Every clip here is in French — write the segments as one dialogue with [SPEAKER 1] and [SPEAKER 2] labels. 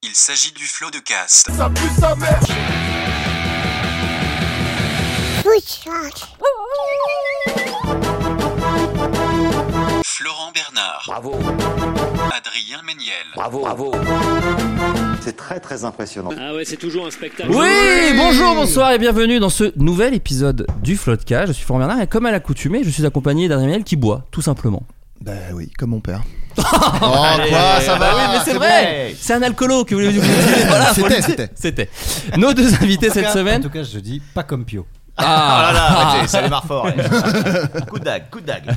[SPEAKER 1] Il s'agit du flot de cast.
[SPEAKER 2] Push rock.
[SPEAKER 1] Florent Bernard,
[SPEAKER 3] Bravo,
[SPEAKER 1] Adrien Méniel,
[SPEAKER 3] bravo, bravo.
[SPEAKER 4] C'est très très impressionnant.
[SPEAKER 5] Ah ouais, c'est toujours un spectacle.
[SPEAKER 6] Oui, bonjour, bonsoir et bienvenue dans ce nouvel épisode du Floodcast. Je suis Florent Bernard et comme à l'accoutumée, je suis accompagné d'Adrien Méniel qui boit, tout simplement.
[SPEAKER 7] Bah oui, comme mon père. oh quoi, ça va
[SPEAKER 6] oui, mais c'est vrai C'est un alcoolo que vous voulez vous dire. Voilà, faut le
[SPEAKER 7] C'était,
[SPEAKER 6] dire. C'était. Nos deux invités cette
[SPEAKER 8] En
[SPEAKER 6] semaine.
[SPEAKER 8] tout cas, je dis pas comme Pio.
[SPEAKER 6] Ah,
[SPEAKER 9] ça démarre fort. coup de dague, coup de dague.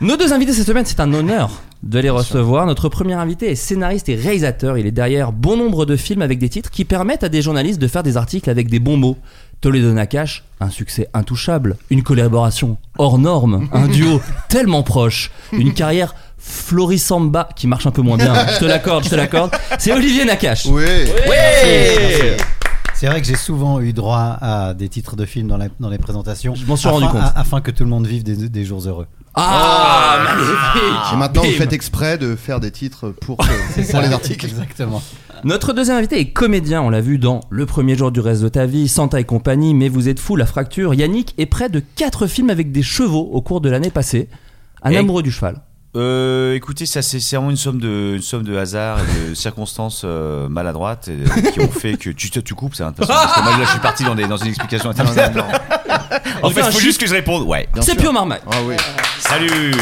[SPEAKER 6] Nos deux invités cette semaine, c'est un honneur de les recevoir. Notre premier invité est scénariste et réalisateur. Il est derrière bon nombre de films avec des titres qui permettent à des journalistes de faire des articles avec des bons mots. Toledo Nakash, un succès intouchable, une collaboration hors norme, un duo tellement proche, une carrière florissamba qui marche un peu moins bien, je te l'accorde, je te l'accorde. C'est Olivier Nakache.
[SPEAKER 7] Oui.
[SPEAKER 8] C'est vrai que j'ai souvent eu droit à des titres de films dans, la- dans les présentations.
[SPEAKER 6] Je m'en suis
[SPEAKER 8] afin-
[SPEAKER 6] rendu compte.
[SPEAKER 8] a- afin que tout le monde vive des, des jours heureux.
[SPEAKER 6] Ah, magnifique
[SPEAKER 7] Et maintenant, vous
[SPEAKER 6] Bim.
[SPEAKER 7] faites exprès de faire des titres pour, que- pour les articles.
[SPEAKER 8] Exactement.
[SPEAKER 6] Notre deuxième invité est comédien, on l'a vu dans Le premier jour du reste de ta vie, Santa et compagnie, Mais vous êtes fou, La fracture, Yannick et près de 4 films avec des chevaux au cours de l'année passée. Un
[SPEAKER 9] Et-
[SPEAKER 6] amoureux du cheval.
[SPEAKER 9] Euh, écoutez, ça c'est c'est vraiment une somme de, une somme de hasard et de circonstances euh, maladroites et, euh, qui ont fait que tu te tu coupes, ça. hein, de toute façon, Parce que moi là, je suis parti dans, des, dans une explication
[SPEAKER 7] Non, non,
[SPEAKER 9] interminable.
[SPEAKER 7] non.
[SPEAKER 9] En
[SPEAKER 6] On
[SPEAKER 9] fait,
[SPEAKER 6] fait un
[SPEAKER 9] faut
[SPEAKER 6] chute.
[SPEAKER 9] juste que je réponde. Ouais.
[SPEAKER 7] Bien
[SPEAKER 6] C'est
[SPEAKER 7] sûr.
[SPEAKER 6] Pio Marmaille.
[SPEAKER 7] Ah oui.
[SPEAKER 9] Salut.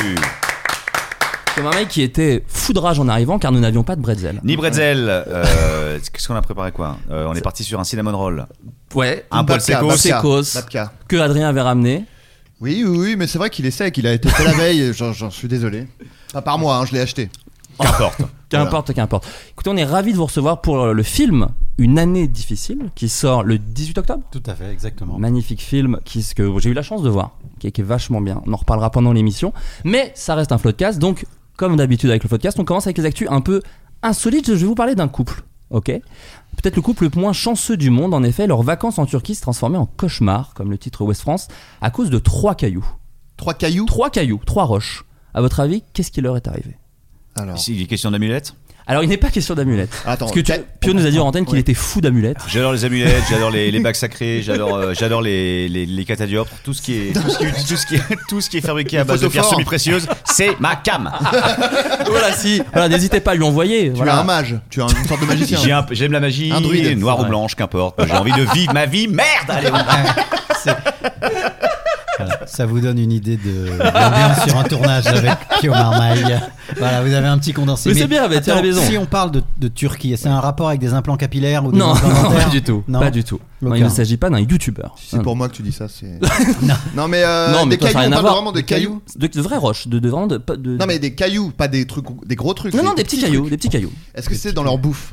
[SPEAKER 6] Pio Marmaille qui était fou de rage en arrivant car nous n'avions pas de bretzel.
[SPEAKER 9] Ni Bretzel. euh, Qu'est-ce qu'on a préparé quoi Euh, On est parti sur un cinnamon roll.
[SPEAKER 6] Ouais.
[SPEAKER 9] Un poil
[SPEAKER 7] Babka,
[SPEAKER 9] seco.
[SPEAKER 7] Babka,
[SPEAKER 6] Secos.
[SPEAKER 7] Babka.
[SPEAKER 6] Que Adrien avait ramené.
[SPEAKER 7] Oui, oui, oui, mais c'est vrai qu'il est sec, il a été fait la veille, et j'en j'en suis désolé. Pas par moi, hein, je l'ai acheté.
[SPEAKER 9] Qu'importe.
[SPEAKER 6] Qu'importe, qu'importe. Écoutez, on est ravis de vous recevoir pour euh, le film Une année difficile qui sort le 18 octobre.
[SPEAKER 8] Tout à fait, exactement.
[SPEAKER 6] Magnifique film qui, ce que j'ai eu la chance de voir, qui est, qui est vachement bien. On en reparlera pendant l'émission. Mais ça reste un floodcast, donc comme d'habitude avec le floodcast, on commence avec les actus un peu insolites. Je vais vous parler d'un couple, ok Peut-être le couple le moins chanceux du monde, en effet, leurs vacances en Turquie se transformaient en cauchemar, comme le titre West France, à cause de trois cailloux.
[SPEAKER 7] Trois cailloux.
[SPEAKER 6] Trois cailloux, trois roches. À votre avis, qu'est-ce qui leur est arrivé
[SPEAKER 7] Alors,
[SPEAKER 9] Ici, il est question d'amulettes.
[SPEAKER 6] Alors, il n'est pas question d'amulettes.
[SPEAKER 7] attends.
[SPEAKER 6] Parce que tu-
[SPEAKER 7] ca-
[SPEAKER 6] Pio nous a dit en antenne qu'il
[SPEAKER 7] Ouais.
[SPEAKER 6] était fou d'amulettes.
[SPEAKER 9] J'adore les amulettes, j'adore les, les bacs sacrés, j'adore euh, j'adore les, les, les catadioptres, tout ce qui est tout ce qui, tout ce qui est, tout ce qui est fabriqué à base de pierres
[SPEAKER 7] photophores.
[SPEAKER 9] semi-précieuses, c'est ma cam.
[SPEAKER 6] voilà, si. Voilà, n'hésitez pas à lui envoyer.
[SPEAKER 7] Tu
[SPEAKER 6] voilà.
[SPEAKER 7] as un mage, tu as une sorte de magicien.
[SPEAKER 9] J'ai un- J'aime la magie,
[SPEAKER 7] Un druide.
[SPEAKER 9] noir ou blanche, qu'importe. J'ai envie de vivre ma vie, merde. Allez, on-
[SPEAKER 8] Voilà. Ça vous donne une idée de l'ambiance sur un tournage avec Pio Marmaille. Voilà, vous avez un petit condensé.
[SPEAKER 6] Mais c'est bien, mais t'es à la
[SPEAKER 8] attends,
[SPEAKER 6] maison.
[SPEAKER 8] Si on parle de, de Turquie, c'est un rapport avec des implants capillaires ou des
[SPEAKER 6] Non,
[SPEAKER 8] implants
[SPEAKER 6] non,
[SPEAKER 8] dentaires
[SPEAKER 6] pas du tout.
[SPEAKER 8] Non.
[SPEAKER 6] Pas du tout. Non,
[SPEAKER 8] Ok.
[SPEAKER 6] il ne s'agit pas d'un youtubeur.
[SPEAKER 7] Si c'est
[SPEAKER 6] Non.
[SPEAKER 7] pour moi que tu dis ça, c'est. non, mais, euh,
[SPEAKER 6] Non, mais
[SPEAKER 7] des
[SPEAKER 6] toi, ça a rien
[SPEAKER 7] cailloux,
[SPEAKER 6] à
[SPEAKER 7] on parle
[SPEAKER 6] voir.
[SPEAKER 7] vraiment de
[SPEAKER 6] Des
[SPEAKER 7] cailloux.
[SPEAKER 6] De, de vraies roches, de, de vraiment de, pas de-
[SPEAKER 7] Non, mais des cailloux, pas des trucs, des gros trucs.
[SPEAKER 6] non,
[SPEAKER 7] c'est
[SPEAKER 6] non, des petits cailloux,
[SPEAKER 7] trucs.
[SPEAKER 6] des petits cailloux.
[SPEAKER 7] Est-ce que c'est dans leur bouffe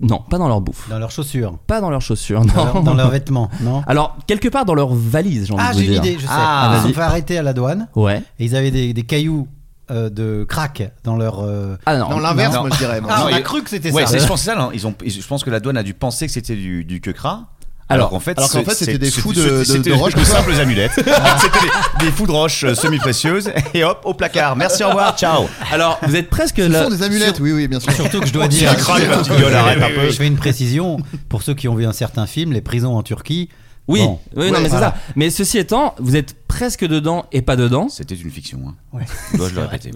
[SPEAKER 6] Non, pas dans leur bouffe,
[SPEAKER 8] Dans leurs chaussures,
[SPEAKER 6] pas dans leurs chaussures, non.
[SPEAKER 8] dans, leur- dans leurs vêtements, non
[SPEAKER 6] Alors quelque part dans leur valise, j'ai envie
[SPEAKER 8] Ah,
[SPEAKER 6] de vous
[SPEAKER 8] j'ai une
[SPEAKER 6] dire.
[SPEAKER 8] idée, je sais.
[SPEAKER 6] Ah,
[SPEAKER 8] ils se
[SPEAKER 6] vas-y.
[SPEAKER 8] sont fait arrêter à la douane.
[SPEAKER 6] Ouais.
[SPEAKER 8] Et ils avaient des, des cailloux euh, de crack dans leur. euh,
[SPEAKER 6] Ah non.
[SPEAKER 7] Non, l'inverse,
[SPEAKER 9] non.
[SPEAKER 7] moi je dirais. moi.
[SPEAKER 8] Ah, on
[SPEAKER 9] non,
[SPEAKER 8] a
[SPEAKER 9] il-
[SPEAKER 8] cru que c'était
[SPEAKER 9] Ouais,
[SPEAKER 8] ça.
[SPEAKER 9] c'est- je pense que c'est ça. non Ils ont, ils- je pense que la douane a dû penser que c'était du, du quecra.
[SPEAKER 6] Alors-
[SPEAKER 9] qu'en fait,
[SPEAKER 7] alors qu'en
[SPEAKER 9] c'est-
[SPEAKER 7] fait, c'était
[SPEAKER 9] c'est-
[SPEAKER 7] des
[SPEAKER 9] c'est-
[SPEAKER 7] fous
[SPEAKER 9] c'est-
[SPEAKER 7] de- de-
[SPEAKER 9] c'était
[SPEAKER 7] de roches,
[SPEAKER 9] de
[SPEAKER 7] quoi.
[SPEAKER 9] simples amulettes. c'était des, des fous de roches euh, semi-précieuses. Et hop, au placard. Merci, au revoir, ciao.
[SPEAKER 6] Alors vous êtes presque
[SPEAKER 7] Ce
[SPEAKER 6] là.
[SPEAKER 7] sont des amulettes, oui, oui, bien sûr.
[SPEAKER 8] Surtout que je dois
[SPEAKER 9] C'est
[SPEAKER 8] dire.
[SPEAKER 9] un crack, ma petite gueule, arrête un peu.
[SPEAKER 8] Je fais une précision. Pour ceux qui ont vu un certain film, les prisons en Turquie,
[SPEAKER 6] Oui,
[SPEAKER 8] Bon.
[SPEAKER 6] oui, non,
[SPEAKER 7] Ouais,
[SPEAKER 6] mais
[SPEAKER 7] voilà.
[SPEAKER 6] c'est ça. Mais ceci étant, vous êtes presque dedans et pas dedans.
[SPEAKER 9] C'était une fiction. Hein.
[SPEAKER 8] Ouais.
[SPEAKER 9] Dois-je le répéter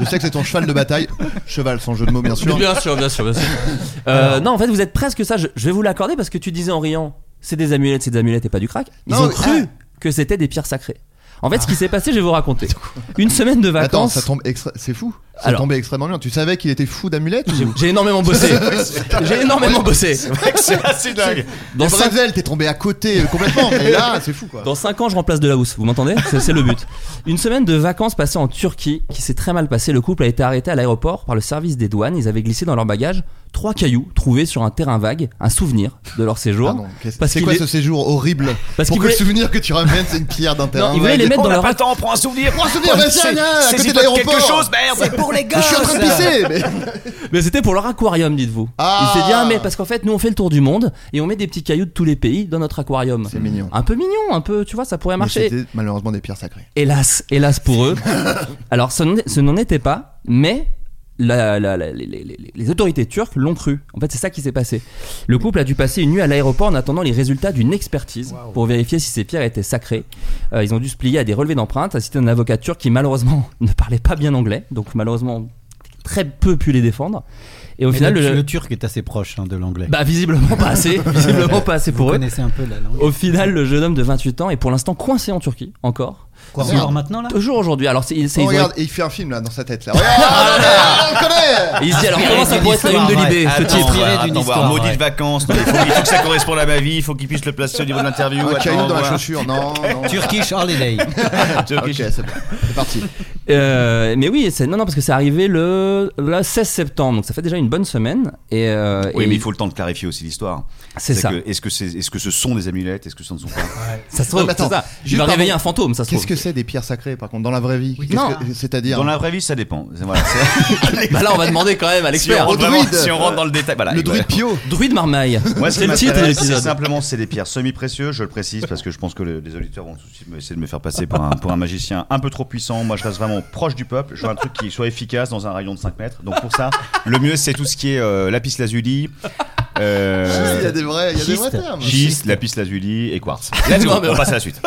[SPEAKER 7] Je sais que c'est ton cheval de bataille. Cheval, sans jeu de mots, bien sûr.
[SPEAKER 6] Bien sûr, bien sûr, bien sûr. Euh, non, en fait, vous êtes presque ça. Je, je vais vous l'accorder parce que tu disais en riant, c'est des amulettes, c'est des amulettes et pas du crack. Ils
[SPEAKER 7] Non, Ah.
[SPEAKER 6] ont
[SPEAKER 7] mais-
[SPEAKER 6] cru que c'était des pierres sacrées. En fait, ce qui s'est passé, je vais vous raconter. Une semaine de
[SPEAKER 7] Attends,
[SPEAKER 6] vacances.
[SPEAKER 7] ça tombe extra... c'est fou. Ça
[SPEAKER 6] Alors.
[SPEAKER 7] tombait extrêmement bien. Tu savais qu'il était fou d'amulettes
[SPEAKER 6] J'ai- J'ai énormément bossé. J'ai énormément bossé.
[SPEAKER 9] C'est assez dingue.
[SPEAKER 6] Dans
[SPEAKER 7] Dans
[SPEAKER 6] 5
[SPEAKER 7] Brazel, t'es tombé à côté euh, complètement. Mais là, c'est fou quoi.
[SPEAKER 6] Dans 5 ans, je remplace de la housse, vous m'entendez C'est c'est le but. Une semaine de vacances passées en Turquie qui s'est très mal passée. Le couple a été arrêté à l'aéroport par le service des douanes. Ils avaient glissé dans leur bagage trois cailloux trouvés sur un terrain vague, un souvenir de leur séjour.
[SPEAKER 7] Pardon, qu'est-ce-
[SPEAKER 6] Parce
[SPEAKER 7] c'est
[SPEAKER 6] qu'il
[SPEAKER 7] quoi
[SPEAKER 6] est-
[SPEAKER 7] ce séjour horrible
[SPEAKER 6] Parce
[SPEAKER 7] Pour
[SPEAKER 6] qu'il
[SPEAKER 7] que le
[SPEAKER 6] voulait-
[SPEAKER 7] souvenir que tu ramènes, c'est une pierre d'un terrain.
[SPEAKER 6] il voulait les
[SPEAKER 7] vague.
[SPEAKER 6] mettre
[SPEAKER 9] On
[SPEAKER 6] dans
[SPEAKER 9] n'a
[SPEAKER 6] leur
[SPEAKER 9] pas le temps, prends un souvenir.
[SPEAKER 7] Prends un souvenir, vas-y,
[SPEAKER 9] C'est-
[SPEAKER 7] viens, à
[SPEAKER 9] saisis
[SPEAKER 7] côté de
[SPEAKER 9] pas de
[SPEAKER 7] l'aéroport.
[SPEAKER 9] quelque chose, merde. C'est pour les
[SPEAKER 7] Mais Je suis en train de pisser mais-
[SPEAKER 6] Mais c'était pour leur aquarium, dites-vous.
[SPEAKER 7] Ah.
[SPEAKER 6] Il s'est dit, ah, mais parce qu'en fait, nous, on fait le tour du monde et on met des petits cailloux de tous les pays dans notre aquarium.
[SPEAKER 7] C'est mignon.
[SPEAKER 6] Un peu mignon, un peu, tu vois, ça pourrait
[SPEAKER 7] Mais
[SPEAKER 6] marcher.
[SPEAKER 7] C'était malheureusement des pierres sacrées.
[SPEAKER 6] Hélas, hélas pour eux. Alors, ce n'en- ce n'en était pas, mais la- la- la- les, les- les- les autorités turques l'ont cru. En fait, c'est ça qui s'est passé. Le couple a dû passer une nuit à l'aéroport en attendant les résultats d'une expertise pour vérifier si ces pierres étaient sacrées. Euh, ils ont dû se plier à des relevés d'empreintes, assistés d'un avocat turc qui, malheureusement, ne parlait pas bien anglais, donc malheureusement, très peu pu les défendre. Et au
[SPEAKER 8] Mais
[SPEAKER 6] final,
[SPEAKER 8] le,
[SPEAKER 6] le-
[SPEAKER 8] le turc est assez proche hein, de l'anglais.
[SPEAKER 6] bah, visiblement pas assez, visiblement pas assez
[SPEAKER 8] Vous
[SPEAKER 6] pour eux.
[SPEAKER 8] connaissez un peu la langue.
[SPEAKER 6] Au final, le jeune homme de 28 ans est pour l'instant coincé en Turquie, encore.
[SPEAKER 8] Quoi,
[SPEAKER 7] Merde.
[SPEAKER 8] encore maintenant là
[SPEAKER 6] Toujours aujourd'hui. Alors, c'est, c'est-
[SPEAKER 7] Oh,
[SPEAKER 6] ils ont
[SPEAKER 7] regarde, et il fait un film là dans sa tête Ah, là. Regarde, on connaît
[SPEAKER 6] Et il se dit alors comment ça
[SPEAKER 8] d'une
[SPEAKER 6] pourrait être
[SPEAKER 8] histoire,
[SPEAKER 6] une de
[SPEAKER 8] ouais.
[SPEAKER 6] l'idée ce
[SPEAKER 9] Attends,
[SPEAKER 6] titre
[SPEAKER 8] privé
[SPEAKER 9] voilà,
[SPEAKER 8] d'une
[SPEAKER 9] attends,
[SPEAKER 8] histoire,
[SPEAKER 9] voilà, Maudite
[SPEAKER 8] ouais.
[SPEAKER 9] vacances. non, il, faut, il faut que ça corresponde à ma vie. Il faut qu'il puisse le placer au niveau de l'interview.
[SPEAKER 7] Un
[SPEAKER 9] attends,
[SPEAKER 7] caillou dans la
[SPEAKER 9] voilà.
[SPEAKER 7] chaussure, non, non.
[SPEAKER 8] Turkish Holiday.
[SPEAKER 7] Ok, c'est bon. C'est parti.
[SPEAKER 6] Euh, mais oui, c'est non non parce que c'est arrivé le, le 16 septembre, donc ça fait déjà une bonne semaine. Et euh,
[SPEAKER 9] Oui,
[SPEAKER 6] et
[SPEAKER 9] mais il faut le temps de clarifier aussi l'histoire.
[SPEAKER 6] C'est ça.
[SPEAKER 9] que- Est-ce que, c'est- est-ce que ce sont des amulettes Est-ce que ce ne sont pas
[SPEAKER 6] Ça se
[SPEAKER 7] Non,
[SPEAKER 6] trouve,
[SPEAKER 7] mais attends,
[SPEAKER 6] c'est ça.
[SPEAKER 7] juste
[SPEAKER 6] Il va
[SPEAKER 7] pardon.
[SPEAKER 6] réveiller un fantôme, ça se
[SPEAKER 7] Qu'est-ce
[SPEAKER 6] trouve.
[SPEAKER 7] que c'est des pierres sacrées par contre dans la vraie vie Qu'est-ce
[SPEAKER 6] Non.
[SPEAKER 7] que- C'est-à-dire
[SPEAKER 9] Dans la vraie vie, ça dépend. C'est- Voilà, c'est-
[SPEAKER 6] Bah là, on va demander quand même
[SPEAKER 9] si,
[SPEAKER 6] à
[SPEAKER 9] on
[SPEAKER 6] l'expert.
[SPEAKER 7] Au
[SPEAKER 9] rentre vraiment-
[SPEAKER 7] druide.
[SPEAKER 9] si on rentre dans le détail. Voilà,
[SPEAKER 7] le
[SPEAKER 9] voilà.
[SPEAKER 7] druide Pio.
[SPEAKER 6] Druide marmaille.
[SPEAKER 9] Moi, ce qui
[SPEAKER 6] c'est le titre de
[SPEAKER 9] m'intéresse, c'est
[SPEAKER 6] l'épisode.
[SPEAKER 9] simplement, c'est des pierres semi-précieuses, je le précise, parce que je pense que le- les auditeurs vont aussi me- essayer de me faire passer pour un, pour un magicien un peu trop puissant. Moi, je reste vraiment proche du peuple. Je veux un truc qui soit efficace dans un rayon de 5 mètres. Donc, pour ça, le mieux, c'est tout ce qui est euh, lapis lazuli.
[SPEAKER 7] Il y a
[SPEAKER 9] Euh,
[SPEAKER 7] des vrais, il y a des vrais
[SPEAKER 8] schiste.
[SPEAKER 7] termes.
[SPEAKER 9] Schiste, lapis lazuli et quartz. Let's go,
[SPEAKER 6] Non, mais
[SPEAKER 9] on passe à la suite.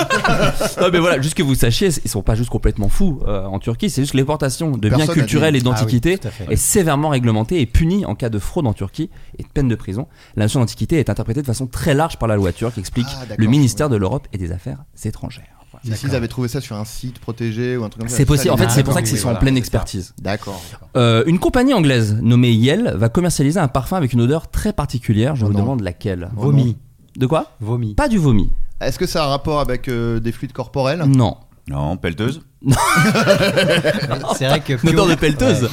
[SPEAKER 6] Non mais voilà, juste que vous sachiez, ils sont pas juste complètement fous euh, en Turquie, c'est juste que l'importation de biens
[SPEAKER 7] Personne n'a dit.
[SPEAKER 6] culturels
[SPEAKER 8] Ah
[SPEAKER 6] et
[SPEAKER 8] oui,
[SPEAKER 6] d'antiquités
[SPEAKER 8] tout à fait.
[SPEAKER 6] est sévèrement réglementée et punie en cas de fraude en Turquie et de peine de prison. La notion d'antiquité est interprétée de façon très large par la loi turque, explique
[SPEAKER 7] Ah, d'accord,
[SPEAKER 6] le ministère de l'Europe et des Affaires étrangères. Voilà.
[SPEAKER 7] Et S'ils avaient trouvé ça sur un site protégé ou un truc comme ça.
[SPEAKER 6] C'est possible. En fait,
[SPEAKER 8] Ah,
[SPEAKER 6] c'est pour ça
[SPEAKER 8] d'accord,
[SPEAKER 6] qu'ils
[SPEAKER 8] oui,
[SPEAKER 6] sont en
[SPEAKER 8] voilà,
[SPEAKER 6] pleine
[SPEAKER 8] c'est ça.
[SPEAKER 6] expertise.
[SPEAKER 7] D'accord.
[SPEAKER 6] Euh, une compagnie anglaise nommée Yel va commercialiser un parfum avec une odeur très particulière. Je
[SPEAKER 7] Oh
[SPEAKER 6] vous
[SPEAKER 7] non.
[SPEAKER 6] demande laquelle.
[SPEAKER 8] Vomi.
[SPEAKER 6] De quoi
[SPEAKER 8] Vomi.
[SPEAKER 6] Pas du vomi.
[SPEAKER 7] Est-ce que ça a un rapport avec euh, des fluides corporels
[SPEAKER 6] Non.
[SPEAKER 9] Non, pelleteuse.
[SPEAKER 8] Euh, C'est vrai que.
[SPEAKER 6] Une odeur de pelleteuse.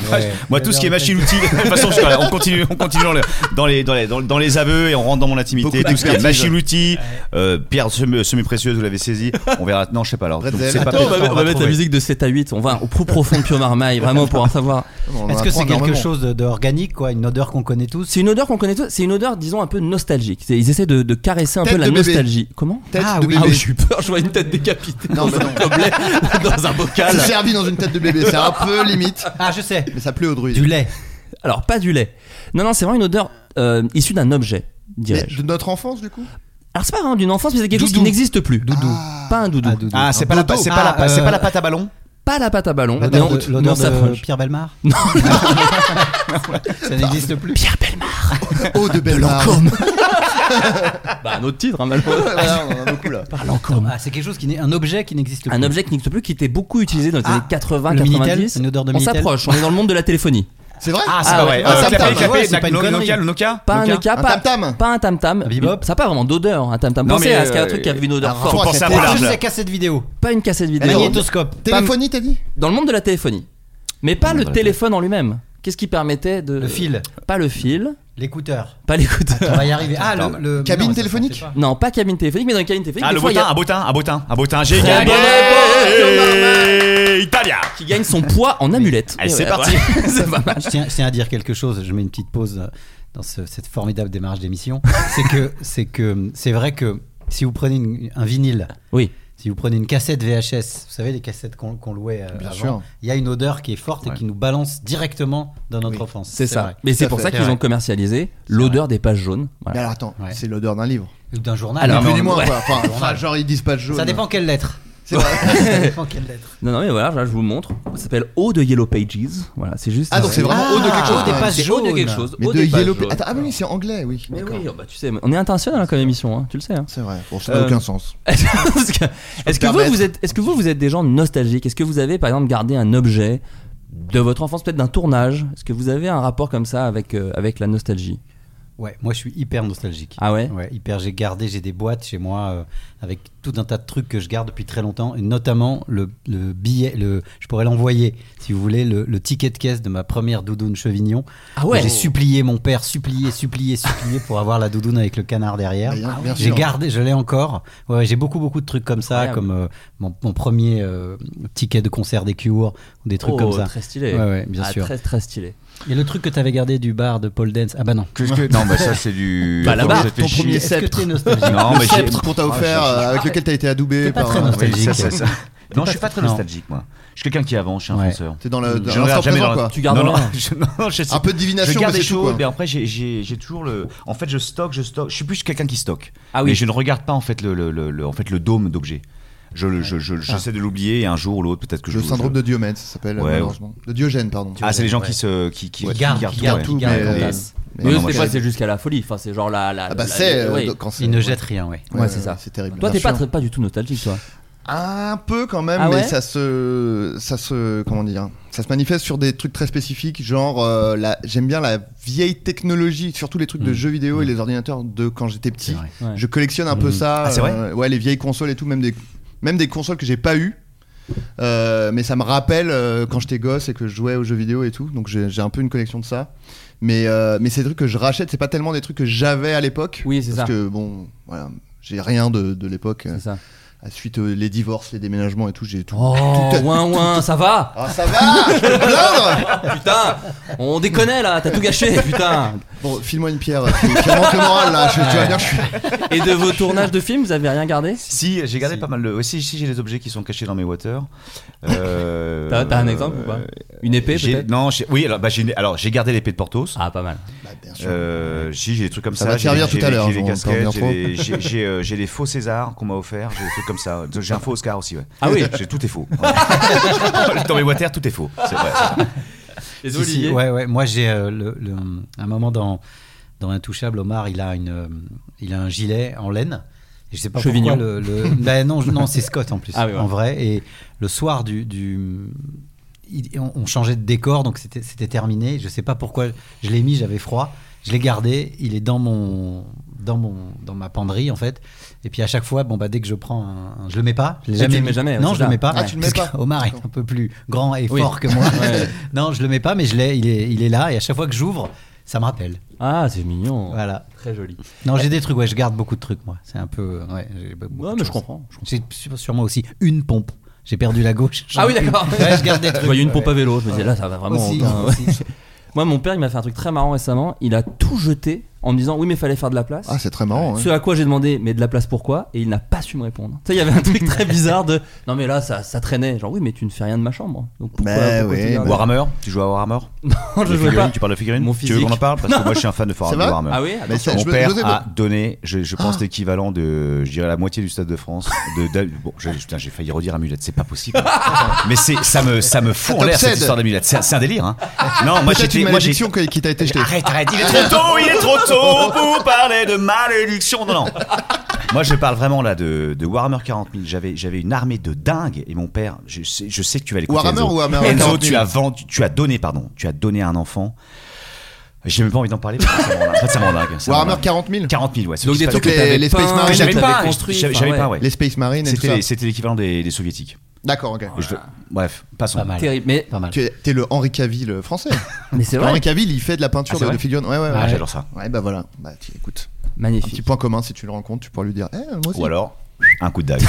[SPEAKER 9] Moi, tout ce qui est machine outil, de toute façon, je suis pas là. on continue, on continue dans, le- dans les, dans, les, dans, dans les aveux et on rentre dans mon intimité.
[SPEAKER 7] Beaucoup
[SPEAKER 9] tout ce qui est
[SPEAKER 7] d'expertise.
[SPEAKER 9] machine outil, euh, pierre semi- semi-précieuse, vous l'avez saisi. On verra. Non, je sais pas alors. Donc,
[SPEAKER 7] Bretzel.
[SPEAKER 9] c'est pas
[SPEAKER 7] Attends,
[SPEAKER 6] on va,
[SPEAKER 9] pelleteuse.
[SPEAKER 6] on va mettre la musique de 7 à 8. On va au plus profond de Pio Marmaille, vraiment pour en savoir.
[SPEAKER 7] On en
[SPEAKER 8] Est-ce que
[SPEAKER 7] apprend
[SPEAKER 8] c'est quelque
[SPEAKER 7] énormément.
[SPEAKER 8] chose de- d'organique, quoi Une odeur qu'on connaît tous
[SPEAKER 6] C'est une odeur qu'on connaît tous. C'est une odeur, disons, un peu nostalgique. C'est- Ils essaient de, de caresser un
[SPEAKER 7] Tête
[SPEAKER 6] peu la
[SPEAKER 7] de bébé.
[SPEAKER 6] nostalgie. Comment
[SPEAKER 7] Tête
[SPEAKER 8] Ah
[SPEAKER 7] de
[SPEAKER 8] oui.
[SPEAKER 6] Ah
[SPEAKER 7] bébé.
[SPEAKER 6] oui, j'ai eu peur. Je vois une tête décapitée
[SPEAKER 7] Non, mais
[SPEAKER 6] dans un
[SPEAKER 7] non.
[SPEAKER 6] gobelet, dans un bocal.
[SPEAKER 7] C'est servi dans une tête de bébé, c'est un peu limite.
[SPEAKER 8] Ah, je sais.
[SPEAKER 7] Mais ça plaît aux druides.
[SPEAKER 8] Du lait.
[SPEAKER 6] Alors pas du lait. Non, non, c'est vraiment une odeur euh, issue d'un objet,
[SPEAKER 7] Mais
[SPEAKER 6] dirais-je.
[SPEAKER 7] de notre enfance du coup
[SPEAKER 6] Alors c'est pas vraiment d'une enfance, mais c'est quelque chose qui
[SPEAKER 8] Doudou.
[SPEAKER 6] n'existe plus. Doudou. Pas un doudou.
[SPEAKER 8] Ah, doudou.
[SPEAKER 9] Ah, c'est pas, la, c'est pas, la,
[SPEAKER 8] Ah,
[SPEAKER 9] c'est pas
[SPEAKER 8] euh,
[SPEAKER 9] la pâte à ballon
[SPEAKER 6] Pas la pâte à ballon. mais
[SPEAKER 8] L'odeur
[SPEAKER 6] on-
[SPEAKER 8] de,
[SPEAKER 6] mais on
[SPEAKER 8] l'odeur de
[SPEAKER 6] s'approche.
[SPEAKER 8] Pierre Belmar
[SPEAKER 6] Non,
[SPEAKER 8] Ça n'existe plus.
[SPEAKER 6] Pierre Bellemare.
[SPEAKER 7] Oh de belle
[SPEAKER 6] Bah un autre titre, hein, malheureusement.
[SPEAKER 7] Voilà, on en a beaucoup là.
[SPEAKER 8] Ah, c'est quelque chose qui n'est un objet qui n'existe plus.
[SPEAKER 6] Un objet qui n'existe plus, qui était beaucoup utilisé dans les
[SPEAKER 8] Ah,
[SPEAKER 6] années 80,
[SPEAKER 8] le
[SPEAKER 6] 90.
[SPEAKER 8] Minitel, une odeur de
[SPEAKER 6] on
[SPEAKER 8] Minitel.
[SPEAKER 6] s'approche, on est dans le monde de la téléphonie.
[SPEAKER 7] C'est vrai
[SPEAKER 9] Ah, c'est
[SPEAKER 8] Ah
[SPEAKER 9] pas vrai.
[SPEAKER 8] ouais. Ah,
[SPEAKER 9] Euh,
[SPEAKER 8] ça me
[SPEAKER 9] clapet,
[SPEAKER 8] parle.
[SPEAKER 9] clapet,
[SPEAKER 8] Ouais, c'est pas une
[SPEAKER 9] Nokia,
[SPEAKER 8] connerie.
[SPEAKER 9] le Nokia
[SPEAKER 6] Pas un
[SPEAKER 9] Nokia
[SPEAKER 6] Nokia,
[SPEAKER 7] Un
[SPEAKER 6] pas
[SPEAKER 7] tam-tam.
[SPEAKER 6] Pas un tam tam.
[SPEAKER 8] Bebop.
[SPEAKER 6] Ça a pas vraiment d'odeur, un tam tam.
[SPEAKER 9] Non,
[SPEAKER 6] Pensez
[SPEAKER 9] mais,
[SPEAKER 6] à ce qu'il y a un
[SPEAKER 9] euh,
[SPEAKER 6] truc qui avait une odeur
[SPEAKER 7] un
[SPEAKER 6] forte.
[SPEAKER 9] rapport-
[SPEAKER 7] rapport
[SPEAKER 9] penser à
[SPEAKER 7] à
[SPEAKER 9] Polar.
[SPEAKER 8] Ah,
[SPEAKER 7] tête.
[SPEAKER 8] je sais, cassette vidéo.
[SPEAKER 6] Pas une cassette vidéo.
[SPEAKER 8] Magnétoscope.
[SPEAKER 7] Téléphonie t'as dit
[SPEAKER 6] Dans le monde de la téléphonie. Mais pas
[SPEAKER 9] Le
[SPEAKER 6] le
[SPEAKER 9] monde de la
[SPEAKER 6] téléphone en lui-même. Qu'est-ce qui permettait de.
[SPEAKER 8] Le fil.
[SPEAKER 6] Pas le fil,
[SPEAKER 8] L'écouteur.
[SPEAKER 6] pas
[SPEAKER 8] On
[SPEAKER 6] l'écouteur.
[SPEAKER 8] va y arriver. Ah,
[SPEAKER 9] Attends,
[SPEAKER 8] le, le-
[SPEAKER 7] Cabine
[SPEAKER 8] non, ça, ça
[SPEAKER 7] téléphonique
[SPEAKER 8] fait pas.
[SPEAKER 6] Non, pas cabine téléphonique, mais dans une cabine téléphonique.
[SPEAKER 9] Ah,
[SPEAKER 6] des
[SPEAKER 9] le
[SPEAKER 6] fois, il y
[SPEAKER 9] botin,
[SPEAKER 6] a-
[SPEAKER 9] un botin, un botin, un botin, j'ai
[SPEAKER 6] Très
[SPEAKER 9] gagné
[SPEAKER 6] bonne réponse,
[SPEAKER 9] Italia
[SPEAKER 6] qui gagne son poids en amulette.
[SPEAKER 9] Allez,
[SPEAKER 6] Et
[SPEAKER 9] c'est
[SPEAKER 6] ouais,
[SPEAKER 9] parti.
[SPEAKER 6] ouais. c'est pas mal.
[SPEAKER 8] Bah, Je tiens, je tiens à dire quelque chose. Je mets une petite pause euh, dans ce- cette formidable démarche d'émission. c'est que c'est que c'est vrai que si vous prenez une- un vinyle,
[SPEAKER 6] Oui.
[SPEAKER 8] si vous prenez une cassette VHS, vous savez les cassettes qu'on qu'on louait euh,
[SPEAKER 7] Bien
[SPEAKER 8] avant,
[SPEAKER 7] sûr.
[SPEAKER 8] il y a une odeur qui est forte et
[SPEAKER 9] Ouais.
[SPEAKER 8] qui nous balance directement dans notre
[SPEAKER 7] Oui,
[SPEAKER 8] offense.
[SPEAKER 6] C'est ça.
[SPEAKER 8] vrai.
[SPEAKER 6] Mais c'est
[SPEAKER 7] Tout à
[SPEAKER 6] pour
[SPEAKER 7] fait.
[SPEAKER 6] ça
[SPEAKER 8] C'est
[SPEAKER 6] qu'ils
[SPEAKER 8] vrai.
[SPEAKER 6] ont commercialisé l'odeur des pages jaunes.
[SPEAKER 7] Mais
[SPEAKER 6] Voilà.
[SPEAKER 7] alors attends,
[SPEAKER 8] Ouais.
[SPEAKER 7] c'est l'odeur d'un livre.
[SPEAKER 8] Ou d'un journal.
[SPEAKER 7] Alors,
[SPEAKER 8] Non,
[SPEAKER 7] plus ni
[SPEAKER 8] non,
[SPEAKER 7] moins,
[SPEAKER 8] ouais.
[SPEAKER 7] quoi. Enfin,
[SPEAKER 8] Journal.
[SPEAKER 7] enfin, genre, ils dispatchent jaune.
[SPEAKER 8] Ça dépend quelle lettre.
[SPEAKER 7] C'est vrai.
[SPEAKER 8] Ça dépend quelle lettre.
[SPEAKER 6] Non, non, mais voilà, là, je vous le montre. Ça s'appelle O de Yellow Pages. Voilà, c'est juste.
[SPEAKER 7] Ah, donc c'est vraiment
[SPEAKER 8] Ah,
[SPEAKER 7] haut de quelque chose.
[SPEAKER 8] haut des pages
[SPEAKER 6] C'est O de
[SPEAKER 8] jaunes.
[SPEAKER 6] quelque chose.
[SPEAKER 7] Mais
[SPEAKER 6] O
[SPEAKER 7] de
[SPEAKER 6] des pages
[SPEAKER 7] Yellow
[SPEAKER 6] jaunes.
[SPEAKER 7] Attends, ah, mais oui, c'est anglais, oui.
[SPEAKER 6] Mais
[SPEAKER 7] D'accord.
[SPEAKER 6] oui, oh, bah, tu sais, on est international hein, comme émission, hein, tu le sais. hein.
[SPEAKER 7] C'est vrai. Bon, ça n'a
[SPEAKER 6] Euh,
[SPEAKER 7] aucun sens.
[SPEAKER 6] Parce que- Est-ce que, vous,
[SPEAKER 7] permettre.
[SPEAKER 6] vous êtes, est-ce que vous, vous êtes des gens nostalgiques Est-ce que vous avez, par exemple, gardé un objet de votre enfance, peut-être d'un tournage Est-ce que vous avez un rapport comme ça avec, euh, avec la nostalgie
[SPEAKER 8] Ouais, moi je suis hyper nostalgique.
[SPEAKER 6] Ah ouais
[SPEAKER 8] Ouais, hyper. J'ai gardé, j'ai des boîtes chez moi euh, avec tout un tas de trucs que je garde depuis très longtemps, et notamment le, le billet. Le, je pourrais l'envoyer, si vous voulez, le, le ticket de caisse de ma première doudoune Chevignon.
[SPEAKER 6] Ah ouais
[SPEAKER 8] J'ai supplié mon père, supplié, supplié, supplié pour avoir la doudoune avec le canard derrière.
[SPEAKER 7] Bien- bien
[SPEAKER 8] J'ai
[SPEAKER 7] sûr.
[SPEAKER 8] gardé, je l'ai encore. Ouais, ouais, j'ai beaucoup, beaucoup de trucs comme ça,
[SPEAKER 6] Incroyable.
[SPEAKER 8] comme euh, mon, mon premier euh, ticket de concert des Cure, ou des trucs
[SPEAKER 6] Oh,
[SPEAKER 8] comme ça.
[SPEAKER 6] Très stylé.
[SPEAKER 8] Ouais, ouais, bien
[SPEAKER 6] Ah,
[SPEAKER 8] sûr.
[SPEAKER 6] Très, très stylé.
[SPEAKER 8] Et le truc que t'avais gardé du bar de Paul Dance, ah bah non.
[SPEAKER 2] Qu'est-ce que- Non, bah ça, c'est du.
[SPEAKER 6] Bah, là-bas,
[SPEAKER 2] Ça fait
[SPEAKER 6] ton
[SPEAKER 2] chier.
[SPEAKER 6] premier
[SPEAKER 8] Est-ce que
[SPEAKER 6] sceptre.
[SPEAKER 8] t'es nostalgique
[SPEAKER 2] Non,
[SPEAKER 7] Le
[SPEAKER 2] mais j'ai-
[SPEAKER 7] sceptre qu'on t'a offert,
[SPEAKER 2] Ah,
[SPEAKER 7] euh, avec lequel t'as été adoubé.
[SPEAKER 8] T'es pas
[SPEAKER 7] par- euh,
[SPEAKER 8] très
[SPEAKER 2] Oui,
[SPEAKER 8] nostalgique.
[SPEAKER 2] ça, ça, ça.
[SPEAKER 8] T'es
[SPEAKER 2] Non,
[SPEAKER 8] pas
[SPEAKER 2] je suis pas très
[SPEAKER 8] non.
[SPEAKER 2] nostalgique, moi. Je suis quelqu'un qui avance, je suis un
[SPEAKER 8] Ouais.
[SPEAKER 2] fonceur.
[SPEAKER 7] T'es dans le. dans
[SPEAKER 2] Je
[SPEAKER 7] l'instant
[SPEAKER 2] regarde jamais
[SPEAKER 7] présent,
[SPEAKER 2] dans
[SPEAKER 7] quoi.
[SPEAKER 6] Tu gardes
[SPEAKER 2] non, non,
[SPEAKER 6] rien.
[SPEAKER 2] je- non, je sais
[SPEAKER 7] Un peu de
[SPEAKER 2] Je
[SPEAKER 7] divination, mais
[SPEAKER 2] garde des
[SPEAKER 7] c'est tout.
[SPEAKER 2] choses, mais
[SPEAKER 7] quoi.
[SPEAKER 2] après j'ai- j'ai j'ai toujours le. En fait, je stocke, je stocke. Je suis plus quelqu'un qui stocke.
[SPEAKER 6] Ah oui.
[SPEAKER 2] Mais je ne regarde pas en fait le, le, le- le- en fait, le dôme d'objets. Je le- je-
[SPEAKER 8] Ah.
[SPEAKER 2] je- j'essaie de l'oublier et un jour ou l'autre peut-être que je.
[SPEAKER 7] Le syndrome
[SPEAKER 2] je-
[SPEAKER 7] de Diomède, ça s'appelle,
[SPEAKER 2] Ouais,
[SPEAKER 7] malheureusement. De Diogène, pardon.
[SPEAKER 2] Ah, c'est les gens qui se qui qui,
[SPEAKER 8] Qui gardent, qui gardent
[SPEAKER 2] ouais. Ah,
[SPEAKER 8] tout,
[SPEAKER 7] mais- euh,
[SPEAKER 8] gardent en
[SPEAKER 7] mais-
[SPEAKER 8] tasse.
[SPEAKER 6] Mais eux,
[SPEAKER 2] moi,
[SPEAKER 6] des
[SPEAKER 2] je-
[SPEAKER 6] fois, c'est jusqu'à la folie. Enfin, c'est genre la. la
[SPEAKER 7] Ah bah
[SPEAKER 6] la-
[SPEAKER 7] c'est
[SPEAKER 6] la-
[SPEAKER 7] euh,
[SPEAKER 6] oui.
[SPEAKER 7] de- quand c'est
[SPEAKER 8] Il ne jette rien, ouais.
[SPEAKER 6] Ouais, c'est ça.
[SPEAKER 7] C'est terrible.
[SPEAKER 6] Toi,
[SPEAKER 7] Bien
[SPEAKER 6] t'es pas,
[SPEAKER 7] sûr.
[SPEAKER 6] très- pas du tout nostalgique, toi.
[SPEAKER 7] Un peu quand même,
[SPEAKER 6] Ah ouais
[SPEAKER 7] mais ça se, ça se, comment dire, ça se manifeste sur des trucs très spécifiques, genre euh, la, j'aime bien la vieille technologie, surtout les trucs de
[SPEAKER 6] Mm.
[SPEAKER 7] jeux vidéo et les ordinateurs de quand j'étais petit.
[SPEAKER 8] vrai.
[SPEAKER 6] Ouais.
[SPEAKER 7] Je collectionne un peu
[SPEAKER 8] Mm.
[SPEAKER 7] ça,
[SPEAKER 2] Ah, c'est vrai
[SPEAKER 7] euh, ouais, les vieilles consoles et tout, même des, même des consoles que j'ai pas eues. Euh, mais ça me rappelle euh, quand j'étais gosse et que je jouais aux jeux vidéo et tout, donc j'ai j'ai un peu une collection de ça. Mais, euh, mais c'est des trucs que je rachète, c'est pas tellement des trucs que j'avais à l'époque.
[SPEAKER 6] Oui, c'est
[SPEAKER 7] parce
[SPEAKER 6] ça.
[SPEAKER 7] que bon, voilà, j'ai rien de, de l'époque.
[SPEAKER 6] C'est ça.
[SPEAKER 7] Ah, Suite euh, les divorces, les déménagements et tout, j'ai tout.
[SPEAKER 6] Oh, ouin ouin, ça va
[SPEAKER 7] Ah ça va Je peux me plaindre
[SPEAKER 6] Putain On déconne là, t'as tout gâché, putain
[SPEAKER 7] Bon, file-moi une pierre, tu, tu remontes le moral là, je, tu vas bien, je suis.
[SPEAKER 6] Et de vos tournages de films, vous avez rien gardé
[SPEAKER 2] Si, j'ai gardé pas mal de. ouais, si, si, j'ai des objets qui sont cachés dans mes waters. Euh,
[SPEAKER 6] T'as t'as un exemple ou pas Une épée,
[SPEAKER 2] J'ai-
[SPEAKER 6] peut-être
[SPEAKER 2] Non, j'ai- oui, alors, bah, j'ai une- alors j'ai gardé l'épée de Portos.
[SPEAKER 6] Ah, pas mal.
[SPEAKER 7] Bah,
[SPEAKER 2] Euh, si, j'ai des trucs comme
[SPEAKER 7] Ça
[SPEAKER 2] ça.
[SPEAKER 7] va te
[SPEAKER 2] J'ai-
[SPEAKER 7] servir
[SPEAKER 2] j'ai
[SPEAKER 7] tout à
[SPEAKER 2] des-
[SPEAKER 7] l'heure,
[SPEAKER 2] J'ai des
[SPEAKER 7] Jean, t'en
[SPEAKER 2] casquettes,
[SPEAKER 7] reviens
[SPEAKER 2] j'ai des- j'ai- j'ai, euh, j'ai des faux César qu'on m'a offert, j'ai des trucs comme ça. J'ai un faux Oscar aussi, ouais.
[SPEAKER 6] Ah oui.
[SPEAKER 2] J'ai- Tout est faux. Dans mes water, tout est faux. C'est vrai.
[SPEAKER 6] Ah Les
[SPEAKER 8] Si, si, ouais, ouais. Moi, j'ai euh, le- le- un moment dans, dans Intouchable, Omar, il a, une, euh, il a un gilet en laine. Et je sais pas
[SPEAKER 6] Chevignon.
[SPEAKER 8] pourquoi. Le, le- Ben non, je- non c'est Scott en plus,
[SPEAKER 6] Ah oui, ouais.
[SPEAKER 8] en vrai. Et le soir du. du- il- on, on changeait de décor, donc c'était c'était terminé. Je sais pas pourquoi je l'ai mis, j'avais froid. Je l'ai gardé, il est dans mon dans mon dans ma penderie en fait. Et puis à chaque fois, bon bah dès que je prends un, un- je le mets pas, je l'ai
[SPEAKER 6] Ah, tu
[SPEAKER 8] jamais
[SPEAKER 6] le
[SPEAKER 8] mis.
[SPEAKER 6] mets jamais, ouais,
[SPEAKER 8] Non, je
[SPEAKER 6] c'est
[SPEAKER 8] le
[SPEAKER 6] ça.
[SPEAKER 8] mets pas.
[SPEAKER 7] Ah, tu le mets
[SPEAKER 8] parce
[SPEAKER 7] pas.
[SPEAKER 8] que Omar est un peu plus grand et
[SPEAKER 6] Oui.
[SPEAKER 8] fort que moi.
[SPEAKER 6] Ouais.
[SPEAKER 8] Non, je le mets pas, mais je l'ai. Il est, il est là et à chaque fois que j'ouvre, ça me rappelle.
[SPEAKER 6] Ah, c'est mignon.
[SPEAKER 8] Voilà.
[SPEAKER 6] Très joli.
[SPEAKER 8] Non, j'ai des trucs. Ouais, je garde beaucoup de trucs moi. C'est un peu. euh, Ouais, j'ai be- beaucoup
[SPEAKER 6] Ouais,
[SPEAKER 8] de
[SPEAKER 6] mais je
[SPEAKER 8] choses.
[SPEAKER 6] comprends. je comprends.
[SPEAKER 8] J'ai sur- sûrement aussi une pompe. J'ai perdu la gauche.
[SPEAKER 6] Ah oui, d'accord.
[SPEAKER 8] Ouais, je garde des trucs.
[SPEAKER 6] Je voyais une
[SPEAKER 8] Ouais,
[SPEAKER 6] pompe
[SPEAKER 8] ouais.
[SPEAKER 6] à vélo, je me disais là, ça va vraiment.
[SPEAKER 8] Aussi,
[SPEAKER 6] putain, ouais.
[SPEAKER 8] aussi.
[SPEAKER 6] Moi, mon père, il m'a fait un truc très marrant récemment. Il a tout jeté en me disant oui, mais fallait faire de la place.
[SPEAKER 7] Ah, c'est très marrant. hein.
[SPEAKER 6] Ce à quoi j'ai demandé, mais de la place pourquoi Et il n'a pas su me répondre. Tu sais, il y avait un truc très bizarre de non, mais là, ça, ça traînait. Genre, oui, mais tu ne fais rien de ma chambre. Donc pourquoi,
[SPEAKER 7] Bah
[SPEAKER 6] pourquoi
[SPEAKER 7] oui,
[SPEAKER 6] tu gardes-
[SPEAKER 2] Warhammer, tu joues à Warhammer
[SPEAKER 6] Non, je
[SPEAKER 2] Les
[SPEAKER 6] jouais
[SPEAKER 2] figurines,
[SPEAKER 6] pas.
[SPEAKER 2] Tu parles de figurines
[SPEAKER 6] Mon
[SPEAKER 2] Tu veux qu'on en
[SPEAKER 6] physique.
[SPEAKER 2] parle Parce que moi, je suis un fan de For-
[SPEAKER 7] C'est
[SPEAKER 2] de
[SPEAKER 7] vrai
[SPEAKER 2] Warhammer.
[SPEAKER 6] Ah oui,
[SPEAKER 7] Mais
[SPEAKER 6] attention.
[SPEAKER 7] c'est-
[SPEAKER 2] Mon
[SPEAKER 7] je me-
[SPEAKER 2] père
[SPEAKER 7] je sais
[SPEAKER 2] a
[SPEAKER 7] pas. Ah.
[SPEAKER 2] donné, je, je pense, l'équivalent de, je dirais, la moitié du Stade de France. De, d'Al- bon, j'ai- putain, j'ai failli redire amulette, c'est pas possible. Mais c'est, ça me, ça me fout en l'air cette
[SPEAKER 7] t'obsède.
[SPEAKER 2] histoire d'amulette. C'est, c'est un délire, hein. Non, moi
[SPEAKER 7] Peut-être
[SPEAKER 2] j'étais,
[SPEAKER 7] une
[SPEAKER 2] moi j'étais-
[SPEAKER 7] malédiction que- qui t'a été jetée.
[SPEAKER 2] Arrête, arrête, il est trop tôt, il est trop tôt pour parler de malédiction. Non, non. Moi, je parle vraiment là de, de Warhammer 40 000. J'avais, j'avais une armée de dingue et mon père, je sais, je sais que tu vas l'écouter.
[SPEAKER 7] Warhammer
[SPEAKER 2] Enzo.
[SPEAKER 7] ou Warhammer
[SPEAKER 2] Enzo,
[SPEAKER 7] 40 000?
[SPEAKER 2] tu as vendu, tu as donné, pardon, tu as donné à un enfant. J'ai même pas envie d'en parler parce que ça me rend dingue. En fait, ça me rend dingue. ça me rend
[SPEAKER 7] Warhammer
[SPEAKER 2] dingue.
[SPEAKER 7] 40 000
[SPEAKER 2] 40 000, ouais. ceux
[SPEAKER 6] Donc
[SPEAKER 2] qui
[SPEAKER 6] des
[SPEAKER 2] se
[SPEAKER 6] trucs
[SPEAKER 2] passent-
[SPEAKER 7] que t'avais
[SPEAKER 6] que
[SPEAKER 7] les
[SPEAKER 6] t'avais
[SPEAKER 7] Space
[SPEAKER 6] peints,
[SPEAKER 7] Marines,
[SPEAKER 6] que
[SPEAKER 2] J'avais
[SPEAKER 6] t'avais
[SPEAKER 2] pas,
[SPEAKER 6] construits,
[SPEAKER 2] j'avais
[SPEAKER 6] enfin,
[SPEAKER 2] j'avais
[SPEAKER 6] Ah ouais.
[SPEAKER 2] pas, ouais.
[SPEAKER 7] Les Space Marines et tout
[SPEAKER 2] C'était
[SPEAKER 7] ça.
[SPEAKER 2] les- c'était l'équivalent des, des soviétiques.
[SPEAKER 7] D'accord, ok.
[SPEAKER 2] Et je- Bref, passons.
[SPEAKER 8] Pas mal.
[SPEAKER 6] Terrible. Mais,
[SPEAKER 8] Pas mal.
[SPEAKER 7] Tu es, t'es le Henri Cavill euh, français.
[SPEAKER 6] mais c'est vrai.
[SPEAKER 7] Henri Cavill, il fait de la peinture
[SPEAKER 2] Ah, c'est
[SPEAKER 7] de, de
[SPEAKER 2] vrai
[SPEAKER 7] figurines. Ouais, ouais, ouais.
[SPEAKER 2] Ah, J'adore ça.
[SPEAKER 7] Ouais, bah voilà. Bah, tu- écoute, un petit
[SPEAKER 6] Magnifique.
[SPEAKER 7] point commun, si tu le rencontres, tu pourras lui dire Eh, moi aussi.
[SPEAKER 2] Ou alors, un coup de dague.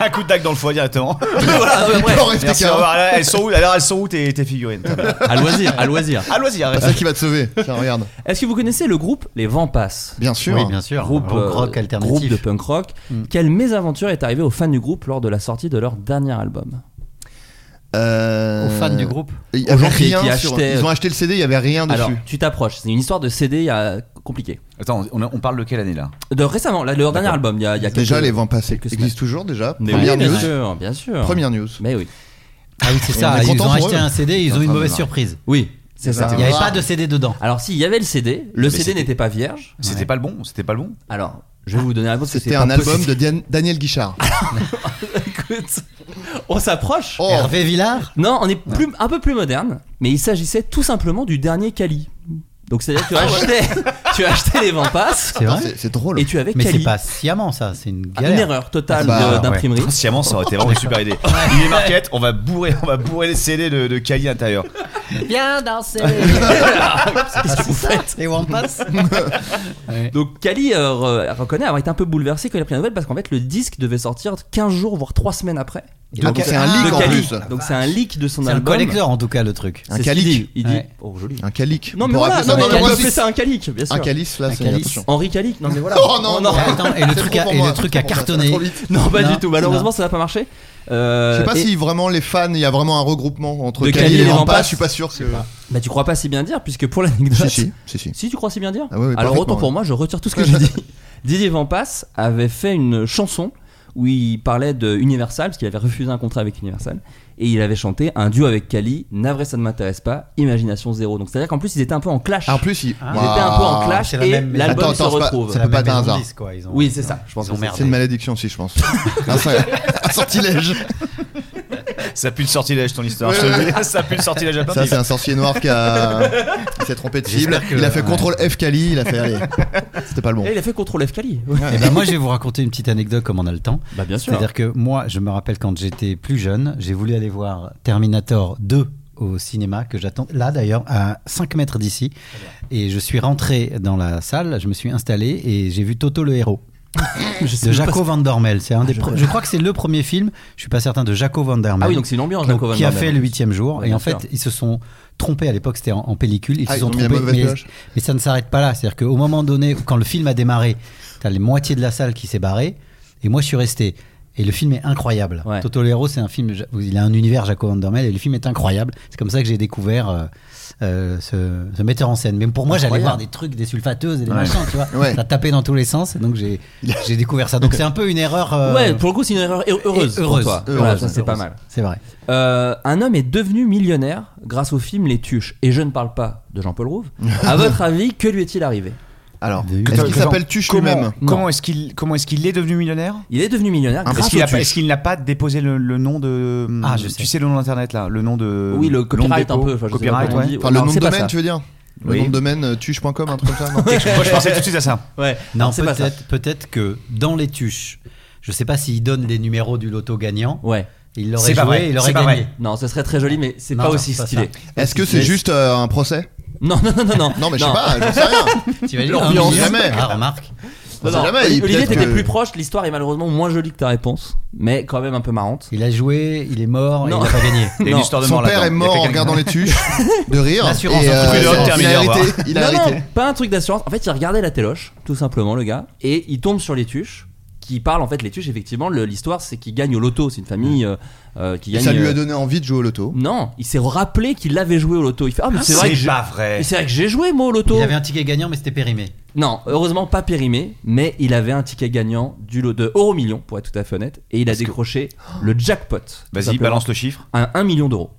[SPEAKER 2] un coup de dague dans le foie directement.
[SPEAKER 6] Voilà, ouais, ouais.
[SPEAKER 7] T'en respectes
[SPEAKER 2] Merci,
[SPEAKER 7] un.
[SPEAKER 2] au revoir. Alors, Elles sont où, alors, elles sont où tes, tes figurines
[SPEAKER 6] À loisir, à loisir.
[SPEAKER 2] À loisir,
[SPEAKER 7] C'est ça qui va te sauver. Tiens, regarde.
[SPEAKER 6] Est-ce que vous connaissez le groupe Les Vents Passent
[SPEAKER 7] Bien sûr.
[SPEAKER 8] Oui, bien sûr.
[SPEAKER 6] Groupe,
[SPEAKER 8] Rock
[SPEAKER 6] euh,
[SPEAKER 8] rock alternatif.
[SPEAKER 6] groupe de punk rock.
[SPEAKER 7] Mm.
[SPEAKER 6] Quelle mésaventure est arrivée aux fans du groupe lors de la sortie de leur dernier album
[SPEAKER 7] Euh,
[SPEAKER 8] Aux fans du groupe.
[SPEAKER 7] Il y avait
[SPEAKER 6] gens qui-
[SPEAKER 7] rien
[SPEAKER 6] qui
[SPEAKER 7] sur-
[SPEAKER 6] achetaient- euh,
[SPEAKER 7] Ils ont acheté le CD, il y avait rien dessus.
[SPEAKER 6] Alors, tu t'approches. C'est une histoire de CD il y a compliqué.
[SPEAKER 9] Attends, on, on parle de quelle année là
[SPEAKER 6] De récemment, là, leur dernier album, il y a, il y a
[SPEAKER 7] Déjà,
[SPEAKER 6] quelques-
[SPEAKER 7] les vents passés
[SPEAKER 6] quelques
[SPEAKER 7] existent toujours déjà.
[SPEAKER 6] Mais
[SPEAKER 7] Première
[SPEAKER 6] oui, bien
[SPEAKER 7] news.
[SPEAKER 6] sûr, bien sûr.
[SPEAKER 7] Première news.
[SPEAKER 6] Mais oui,
[SPEAKER 8] Ah oui, c'est
[SPEAKER 7] Et
[SPEAKER 8] ça.
[SPEAKER 7] on est
[SPEAKER 8] Ils
[SPEAKER 7] content
[SPEAKER 8] ont
[SPEAKER 7] pour
[SPEAKER 8] acheté
[SPEAKER 7] eux.
[SPEAKER 8] un CD,
[SPEAKER 9] en
[SPEAKER 8] ils ont
[SPEAKER 9] train
[SPEAKER 8] une
[SPEAKER 9] de
[SPEAKER 8] mauvaise
[SPEAKER 9] voir.
[SPEAKER 8] surprise.
[SPEAKER 6] oui, c'est ça.
[SPEAKER 8] Il n'y avait pas de CD dedans.
[SPEAKER 6] Alors si, il y avait le CD, le CD
[SPEAKER 9] c'était-
[SPEAKER 6] n'était pas vierge.
[SPEAKER 9] C'était pas le bon, c'était pas le bon.
[SPEAKER 6] Alors, je vais vous donner la réponse. parce que
[SPEAKER 7] Ah,
[SPEAKER 6] c'est
[SPEAKER 7] C'était un
[SPEAKER 6] pas
[SPEAKER 7] album
[SPEAKER 6] possible. Ah,
[SPEAKER 7] de Diane- Daniel Guichard.
[SPEAKER 6] Écoute, on s'approche.
[SPEAKER 7] Oh,
[SPEAKER 8] Hervé Villard
[SPEAKER 6] Non, on est plus, un peu plus moderne, mais il s'agissait tout simplement du dernier Cali. Donc c'est-à-dire que tu achetais, tu achetais les vents passes
[SPEAKER 8] C'est vrai
[SPEAKER 7] c'est c'est drôle.
[SPEAKER 6] et tu avais
[SPEAKER 8] Mais c'est
[SPEAKER 6] Cali.
[SPEAKER 8] pas sciemment ça, c'est une
[SPEAKER 6] Ah, une
[SPEAKER 8] galère.
[SPEAKER 6] erreur totale
[SPEAKER 7] Bah,
[SPEAKER 6] de-
[SPEAKER 7] ouais.
[SPEAKER 6] d'imprimerie.
[SPEAKER 9] Sciemment, ça aurait été vraiment une super idée. Il est marquette, on va bourrer, on va bourrer les CD de, de Cali intérieur.
[SPEAKER 8] Viens danser
[SPEAKER 6] Qu'est-ce que vous faites
[SPEAKER 8] Et Wampas
[SPEAKER 6] Donc Cali euh, re- reconnaît avoir été un peu bouleversé quand il a pris la nouvelle parce qu'en fait le disque devait sortir 15 jours voire 3 semaines après. Et
[SPEAKER 7] Ah, Donc, c'est un
[SPEAKER 6] de
[SPEAKER 7] leak en
[SPEAKER 6] Cali.
[SPEAKER 7] plus.
[SPEAKER 6] Donc c'est un leak de son
[SPEAKER 8] C'est un
[SPEAKER 6] album.
[SPEAKER 8] collecteur en tout cas le truc.
[SPEAKER 6] C'est
[SPEAKER 7] Un
[SPEAKER 6] ce qu'il
[SPEAKER 7] calique.
[SPEAKER 6] dit. Il dit
[SPEAKER 8] Ouais.
[SPEAKER 6] oh joli.
[SPEAKER 7] Un calique.
[SPEAKER 6] Non
[SPEAKER 7] On
[SPEAKER 6] mais
[SPEAKER 7] peut
[SPEAKER 6] voilà,
[SPEAKER 7] rappeler ça,
[SPEAKER 6] non, mais
[SPEAKER 7] mais
[SPEAKER 6] on
[SPEAKER 7] moi
[SPEAKER 6] peut
[SPEAKER 7] aussi.
[SPEAKER 6] faire ça un calique, bien sûr.
[SPEAKER 7] Un calice là,
[SPEAKER 8] Un
[SPEAKER 7] c'est
[SPEAKER 8] calice.
[SPEAKER 7] attention.
[SPEAKER 6] Henri Calique, non mais voilà.
[SPEAKER 7] Oh non,
[SPEAKER 6] Oh, non.
[SPEAKER 8] Et attends, et le
[SPEAKER 7] C'est
[SPEAKER 8] truc
[SPEAKER 7] trop
[SPEAKER 8] a,
[SPEAKER 7] pour
[SPEAKER 8] et
[SPEAKER 7] moi,
[SPEAKER 8] le truc
[SPEAKER 7] c'est
[SPEAKER 8] a
[SPEAKER 7] trop pour moi,
[SPEAKER 8] cartonné.
[SPEAKER 7] c'est trop vite.
[SPEAKER 6] Non, pas
[SPEAKER 8] Non,
[SPEAKER 6] du tout. Malheureusement,
[SPEAKER 8] non.
[SPEAKER 6] ça n'a pas marché. Euh,
[SPEAKER 7] Je sais pas
[SPEAKER 6] et-
[SPEAKER 7] si vraiment les fans, il y a vraiment un regroupement entre
[SPEAKER 6] De
[SPEAKER 7] Cali
[SPEAKER 6] Cali
[SPEAKER 7] et
[SPEAKER 6] et
[SPEAKER 7] les
[SPEAKER 6] Vampas.
[SPEAKER 7] Vampas, je suis pas sûr que.
[SPEAKER 6] Bah, tu crois pas si bien dire, puisque pour l'anecdote.
[SPEAKER 7] Si, si, si, si.
[SPEAKER 6] Si, tu crois si bien dire
[SPEAKER 7] Ah ouais, ouais,
[SPEAKER 6] Alors, autant
[SPEAKER 7] parfaitement,
[SPEAKER 6] pour
[SPEAKER 7] ouais. bah,
[SPEAKER 6] moi, je retire tout ce que j'ai dit. Didier Van Passe avait fait une chanson où il parlait de Universal, parce qu'il avait refusé un contrat avec Universal, et il avait chanté un duo avec Kali, Navré, ça ne m'intéresse pas, Imagination Zéro. Donc, c'est-à-dire qu'en plus, ils étaient un peu en clash.
[SPEAKER 7] Ah, En plus, il.
[SPEAKER 8] Ah.
[SPEAKER 6] Ils étaient un peu en
[SPEAKER 7] Waouh.
[SPEAKER 6] clash,
[SPEAKER 8] c'est la
[SPEAKER 6] et
[SPEAKER 8] même-
[SPEAKER 6] l'album
[SPEAKER 7] Attends,
[SPEAKER 6] se
[SPEAKER 7] attends, c'est pas-
[SPEAKER 6] retrouve.
[SPEAKER 7] Ça peut pas être un
[SPEAKER 8] maison
[SPEAKER 7] hasard.
[SPEAKER 8] de disques, quoi, ils ont-
[SPEAKER 6] Oui, c'est ça, je pense
[SPEAKER 8] Ils
[SPEAKER 6] que
[SPEAKER 8] ont
[SPEAKER 6] c'est-
[SPEAKER 7] C'est
[SPEAKER 8] merdé.
[SPEAKER 7] une malédiction aussi, je pense. Incroyable. un sortilège.
[SPEAKER 9] Ça pue le sortilège ton histoire.
[SPEAKER 7] Ouais,
[SPEAKER 9] je te le dis.
[SPEAKER 7] ouais.
[SPEAKER 9] ça pue le sortilège à plein de
[SPEAKER 7] Ça, c'est un sorcier noir qui a. Il s'est trompé de cible.
[SPEAKER 8] J'espère que-
[SPEAKER 7] Il a fait
[SPEAKER 8] ouais.
[SPEAKER 7] contrôle F Cali, il a fait. Allez. C'était pas le bon.
[SPEAKER 6] Et il a fait contrôle F Kali.
[SPEAKER 8] Eh ben moi je vais vous raconter une petite anecdote comme on a le temps.
[SPEAKER 6] Bah, bien sûr.
[SPEAKER 8] C'est-à-dire que moi je me rappelle quand j'étais plus jeune, j'ai voulu aller voir Terminator 2 au cinéma que j'attends là d'ailleurs à 5 mètres d'ici et je suis rentré dans la salle, je me suis installé et j'ai vu Toto le héros. de Jaco Van Dormel, c'est un
[SPEAKER 6] Ah,
[SPEAKER 8] des pre- je crois que c'est le premier film, je suis pas certain de Jaco Van Dormel.
[SPEAKER 6] Ah oui, donc c'est une ambiance,
[SPEAKER 8] Donc,
[SPEAKER 6] Jaco Van
[SPEAKER 8] qui a
[SPEAKER 6] Dormel.
[SPEAKER 8] fait le huitième jour.
[SPEAKER 6] Ouais,
[SPEAKER 8] et
[SPEAKER 6] bien
[SPEAKER 8] en fait,
[SPEAKER 6] sûr.
[SPEAKER 8] ils se sont trompés à l'époque, c'était en, en pellicule. Ils
[SPEAKER 7] Ah,
[SPEAKER 8] se
[SPEAKER 7] ils
[SPEAKER 8] sont
[SPEAKER 7] ont mis la
[SPEAKER 8] trompés,
[SPEAKER 7] mauvaise
[SPEAKER 8] mais,
[SPEAKER 7] pioche.
[SPEAKER 8] mais ça ne s'arrête pas là. C'est-à-dire qu'au moment donné, quand le film a démarré, t'as les moitiés de la salle qui s'est barrée, et moi je suis resté. Et le film est incroyable.
[SPEAKER 6] Ouais.
[SPEAKER 8] Toto le héros, c'est un film. où Il a un univers, Jaco Van Dormel, et le film est incroyable. C'est comme ça que j'ai découvert euh, euh, ce, ce metteur en scène. Mais pour moi, j'allais voir des trucs, des sulfateuses et des
[SPEAKER 9] Ouais.
[SPEAKER 8] machins, tu vois.
[SPEAKER 7] Ouais.
[SPEAKER 8] Ça tapait dans tous les sens, donc j'ai j'ai découvert ça. Donc c'est un peu une erreur. euh,
[SPEAKER 6] Ouais, pour le coup, c'est une erreur heu- heureuse. pour
[SPEAKER 8] heureuse.
[SPEAKER 6] toi.
[SPEAKER 8] Heureuse,
[SPEAKER 6] Voilà, ça, c'est
[SPEAKER 8] heureuse.
[SPEAKER 6] pas mal.
[SPEAKER 8] C'est vrai.
[SPEAKER 6] Euh, un homme est devenu millionnaire grâce au film Les Tuches. Et je ne parle pas de Jean-Paul Rouve. à votre avis, que lui est-il arrivé
[SPEAKER 7] Alors,
[SPEAKER 8] Des-
[SPEAKER 7] est-ce qu'il
[SPEAKER 8] Attends,
[SPEAKER 7] s'appelle Tuche
[SPEAKER 9] Comment,
[SPEAKER 7] lui-même
[SPEAKER 6] Non.
[SPEAKER 9] comment est-ce qu'il comment est-ce qu'il est devenu millionnaire
[SPEAKER 6] Il est devenu millionnaire
[SPEAKER 7] Un
[SPEAKER 6] grâce
[SPEAKER 9] Est-ce
[SPEAKER 6] aux
[SPEAKER 9] qu'il a-
[SPEAKER 6] Tuches.
[SPEAKER 9] est-ce qu'il n'a pas déposé le, le nom de
[SPEAKER 8] Ah, je sais.
[SPEAKER 9] tu sais le nom d'internet là, le nom de
[SPEAKER 6] Oui, le
[SPEAKER 9] nom de
[SPEAKER 6] copyright
[SPEAKER 9] dépôt,
[SPEAKER 6] un peu, enfin, je sais pas
[SPEAKER 9] copyright,
[SPEAKER 6] comment on
[SPEAKER 9] ouais.
[SPEAKER 6] dit.
[SPEAKER 7] Enfin, le
[SPEAKER 6] Non,
[SPEAKER 7] nom de
[SPEAKER 6] c'est pas
[SPEAKER 7] domaine,
[SPEAKER 6] ça.
[SPEAKER 7] tu veux dire Le
[SPEAKER 9] Oui.
[SPEAKER 7] nom de domaine euh, tuche.com, un truc comme ça non
[SPEAKER 9] Moi je pensais tout de suite à ça.
[SPEAKER 6] Ouais.
[SPEAKER 8] Non,
[SPEAKER 6] c'est pas ça.
[SPEAKER 8] peut-être peut-être que dans les tuches, je sais pas s'il donne les numéros du loto gagnant.
[SPEAKER 6] Ouais.
[SPEAKER 8] Il
[SPEAKER 9] C'est
[SPEAKER 8] l'aurait
[SPEAKER 9] pas
[SPEAKER 8] joué,
[SPEAKER 9] vrai,
[SPEAKER 8] il
[SPEAKER 9] c'est
[SPEAKER 8] aurait
[SPEAKER 9] pas
[SPEAKER 8] gagné.
[SPEAKER 9] vrai.
[SPEAKER 6] Non, ce serait très joli, mais c'est
[SPEAKER 8] Non,
[SPEAKER 6] pas
[SPEAKER 8] non,
[SPEAKER 6] aussi
[SPEAKER 8] pas
[SPEAKER 6] stylé.
[SPEAKER 7] Est-ce que c'est juste euh, un procès
[SPEAKER 6] Non, non, non, non, non.
[SPEAKER 7] Non, mais je sais pas, j'en sais rien.
[SPEAKER 8] T'imagines
[SPEAKER 7] L'ambiance.
[SPEAKER 8] un million
[SPEAKER 7] Jamais.
[SPEAKER 8] Ah, remarque.
[SPEAKER 6] Non,
[SPEAKER 7] sait
[SPEAKER 6] non.
[SPEAKER 7] jamais,
[SPEAKER 6] Oli-
[SPEAKER 7] il-
[SPEAKER 6] Olivier,
[SPEAKER 7] peut-être
[SPEAKER 6] t'étais
[SPEAKER 7] que-
[SPEAKER 6] plus proche. L'histoire est malheureusement moins jolie que ta réponse, mais quand même un peu marrante.
[SPEAKER 8] Il a joué, il est mort, et
[SPEAKER 6] Non.
[SPEAKER 8] il a pas gagné.
[SPEAKER 9] Il y a
[SPEAKER 6] Non.
[SPEAKER 9] une histoire de
[SPEAKER 7] Son
[SPEAKER 9] mort
[SPEAKER 7] père
[SPEAKER 9] là-dedans.
[SPEAKER 7] est
[SPEAKER 9] Il
[SPEAKER 7] mort
[SPEAKER 9] y a
[SPEAKER 7] en
[SPEAKER 9] quelqu'un-
[SPEAKER 7] regardant les tuches de rire.
[SPEAKER 8] L'assurance,
[SPEAKER 7] et, euh,
[SPEAKER 8] un truc
[SPEAKER 9] de
[SPEAKER 7] il a-
[SPEAKER 9] termine,
[SPEAKER 7] il a
[SPEAKER 9] au revoir.
[SPEAKER 7] arrêté. Il a
[SPEAKER 6] non,
[SPEAKER 7] arrêté.
[SPEAKER 6] non, pas un truc d'assurance. En fait, il regardait la téloche, tout simplement, le gars, et il tombe sur les tuches. Qui parle en fait les tuches effectivement le- l'histoire c'est qu'il gagne au loto c'est une famille euh, euh, qui gagne
[SPEAKER 7] Ça lui
[SPEAKER 6] euh,
[SPEAKER 7] a donné envie de jouer au loto.
[SPEAKER 6] Non, il s'est rappelé qu'il avait joué au loto. Il fait Ah, mais c'est vrai que
[SPEAKER 9] C'est
[SPEAKER 6] j'ai-
[SPEAKER 9] pas vrai.
[SPEAKER 6] mais c'est vrai que j'ai joué moi au loto.
[SPEAKER 8] Il avait un ticket gagnant, mais c'était périmé.
[SPEAKER 6] Non, heureusement pas périmé, mais il avait un ticket gagnant du lot de Euro Million, pour être tout à fait honnête, et il a décroché le jackpot. tout
[SPEAKER 9] Vas-y,
[SPEAKER 6] simplement,
[SPEAKER 9] balance le chiffre.
[SPEAKER 6] À 1 million d'euros.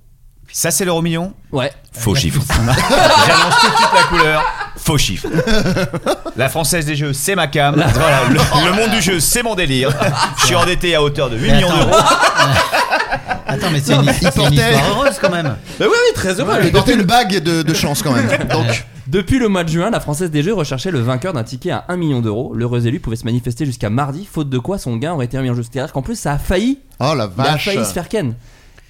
[SPEAKER 9] Ça c'est l'euro million
[SPEAKER 6] Ouais.
[SPEAKER 9] Faux chiffre. J'annonce tout de suite la couleur. Faux chiffre. La française des jeux, c'est ma cam. Voilà, le, le monde du jeu, c'est mon délire. Je suis endetté à hauteur de 8
[SPEAKER 8] Mais
[SPEAKER 9] millions
[SPEAKER 8] attends.
[SPEAKER 9] d'euros.
[SPEAKER 8] Attends, mais c'est
[SPEAKER 7] Non,
[SPEAKER 8] une,
[SPEAKER 7] mais il
[SPEAKER 8] c'est une
[SPEAKER 7] portait-
[SPEAKER 8] histoire heureuse quand même.
[SPEAKER 6] Bah oui, oui, très heureux.
[SPEAKER 7] Il a porté une bague de, de chance quand même. Donc,
[SPEAKER 6] Depuis le mois de juin, la Française des Jeux recherchait le vainqueur d'un ticket à 1 million d'euros. L'heureux élu pouvait se manifester jusqu'à mardi, faute de quoi son gain aurait été remis en jeu. C'est-à-dire qu'en plus, ça a failli
[SPEAKER 7] oh la
[SPEAKER 6] Il a
[SPEAKER 7] vache.
[SPEAKER 6] failli se faire ken.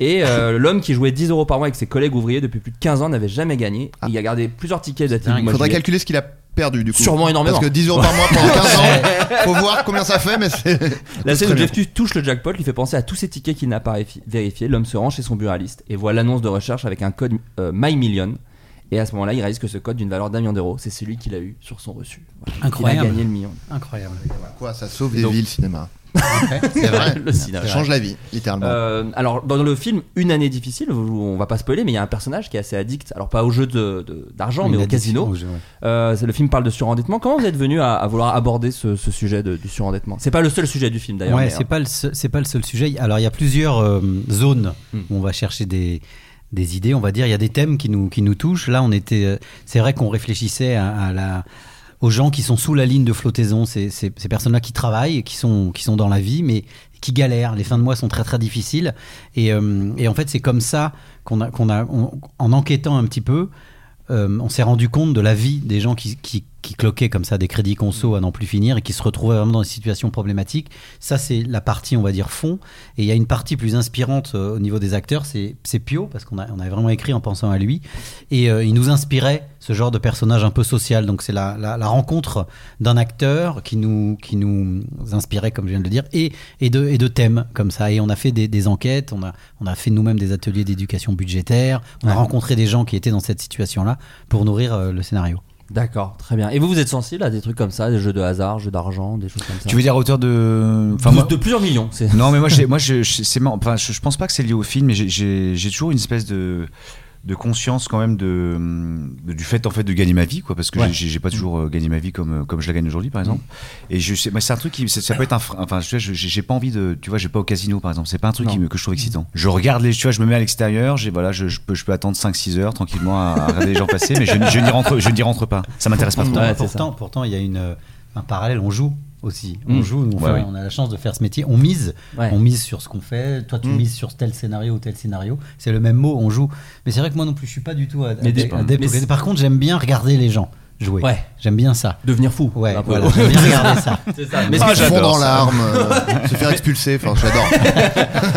[SPEAKER 6] Et euh, l'homme qui jouait 10 euros par mois avec ses collègues ouvriers depuis plus de 15 ans n'avait jamais gagné. Il a gardé plusieurs tickets datés du
[SPEAKER 8] dingue.
[SPEAKER 6] mois de
[SPEAKER 7] Ah. Faudrait
[SPEAKER 6] juillet.
[SPEAKER 7] calculer ce qu'il a perdu du coup.
[SPEAKER 6] Sûrement énormément.
[SPEAKER 7] Parce que 10 euros par mois pendant 15 ans, faut voir combien ça fait, mais c'est.
[SPEAKER 6] La
[SPEAKER 7] c'est
[SPEAKER 6] scène où
[SPEAKER 7] très
[SPEAKER 6] Jeff Tuch touche le jackpot lui fait penser à tous ces tickets qu'il n'a pas réfi- vérifiés. L'homme se rend chez son buraliste et voit l'annonce de recherche avec un code euh, My Million. Et à ce moment-là, il réalise que ce code d'une valeur d'un million d'euros, c'est celui qu'il a eu sur son reçu. Voilà.
[SPEAKER 8] Incroyable.
[SPEAKER 6] Il a gagné le million.
[SPEAKER 8] Incroyable.
[SPEAKER 7] bien. Quoi, ça sauve des
[SPEAKER 6] Donc-
[SPEAKER 7] villes, cinéma. C'est vrai.
[SPEAKER 6] Le cinéma.
[SPEAKER 7] Ça change la vie, littéralement.
[SPEAKER 6] Euh, alors, dans le film Une année difficile, vous- on va pas spoiler, mais il y a un personnage qui est assez addict. Alors, pas au jeu d'argent, de, d'argent mais
[SPEAKER 8] Une
[SPEAKER 6] au
[SPEAKER 8] addiction
[SPEAKER 6] casino.
[SPEAKER 8] au jeu, ouais.
[SPEAKER 6] Euh, c'est- le film parle de surendettement. Comment vous êtes venu à, à vouloir aborder ce, ce sujet de- du surendettement C'est pas le seul sujet du film d'ailleurs.
[SPEAKER 8] Ouais,
[SPEAKER 6] mais,
[SPEAKER 8] c'est
[SPEAKER 6] hein.
[SPEAKER 8] pas le seul- c'est pas le seul sujet. Alors il y a plusieurs euh, zones
[SPEAKER 6] Hmm.
[SPEAKER 8] où on va chercher des des idées, on va dire. Il y a des thèmes qui nous qui nous touchent. Là, on était, euh, c'est vrai qu'on réfléchissait à, à la aux gens qui sont sous la ligne de flottaison, ces, ces, ces personnes-là qui travaillent, qui sont qui sont dans la vie, mais qui galèrent. Les fins de mois sont très très difficiles. Et, euh, et en fait, c'est comme ça qu'on a qu'on a on- en enquêtant un petit peu. euh, on s'est rendu compte de la vie des gens qui, qui, qui cloquaient comme ça des crédits conso à n'en plus finir et qui se retrouvaient vraiment dans des situations problématiques. Ça, c'est la partie, on va dire, fond. Et il y a une partie plus inspirante euh, au niveau des acteurs, c'est c'est Pio, parce qu'on a, on a vraiment écrit en pensant à lui. Et euh, il nous inspirait ce genre de personnage un peu social. Donc, c'est la, la, la rencontre d'un acteur qui nous, qui nous inspirait, comme je viens de le dire, et, et, de, et de thèmes comme ça. Et on a fait des, des enquêtes, on a, on a fait nous-mêmes des ateliers d'éducation budgétaire, on a rencontré des gens qui étaient dans cette situation-là pour nourrir euh, le scénario.
[SPEAKER 6] D'accord, très bien. Et vous, vous êtes sensible à des trucs comme ça, des jeux de hasard, jeux d'argent, des choses comme ça
[SPEAKER 2] Tu veux dire à hauteur de.
[SPEAKER 6] Enfin,
[SPEAKER 2] Enfin, moi-
[SPEAKER 6] de plusieurs millions. C'est...
[SPEAKER 2] Non, mais moi, j'ai- moi je, je- c'est marrant. Enfin, je, je pense pas que c'est lié au film, mais j'ai- j'ai j'ai toujours une espèce de, de conscience quand même de, de- du fait en fait de gagner ma vie, quoi, parce que
[SPEAKER 6] Ouais.
[SPEAKER 2] j'ai j'ai pas toujours euh, gagné ma vie comme euh, comme je la gagne aujourd'hui, par exemple.
[SPEAKER 6] Mm.
[SPEAKER 2] Et je, sais- moi, c'est un truc qui, c'est- ça peut être un, frein. enfin, je- je- j'ai j'ai pas envie de, tu vois, j'ai pas au casino, par exemple. C'est pas un truc
[SPEAKER 6] Non. Mm.
[SPEAKER 2] qui me, que je trouve excitant. Je regarde les, tu vois, je me mets à l'extérieur, j'ai voilà, je, je peux je peux attendre 5-6 heures tranquillement à, à regarder les gens passer, mais je, je n'y rentre, je n'y rentre pas. Ça m'intéresse pas.
[SPEAKER 8] Pourtant,
[SPEAKER 6] Ouais, c'est
[SPEAKER 8] pourtant, Ah, pourtant, il y a une, euh, un parallèle. On joue aussi. On
[SPEAKER 6] Mm.
[SPEAKER 8] joue. nous, on,
[SPEAKER 2] Ouais,
[SPEAKER 8] fait-
[SPEAKER 2] oui.
[SPEAKER 8] on a la chance de faire ce métier. On mise.
[SPEAKER 6] Ouais.
[SPEAKER 8] On mise sur ce qu'on fait. Toi,
[SPEAKER 6] Mm.
[SPEAKER 8] tu mises sur tel scénario ou tel scénario. C'est le même mot. On joue. Mais c'est vrai que moi non plus, je suis pas du tout. À, à-
[SPEAKER 6] Mais des-
[SPEAKER 8] à- à-
[SPEAKER 6] mais c'est-
[SPEAKER 8] Par contre, j'aime bien regarder les gens jouer.
[SPEAKER 6] Ouais.
[SPEAKER 8] J'aime bien ça.
[SPEAKER 6] Devenir fou.
[SPEAKER 8] Ouais.
[SPEAKER 6] un peu.
[SPEAKER 8] Voilà. J'aime bien regarder ça.
[SPEAKER 6] C'est ça. Mais ce
[SPEAKER 7] Ah,
[SPEAKER 6] que-
[SPEAKER 7] fondre
[SPEAKER 9] j'adore
[SPEAKER 7] dans
[SPEAKER 9] ça.
[SPEAKER 7] l'arme, euh, se faire expulser, enfin j'adore.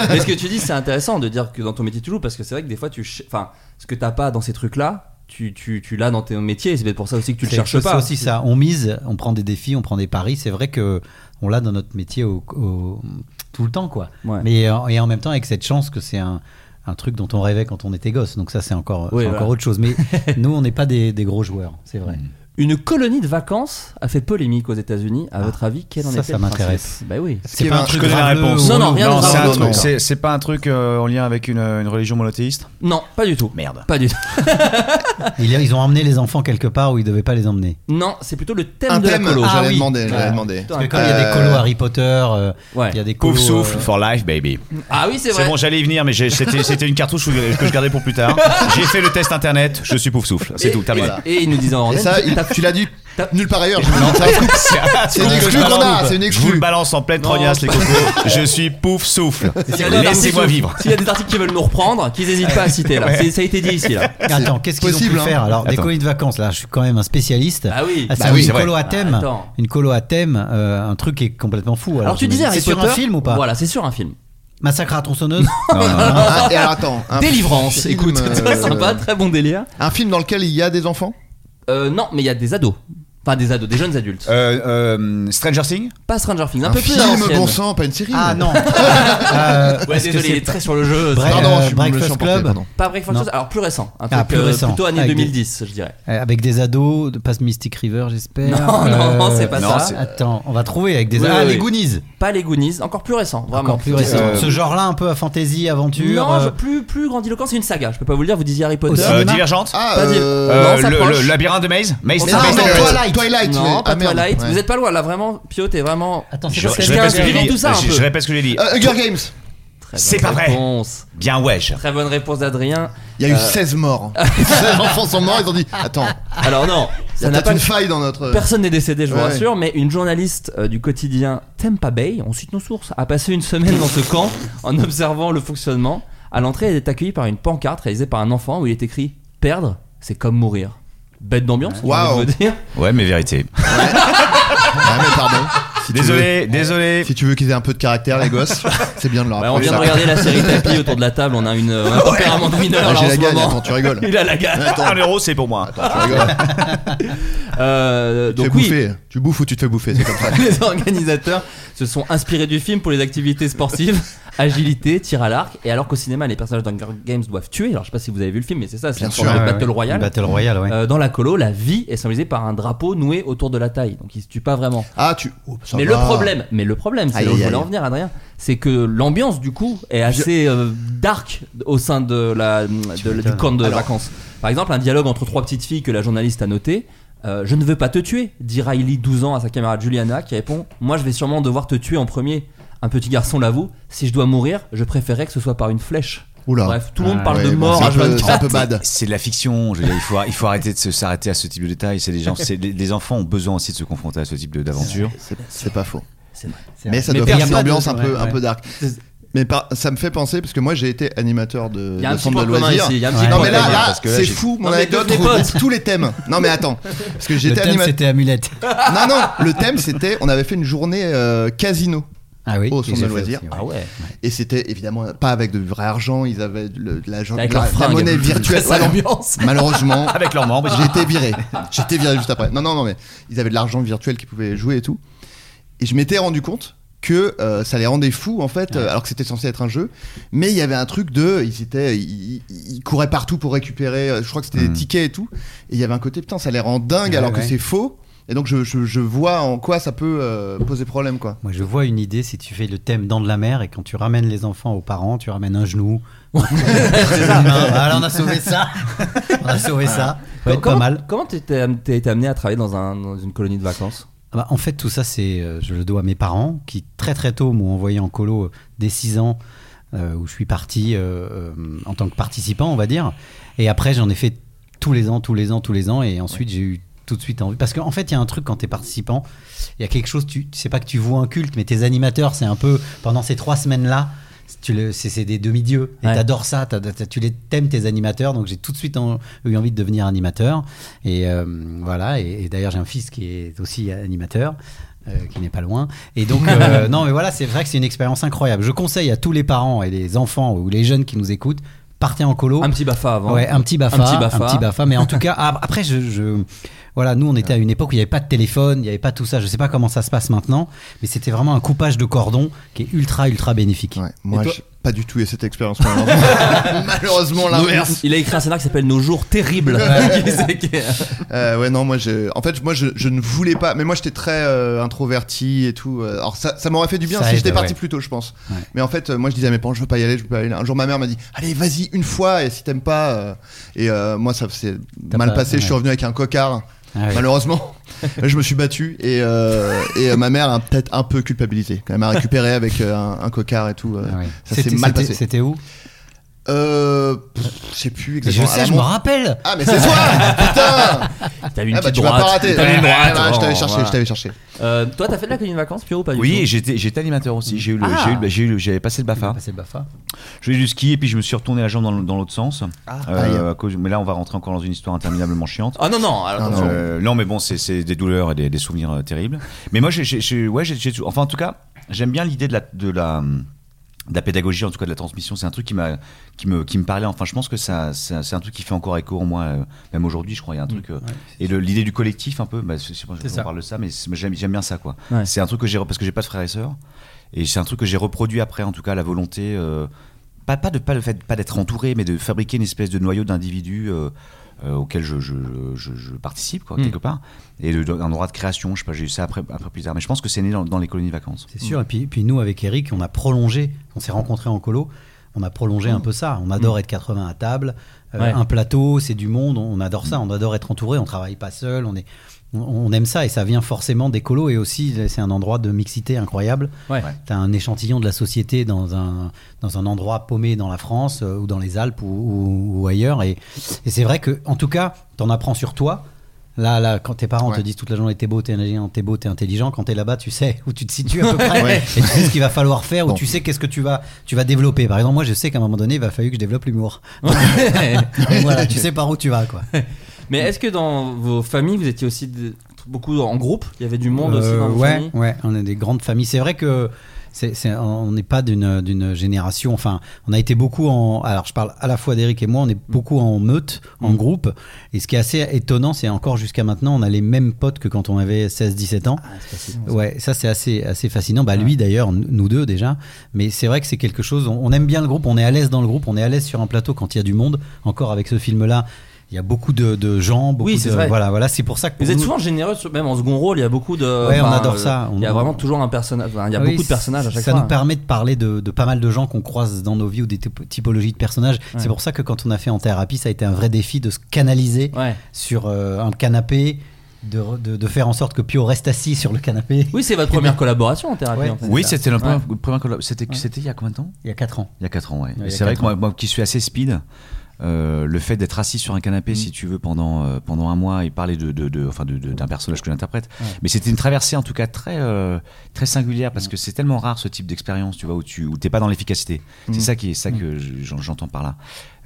[SPEAKER 6] Mais ce que tu dis, c'est intéressant de dire que dans ton métier, tu joues parce que c'est vrai que des fois, tu, ch- enfin, ce que t'as pas dans ces trucs-là, tu, tu, tu l'as dans tes métiers. et C'est peut-être pour ça aussi que tu le
[SPEAKER 8] C'est-
[SPEAKER 6] cherches
[SPEAKER 8] c'est
[SPEAKER 6] pas.
[SPEAKER 8] aussi ça. On mise, on prend des défis, on prend des paris. C'est vrai que on l'a dans notre métier au- au- tout le temps, quoi.
[SPEAKER 6] Ouais.
[SPEAKER 8] Mais en- et en même temps avec cette chance que c'est un un truc dont on rêvait quand on était gosse. Donc ça, c'est encore,
[SPEAKER 6] Oui,
[SPEAKER 8] c'est
[SPEAKER 6] voilà.
[SPEAKER 8] encore autre chose. Mais nous, on n'est pas des, des gros joueurs, c'est vrai.
[SPEAKER 6] Une colonie de vacances a fait polémique aux États-Unis. À votre avis, quel en
[SPEAKER 8] Ah, ça,
[SPEAKER 6] était
[SPEAKER 8] ça
[SPEAKER 6] le principe
[SPEAKER 8] m'intéresse.
[SPEAKER 6] Bah oui.
[SPEAKER 7] qu'il y avait un-
[SPEAKER 9] je connais la
[SPEAKER 8] graveleux
[SPEAKER 9] réponse.
[SPEAKER 8] ou-
[SPEAKER 6] Non, non, rien de
[SPEAKER 2] c'est
[SPEAKER 6] grave.
[SPEAKER 2] un
[SPEAKER 7] non,
[SPEAKER 2] truc-
[SPEAKER 7] non.
[SPEAKER 2] c'est- c'est pas un truc euh, en lien avec une, une religion monothéiste.
[SPEAKER 6] Non, pas du tout.
[SPEAKER 2] Merde.
[SPEAKER 6] Pas du tout.
[SPEAKER 8] Ils, ils ont emmené les enfants quelque part où ils devaient pas les emmener.
[SPEAKER 6] Non, c'est plutôt le thème
[SPEAKER 7] Un
[SPEAKER 6] de
[SPEAKER 7] thème,
[SPEAKER 6] la colo.
[SPEAKER 7] j'allais
[SPEAKER 8] Ah oui.
[SPEAKER 7] demander, j'allais
[SPEAKER 8] Ouais.
[SPEAKER 7] demander.
[SPEAKER 6] Putain,
[SPEAKER 8] Parce que quand il y a des colos Harry Potter, euh, il
[SPEAKER 6] Ouais.
[SPEAKER 8] y a des colos.
[SPEAKER 2] Pouf souffle
[SPEAKER 8] euh,
[SPEAKER 2] for life, baby.
[SPEAKER 6] Ah oui, c'est
[SPEAKER 9] C'est
[SPEAKER 6] vrai.
[SPEAKER 9] bon, j'allais y venir, mais j'ai- c'était c'était une cartouche que que je gardais pour plus tard. J'ai fait le test internet, je suis pouf souffle. C'est
[SPEAKER 6] Et-
[SPEAKER 9] tout, terminé.
[SPEAKER 6] Et, et ils nous disaient en rendez
[SPEAKER 7] Et ça, il- tu l'as dit
[SPEAKER 6] t'as-
[SPEAKER 7] nulle part ailleurs. j'imagine. C'est un scoop. C'est une exclue qu'on a, c'est une
[SPEAKER 9] Je vous le
[SPEAKER 7] exclue.
[SPEAKER 9] balance en pleine
[SPEAKER 6] Non.
[SPEAKER 9] trognasse, les cocos. Je suis pouf souffle.
[SPEAKER 6] S'il y a des
[SPEAKER 9] Laissez-moi
[SPEAKER 6] articles-
[SPEAKER 9] vivre.
[SPEAKER 6] S'il y a des articles qui veulent nous reprendre, qu'ils hésitent pas à citer là. C'est- Ça a été dit ici là.
[SPEAKER 8] Attends, qu'est-ce qu'ils ont pu
[SPEAKER 7] possible, hein.
[SPEAKER 8] faire Alors, des
[SPEAKER 9] Attends.
[SPEAKER 8] colis de vacances, là, je suis quand même un spécialiste.
[SPEAKER 6] Ah oui.
[SPEAKER 8] Ah, c'est
[SPEAKER 9] Bah
[SPEAKER 8] une,
[SPEAKER 9] oui, c'est vrai.
[SPEAKER 8] colo à thème,
[SPEAKER 6] Ah, attends.
[SPEAKER 8] une colo à thème, euh, un truc qui est complètement fou. Alors,
[SPEAKER 6] Alors tu
[SPEAKER 8] je me
[SPEAKER 6] disais
[SPEAKER 8] dis,
[SPEAKER 6] Harry
[SPEAKER 8] c'est sur un
[SPEAKER 6] Potter,
[SPEAKER 8] film ou pas
[SPEAKER 6] Voilà, c'est sur un film.
[SPEAKER 8] Massacre à la tronçonneuse
[SPEAKER 7] Ah, et alors, attends, un
[SPEAKER 6] Délivrance,
[SPEAKER 7] film,
[SPEAKER 6] écoute,
[SPEAKER 7] euh,
[SPEAKER 6] sympa, très bon délire.
[SPEAKER 7] Un film dans lequel il y a des enfants
[SPEAKER 6] Euh, non, mais il y a des ados. Enfin, des ados, des jeunes adultes.
[SPEAKER 2] Euh, euh, Stranger Things
[SPEAKER 6] Pas Stranger Things, un,
[SPEAKER 7] Un
[SPEAKER 6] peu plus à
[SPEAKER 7] film,
[SPEAKER 6] l'ancienne.
[SPEAKER 7] bon sang, pas une série.
[SPEAKER 8] Ah non. Euh,
[SPEAKER 6] Ouais, désolé, il est très sur le jeu.
[SPEAKER 8] Bref.
[SPEAKER 6] c'est-
[SPEAKER 7] Pardon,
[SPEAKER 8] Euh,
[SPEAKER 7] je suis me le
[SPEAKER 8] Breakfast
[SPEAKER 7] suis emporté,
[SPEAKER 8] Club.
[SPEAKER 7] pardon.
[SPEAKER 6] Pas Breakfast
[SPEAKER 8] Non.
[SPEAKER 6] Club, alors plus récent. Un truc,
[SPEAKER 8] Ah, plus
[SPEAKER 6] euh,
[SPEAKER 8] récent.
[SPEAKER 6] plutôt année
[SPEAKER 8] Avec des-
[SPEAKER 6] 2010, je dirais.
[SPEAKER 8] Euh, Avec des ados, de passe Mystic River, j'espère. Euh,
[SPEAKER 6] Non, non, non, c'est pas
[SPEAKER 2] non,
[SPEAKER 6] ça.
[SPEAKER 2] c'est-
[SPEAKER 8] Attends, on va trouver avec des
[SPEAKER 6] Oui,
[SPEAKER 8] ah
[SPEAKER 6] oui,
[SPEAKER 8] les
[SPEAKER 6] oui.
[SPEAKER 8] Goonies,
[SPEAKER 6] Pas les Goonies, encore plus récent, vraiment.
[SPEAKER 8] encore plus récent. Ce genre-là, un peu à fantasy, aventure.
[SPEAKER 6] Ah, Non, je-
[SPEAKER 8] euh,
[SPEAKER 6] plus, plus grandiloquent, c'est une saga. Je peux pas vous le dire, vous disiez Harry Potter.
[SPEAKER 8] Aussi.
[SPEAKER 9] Euh,
[SPEAKER 8] Cinéma
[SPEAKER 9] Divergente
[SPEAKER 7] Ah,
[SPEAKER 6] Pas dit-
[SPEAKER 7] euh,
[SPEAKER 9] Euh,
[SPEAKER 6] non, ça
[SPEAKER 9] le,
[SPEAKER 6] approche.
[SPEAKER 9] le labyrinthe de Maze Maze, Maze,
[SPEAKER 6] On
[SPEAKER 7] non,
[SPEAKER 6] s'approche.
[SPEAKER 9] Maze,
[SPEAKER 7] non,
[SPEAKER 9] Maze.
[SPEAKER 7] Twilight, Twilight,
[SPEAKER 6] Non, pas
[SPEAKER 7] ouais. Ah, merde.
[SPEAKER 6] Twilight.
[SPEAKER 7] Ouais.
[SPEAKER 6] Vous êtes pas loin, là, vraiment. Pio, t'es vraiment.
[SPEAKER 8] Attends, c'est
[SPEAKER 9] Je,
[SPEAKER 8] pas
[SPEAKER 9] je
[SPEAKER 8] celle-là.
[SPEAKER 6] un
[SPEAKER 9] répète ce que j'ai
[SPEAKER 6] vivant
[SPEAKER 9] dit.
[SPEAKER 6] tout ça, un
[SPEAKER 9] Je-
[SPEAKER 6] peu.
[SPEAKER 9] je répète ce que j'ai dit.
[SPEAKER 7] Euh, Hunger Games.
[SPEAKER 6] Très
[SPEAKER 9] c'est
[SPEAKER 6] bonne
[SPEAKER 9] pas vrai.
[SPEAKER 6] réponse.
[SPEAKER 9] Bien ouais. je-
[SPEAKER 6] Très bonne réponse d'Adrien.
[SPEAKER 7] Il y a eu
[SPEAKER 6] Euh.
[SPEAKER 7] 16 morts. 16 enfants sont morts, ils ont dit Attends,
[SPEAKER 6] Alors non,
[SPEAKER 7] ça
[SPEAKER 6] ça
[SPEAKER 7] a
[SPEAKER 6] n'a
[SPEAKER 7] peut-être
[SPEAKER 6] pas
[SPEAKER 7] une faille dans notre.
[SPEAKER 6] Personne n'est décédé, je vous
[SPEAKER 7] Ouais.
[SPEAKER 6] rassure, mais une journaliste euh, du quotidien Tampa Bay, on cite nos sources, a passé une semaine dans ce camp en observant le fonctionnement. À l'entrée, elle est accueillie par une pancarte réalisée par un enfant où il est écrit Perdre, c'est comme mourir. Bête d'ambiance, j'ai
[SPEAKER 7] Waouh.
[SPEAKER 6] envie de vous dire.
[SPEAKER 9] Ouais, mais vérité.
[SPEAKER 7] Ah, mais pardon. Si tu
[SPEAKER 9] Désolé,
[SPEAKER 7] veux-
[SPEAKER 9] désolé.
[SPEAKER 7] Si tu veux qu'ils aient un peu de caractère, les gosses, c'est bien de leur
[SPEAKER 6] Bah, on
[SPEAKER 7] apprendre
[SPEAKER 6] vient de
[SPEAKER 7] Ah, ça.
[SPEAKER 6] regarder la série tapis autour de la table, on a une, euh, un tempérament de mineur
[SPEAKER 7] Ah,
[SPEAKER 6] là,
[SPEAKER 7] J'ai
[SPEAKER 6] en
[SPEAKER 7] la
[SPEAKER 6] ce
[SPEAKER 7] gagne,
[SPEAKER 6] moment.
[SPEAKER 7] attends, tu rigoles.
[SPEAKER 6] Il a la gagne.
[SPEAKER 9] Un euro, c'est pour moi.
[SPEAKER 7] Tu rigoles.
[SPEAKER 6] Euh,
[SPEAKER 7] Tu
[SPEAKER 6] donc
[SPEAKER 7] fais
[SPEAKER 6] oui,
[SPEAKER 7] bouffer. Tu bouffes ou tu te fais bouffer, c'est comme ça.
[SPEAKER 6] les organisateurs se sont inspirés du film pour les activités sportives agilité, tir à l'arc. Et alors qu'au cinéma, les personnages d'Hunger Games doivent tuer. Alors je sais pas si vous avez vu le film, mais c'est ça, c'est
[SPEAKER 7] Bien
[SPEAKER 6] une
[SPEAKER 7] sûr,
[SPEAKER 6] sorte de
[SPEAKER 8] Ouais, ouais.
[SPEAKER 6] battle royale.
[SPEAKER 8] Battle Royale, ouais.
[SPEAKER 6] Euh, dans la colo, la vie est symbolisée par un drapeau noué autour de la taille. Donc il se tue pas vraiment.
[SPEAKER 7] Ah, tu. oh, ça
[SPEAKER 6] mais
[SPEAKER 7] va.
[SPEAKER 6] le problème, mais le problème, c'est
[SPEAKER 7] Aïe,
[SPEAKER 6] là où je
[SPEAKER 7] aïe,
[SPEAKER 6] voulais en
[SPEAKER 7] aïe.
[SPEAKER 6] venir, Adrien, c'est que l'ambiance du coup est assez euh, dark au sein de la de- du camp de vacances. Par exemple, un dialogue entre trois petites filles que la journaliste a noté. euh, je ne veux pas te tuer, dit Riley 12 ans à sa camarade Juliana qui répond Moi je vais sûrement devoir te tuer en premier. Un petit garçon l'avoue, si je dois mourir, je préférerais que ce soit par une flèche.
[SPEAKER 7] Oula.
[SPEAKER 6] Bref, tout le monde parle
[SPEAKER 7] Ouais,
[SPEAKER 6] de
[SPEAKER 7] bon,
[SPEAKER 6] mort hein,
[SPEAKER 7] c'est
[SPEAKER 6] à
[SPEAKER 7] un peu- C'est un
[SPEAKER 6] 24.
[SPEAKER 7] peu bad.
[SPEAKER 2] Bah, C'est de la fiction. Je veux dire, il faut, il faut arrêter de se- s'arrêter à ce type de détails. C'est les gens, c'est les, les enfants ont besoin aussi de se confronter à ce type de- d'aventure.
[SPEAKER 7] C'est- C'est pas faux.
[SPEAKER 6] C'est vrai.
[SPEAKER 7] Mais ça
[SPEAKER 6] Mais
[SPEAKER 7] doit
[SPEAKER 6] il y a
[SPEAKER 7] faire une
[SPEAKER 6] pas de-
[SPEAKER 7] ambiance un peu,
[SPEAKER 8] ouais,
[SPEAKER 7] un
[SPEAKER 8] ouais.
[SPEAKER 7] peu dark. Mais par- ça me fait penser, parce que moi j'ai été animateur de,
[SPEAKER 6] Il y a un
[SPEAKER 7] de
[SPEAKER 6] petit
[SPEAKER 7] centre de
[SPEAKER 6] point commun
[SPEAKER 7] loisirs.
[SPEAKER 6] ici, il y a un petit
[SPEAKER 7] non
[SPEAKER 6] point
[SPEAKER 7] mais là,
[SPEAKER 6] commun.
[SPEAKER 7] là,
[SPEAKER 2] Parce que là,
[SPEAKER 7] c'est
[SPEAKER 2] j'ai-
[SPEAKER 7] fou, mon
[SPEAKER 6] Non, mais
[SPEAKER 7] anecdote
[SPEAKER 6] devenez
[SPEAKER 7] regroupe
[SPEAKER 6] potes.
[SPEAKER 7] tous les thèmes. Non mais attends, parce que
[SPEAKER 8] Le
[SPEAKER 7] j'étais
[SPEAKER 8] thème,
[SPEAKER 7] animateur.
[SPEAKER 8] c'était Amulette.
[SPEAKER 7] Non non, le thème c'était, on avait fait une journée euh, casino.
[SPEAKER 8] Ah oui.
[SPEAKER 7] Oh, son
[SPEAKER 8] ils
[SPEAKER 7] de
[SPEAKER 8] ont fait
[SPEAKER 7] loisirs.
[SPEAKER 8] aussi, ouais.
[SPEAKER 6] Ah ouais,
[SPEAKER 7] Et c'était évidemment pas avec de vrai argent, ils avaient de, de l'argent-
[SPEAKER 6] avec
[SPEAKER 7] de la,
[SPEAKER 6] leur
[SPEAKER 7] de la
[SPEAKER 6] fringue.
[SPEAKER 7] monnaie virtuelle.
[SPEAKER 6] ça
[SPEAKER 7] Ouais, non.
[SPEAKER 6] l'ambiance.
[SPEAKER 7] Malheureusement,
[SPEAKER 2] Avec leurs membres.
[SPEAKER 7] j'ai été viré. J'ai été viré juste après. Non, non, non, mais ils avaient de l'argent virtuel qu'ils pouvaient jouer et tout. Et je m'étais rendu compte que euh, ça les rendait fous en fait, euh, alors que c'était censé être un jeu. Mais il y avait un truc de, ils étaient, ils, ils- ils couraient partout pour récupérer. euh, Je crois que c'était
[SPEAKER 2] Mm.
[SPEAKER 7] des tickets et tout. Et il y avait un côté putain, ça les rend dingues
[SPEAKER 8] Ouais,
[SPEAKER 7] alors que
[SPEAKER 8] ouais.
[SPEAKER 7] c'est faux. Et donc je, je, je vois en quoi ça peut euh, poser problème quoi.
[SPEAKER 8] Moi, je vois une idée si tu fais le thème dans de la mer et quand tu ramènes les enfants aux parents, tu ramènes un genou. C'est ça. Alors, on a sauvé ça. On a sauvé ça. Ouais, pas
[SPEAKER 6] comment,
[SPEAKER 8] mal.
[SPEAKER 6] Comment t'es t'es été amené à travailler dans, un, dans une colonie de vacances
[SPEAKER 8] Ah bah, en fait, tout ça, c'est, euh, je le dois à mes parents qui très très tôt m'ont envoyé en colo euh, dès 6 ans euh, où je suis parti euh, euh, en tant que participant, on va dire. Et après, j'en ai fait tous les ans, tous les ans, tous les ans. Et ensuite, j'ai eu tout de suite envie. Parce qu'en fait, il y a un truc quand t'es participant, il y a quelque chose, tu, tu sais pas que tu vois un culte, mais tes animateurs, c'est un peu pendant ces trois semaines-là. Tu le, c'est, c'est des demi-dieux. Et
[SPEAKER 6] Ouais.
[SPEAKER 8] t'adores ça. t'as- t'as- tu les t'aimes tes animateurs. Donc j'ai tout de suite en- eu envie de devenir animateur. Et euh, voilà. Et, et d'ailleurs j'ai un fils qui est aussi animateur. euh, qui n'est pas loin. Et donc, euh, non, mais voilà, c'est vrai que c'est une expérience incroyable. Je conseille à tous les parents et les enfants ou les jeunes qui nous écoutent, partez en colo.
[SPEAKER 6] Un petit bafa avant.
[SPEAKER 8] Oh. Ouais, un petit bafa,
[SPEAKER 6] Un petit bafa.
[SPEAKER 8] mais en tout cas, ah, après, je, je- voilà, nous, on était à une époque où il n'y avait pas de téléphone, il n'y avait pas tout ça. Je sais pas comment ça se passe maintenant, mais c'était vraiment un coupage de cordon qui est ultra, ultra bénéfique.
[SPEAKER 7] Ouais, moi,
[SPEAKER 6] toi
[SPEAKER 7] j'ai pas du tout eu cette expérience. Malheureusement, Malheureusement, l'inverse.
[SPEAKER 6] Il a écrit un scénario qui s'appelle Nos jours terribles. Qui c'est qui-
[SPEAKER 7] Euh, ouais, non, moi, je... en fait, moi, je, je ne voulais pas. Mais moi, j'étais très euh, introverti et tout. euh, Alors, ça, ça m'aurait fait du bien
[SPEAKER 8] Ça
[SPEAKER 7] si
[SPEAKER 8] aide,
[SPEAKER 7] j'étais parti
[SPEAKER 8] ouais.
[SPEAKER 7] plus tôt, je pense.
[SPEAKER 8] Ouais.
[SPEAKER 7] Mais en fait, euh, moi, je disais à mes parents, je veux pas y aller, je veux pas y aller. Un jour, ma mère m'a dit, allez, vas-y une fois, et si t'aimes pas. euh, Et euh, moi, ça s'est
[SPEAKER 8] T'as
[SPEAKER 7] mal
[SPEAKER 8] pas-
[SPEAKER 7] passé. Je suis
[SPEAKER 8] ouais.
[SPEAKER 7] revenu avec un cocard.
[SPEAKER 8] Ah ouais.
[SPEAKER 7] Malheureusement, je me suis battu et, euh, et euh, ma mère a peut-être un peu culpabilisé. Quand elle m'a récupéré avec euh, un, un cocard et tout. euh,
[SPEAKER 8] Ah ouais.
[SPEAKER 7] Ça s'est
[SPEAKER 8] C'était-
[SPEAKER 7] mal
[SPEAKER 8] c'était-
[SPEAKER 7] passé.
[SPEAKER 8] C'était où
[SPEAKER 7] Euh. pff, Je sais plus
[SPEAKER 8] Je
[SPEAKER 7] exactement. À
[SPEAKER 8] sais,
[SPEAKER 7] la
[SPEAKER 8] je me
[SPEAKER 7] montre-
[SPEAKER 8] rappelle.
[SPEAKER 7] Ah, mais c'est toi Putain
[SPEAKER 6] T'as vu une
[SPEAKER 7] Ah, bah,
[SPEAKER 6] petite
[SPEAKER 7] tu m'as
[SPEAKER 6] droite.
[SPEAKER 7] pas raté
[SPEAKER 6] T'as vu une
[SPEAKER 7] Ouais,
[SPEAKER 6] droite.
[SPEAKER 7] ouais, Je
[SPEAKER 6] Bon,
[SPEAKER 7] t'avais cherché,
[SPEAKER 6] voilà.
[SPEAKER 7] je t'avais cherché.
[SPEAKER 6] Euh, toi, t'as fait de la colonie de vacances, Pierrot, ou pas Ah, du
[SPEAKER 2] Oui,
[SPEAKER 6] tout
[SPEAKER 2] et j'étais j'étais animateur aussi. J'ai eu le,
[SPEAKER 6] Ah.
[SPEAKER 2] j'ai eu, bah, j'ai eu le- j'avais passé le bafa.
[SPEAKER 8] C'est le bafa.
[SPEAKER 2] Je faisais du ski et puis je me suis retourné la jambe dans, le- dans l'autre sens.
[SPEAKER 7] aïe.
[SPEAKER 2] Euh, à cause- mais là, on va rentrer encore dans une histoire interminablement chiante.
[SPEAKER 6] Ah non, non, alors,
[SPEAKER 7] Non,
[SPEAKER 6] attention.
[SPEAKER 2] Euh, non, mais bon, c'est- c'est des douleurs et des, des souvenirs euh, terribles. Mais moi, j'ai, j'ai- j'ai- ouais, j'ai, j'ai tout- enfin, en tout cas, j'aime bien l'idée de la, de la, de la pédagogie, en tout cas de la transmission. C'est un truc qui m'a, qui me, qui me parlait. Enfin, je pense que ça, ça- c'est un truc qui fait encore écho en moi, euh, même aujourd'hui, je crois. Il y a un truc. euh, et le- l'idée du collectif, un peu. Bah, c'est, c'est- on
[SPEAKER 8] ça.
[SPEAKER 2] parle de ça, mais c'est- mais j'aime, j'aime bien ça, quoi.
[SPEAKER 6] Ouais.
[SPEAKER 2] C'est un truc que j'ai, re- parce que j'ai pas de frères et sœurs, et c'est un truc que j'ai reproduit après, en tout cas, la volonté. euh, pas, pas de pas le fait pas d'être entouré mais de fabriquer une espèce de noyau d'individus euh, euh, auquel je, je, je- je participe quoi,
[SPEAKER 6] Mm.
[SPEAKER 2] quelque part et de- d'un droit de création je sais pas j'ai eu ça après, après plus tard mais je pense que c'est né dans, dans les colonies de vacances
[SPEAKER 8] C'est sûr. Et puis, puis nous, avec Eric, on a prolongé, on s'est rencontrés en colo, on a prolongé un peu ça. On adore être 80 à table, euh,
[SPEAKER 6] Ouais.
[SPEAKER 8] un plateau, c'est du monde, on adore ça, on adore être entouré, on travaille pas seul, on est. on- On aime ça et ça vient forcément des colos et aussi c'est un endroit de mixité incroyable.
[SPEAKER 6] Ouais.
[SPEAKER 8] T'as un échantillon de la société dans un, dans un endroit paumé dans la France euh, ou dans les Alpes ou, ou- ou ailleurs. Et, et c'est vrai que, en tout cas, t'en apprends sur toi. Là, là, quand tes parents
[SPEAKER 7] Ouais.
[SPEAKER 8] te disent toute la journée t'es beau, t'es intelligent, t'es beau, t'es intelligent, quand t'es là-bas, tu sais où tu te situes à peu près
[SPEAKER 7] Ouais.
[SPEAKER 8] et tu sais ce qu'il va falloir faire
[SPEAKER 7] Bon.
[SPEAKER 8] ou tu sais qu'est-ce que tu vas, tu vas développer. Par exemple, moi, je sais qu'à un moment donné, il va falloir que je développe l'humour. Donc voilà, tu sais par où tu vas, quoi.
[SPEAKER 6] Mais est-ce que dans vos familles, vous étiez aussi de- beaucoup en groupe Il y avait du monde aussi
[SPEAKER 8] Euh,
[SPEAKER 6] dans vos
[SPEAKER 8] ouais,
[SPEAKER 6] familles
[SPEAKER 8] ouais, on a des grandes familles. C'est vrai que c'est- c'est- on n'est pas d'une d'une génération. Enfin, on a été beaucoup en. Alors, je parle à la fois d'Eric et moi, on est beaucoup en meute,
[SPEAKER 6] Mm.
[SPEAKER 8] en groupe. Et ce qui est assez étonnant, c'est encore jusqu'à maintenant, on a les mêmes potes que quand on avait 16-17
[SPEAKER 6] Ah,
[SPEAKER 8] ans. Ouais, ça c'est assez, assez fascinant. Bah, lui d'ailleurs, n- nous deux déjà. Mais c'est vrai que c'est quelque chose. On, on aime bien le groupe, on est à l'aise dans le groupe, on est à l'aise sur un plateau quand il y a du monde. Encore avec ce film-là, il y a beaucoup de, de gens, beaucoup
[SPEAKER 6] Oui, c'est
[SPEAKER 8] de-
[SPEAKER 6] vrai.
[SPEAKER 8] Voilà, voilà, c'est pour ça que. pour
[SPEAKER 6] Vous êtes
[SPEAKER 8] nous-
[SPEAKER 6] souvent généreux, sur- même en second rôle, il y a beaucoup de.
[SPEAKER 8] Ouais, on adore ça.
[SPEAKER 6] Il y a
[SPEAKER 8] On-
[SPEAKER 6] vraiment toujours un personnage. enfin, Il y a
[SPEAKER 8] Oui,
[SPEAKER 6] beaucoup de personnages à chaque
[SPEAKER 8] ça
[SPEAKER 6] fois. hein.
[SPEAKER 8] nous permet de parler de, de pas mal de gens qu'on croise dans nos vies ou des typo- typologies de personnages. C'est pour ça que quand on a fait en thérapie, ça a été un vrai défi de se canaliser
[SPEAKER 6] Ouais.
[SPEAKER 8] sur euh, un canapé, de, re- de- de faire en sorte que Pio reste assis sur le canapé.
[SPEAKER 6] Oui, c'est votre première collaboration en thérapie.
[SPEAKER 8] Ouais.
[SPEAKER 6] en fait.
[SPEAKER 2] Oui, c'était la
[SPEAKER 6] Ouais.
[SPEAKER 2] première, première collab- C'était c'était il y a combien de temps
[SPEAKER 8] Il y a 4 ans.
[SPEAKER 2] Il y a 4 ans, ouais.
[SPEAKER 8] il y a
[SPEAKER 2] Et c'est vrai
[SPEAKER 8] quatre
[SPEAKER 2] que moi, moi qui suis assez speed, euh, le fait d'être assis sur un
[SPEAKER 8] Mm.
[SPEAKER 2] canapé, si tu veux, pendant, euh, pendant un mois et parler de, de, de- enfin de- de- d'un personnage que j'interprète. Mais c'était une traversée, en tout cas, très, euh, très singulière
[SPEAKER 8] Mm.
[SPEAKER 2] parce que c'est tellement rare ce type d'expérience, tu vois, où tu où t'es pas dans l'efficacité. C'est
[SPEAKER 8] Mm.
[SPEAKER 2] ça, qui est, ça que je- j'en- j'entends par là.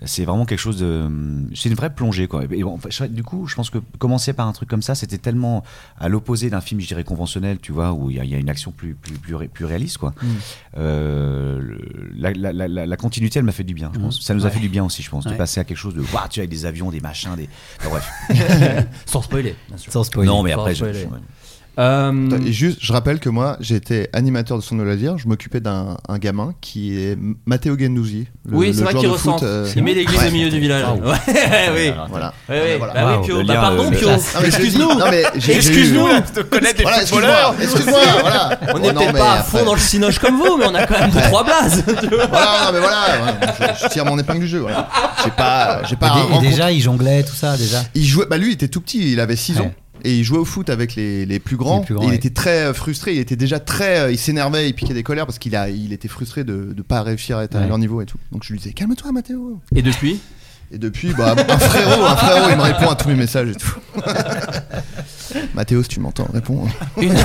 [SPEAKER 2] C'est vraiment quelque chose de. hum, C'est une vraie plongée, quoi. Et bon, enfin, je- du coup, je pense que commencer par un truc comme ça, c'était tellement à l'opposé d'un film, je dirais, conventionnel, tu vois, où il y, a- il y a une action plus, plus, plus, ré- plus réaliste, quoi. Euh, le- la, la- la- la- la continuité, elle m'a fait du
[SPEAKER 6] Mmh.
[SPEAKER 2] bien, je pense. Ça nous a fait du bien aussi, je pense, de
[SPEAKER 8] Ouais.
[SPEAKER 2] passer à quelque chose de. Waouh, tu as avec des avions, des machins, des. Enfin, bref.
[SPEAKER 6] Sans spoiler, bien sûr.
[SPEAKER 8] Sans spoiler.
[SPEAKER 2] non, mais
[SPEAKER 6] Sans
[SPEAKER 2] après, je-
[SPEAKER 6] spoiler.
[SPEAKER 2] je-
[SPEAKER 6] Euh,
[SPEAKER 7] Attends, Et juste, je rappelle que moi, j'étais animateur de son loisir. Je m'occupais d'un un gamin qui est Matteo Guendouzi. le-
[SPEAKER 6] oui,
[SPEAKER 7] le
[SPEAKER 6] c'est vrai
[SPEAKER 7] joueur
[SPEAKER 6] qu'il
[SPEAKER 7] de foot,
[SPEAKER 6] ressent.
[SPEAKER 7] euh,
[SPEAKER 6] Il met l'église au milieu du village. Ouais, oui.
[SPEAKER 7] Voilà.
[SPEAKER 6] Ouais, ouais.
[SPEAKER 7] voilà.
[SPEAKER 6] Bah oui,
[SPEAKER 2] Waouh,
[SPEAKER 6] Pio.
[SPEAKER 2] le
[SPEAKER 6] Bah
[SPEAKER 2] lien,
[SPEAKER 6] pardon,
[SPEAKER 2] euh,
[SPEAKER 6] Pio.
[SPEAKER 2] la-
[SPEAKER 7] Non, mais je le dis-
[SPEAKER 6] Excuse-nous.
[SPEAKER 7] non, mais j'ai- j'ai eu-
[SPEAKER 6] Excuse-nous.
[SPEAKER 7] Voilà, excuse-moi, excuse-moi, voilà. Oh,
[SPEAKER 6] On n'est peut-être pas à fond dans le cinoche comme vous, mais on a quand même deux trois blazes. tu vois.
[SPEAKER 7] Voilà, non, mais voilà, voilà, je, je tire mon épingle du jeu. Voilà. J'ai pas, euh, j'ai
[SPEAKER 8] Et
[SPEAKER 7] pas
[SPEAKER 8] dé- et
[SPEAKER 7] rencontré-
[SPEAKER 8] déjà, il jonglait, tout ça, déjà.
[SPEAKER 7] Il jouait, bah lui, il était tout petit, il avait 6
[SPEAKER 8] Ouais.
[SPEAKER 7] ans. Et il jouait au foot avec les, les plus grands.
[SPEAKER 8] Les plus grands,
[SPEAKER 7] et il
[SPEAKER 8] ouais.
[SPEAKER 7] était très euh, frustré. Il était déjà très. euh, Il s'énervait, il piquait des colères parce qu'il a, il était frustré de ne pas réussir à être à
[SPEAKER 8] Ouais.
[SPEAKER 7] leur niveau et tout. Donc je lui disais, calme-toi, Mathéo.
[SPEAKER 6] Et depuis
[SPEAKER 7] Et depuis, bah, un frérot, un frérot, il me répond à tous mes messages et tout. Mathéo, si tu m'entends, réponds.
[SPEAKER 6] une,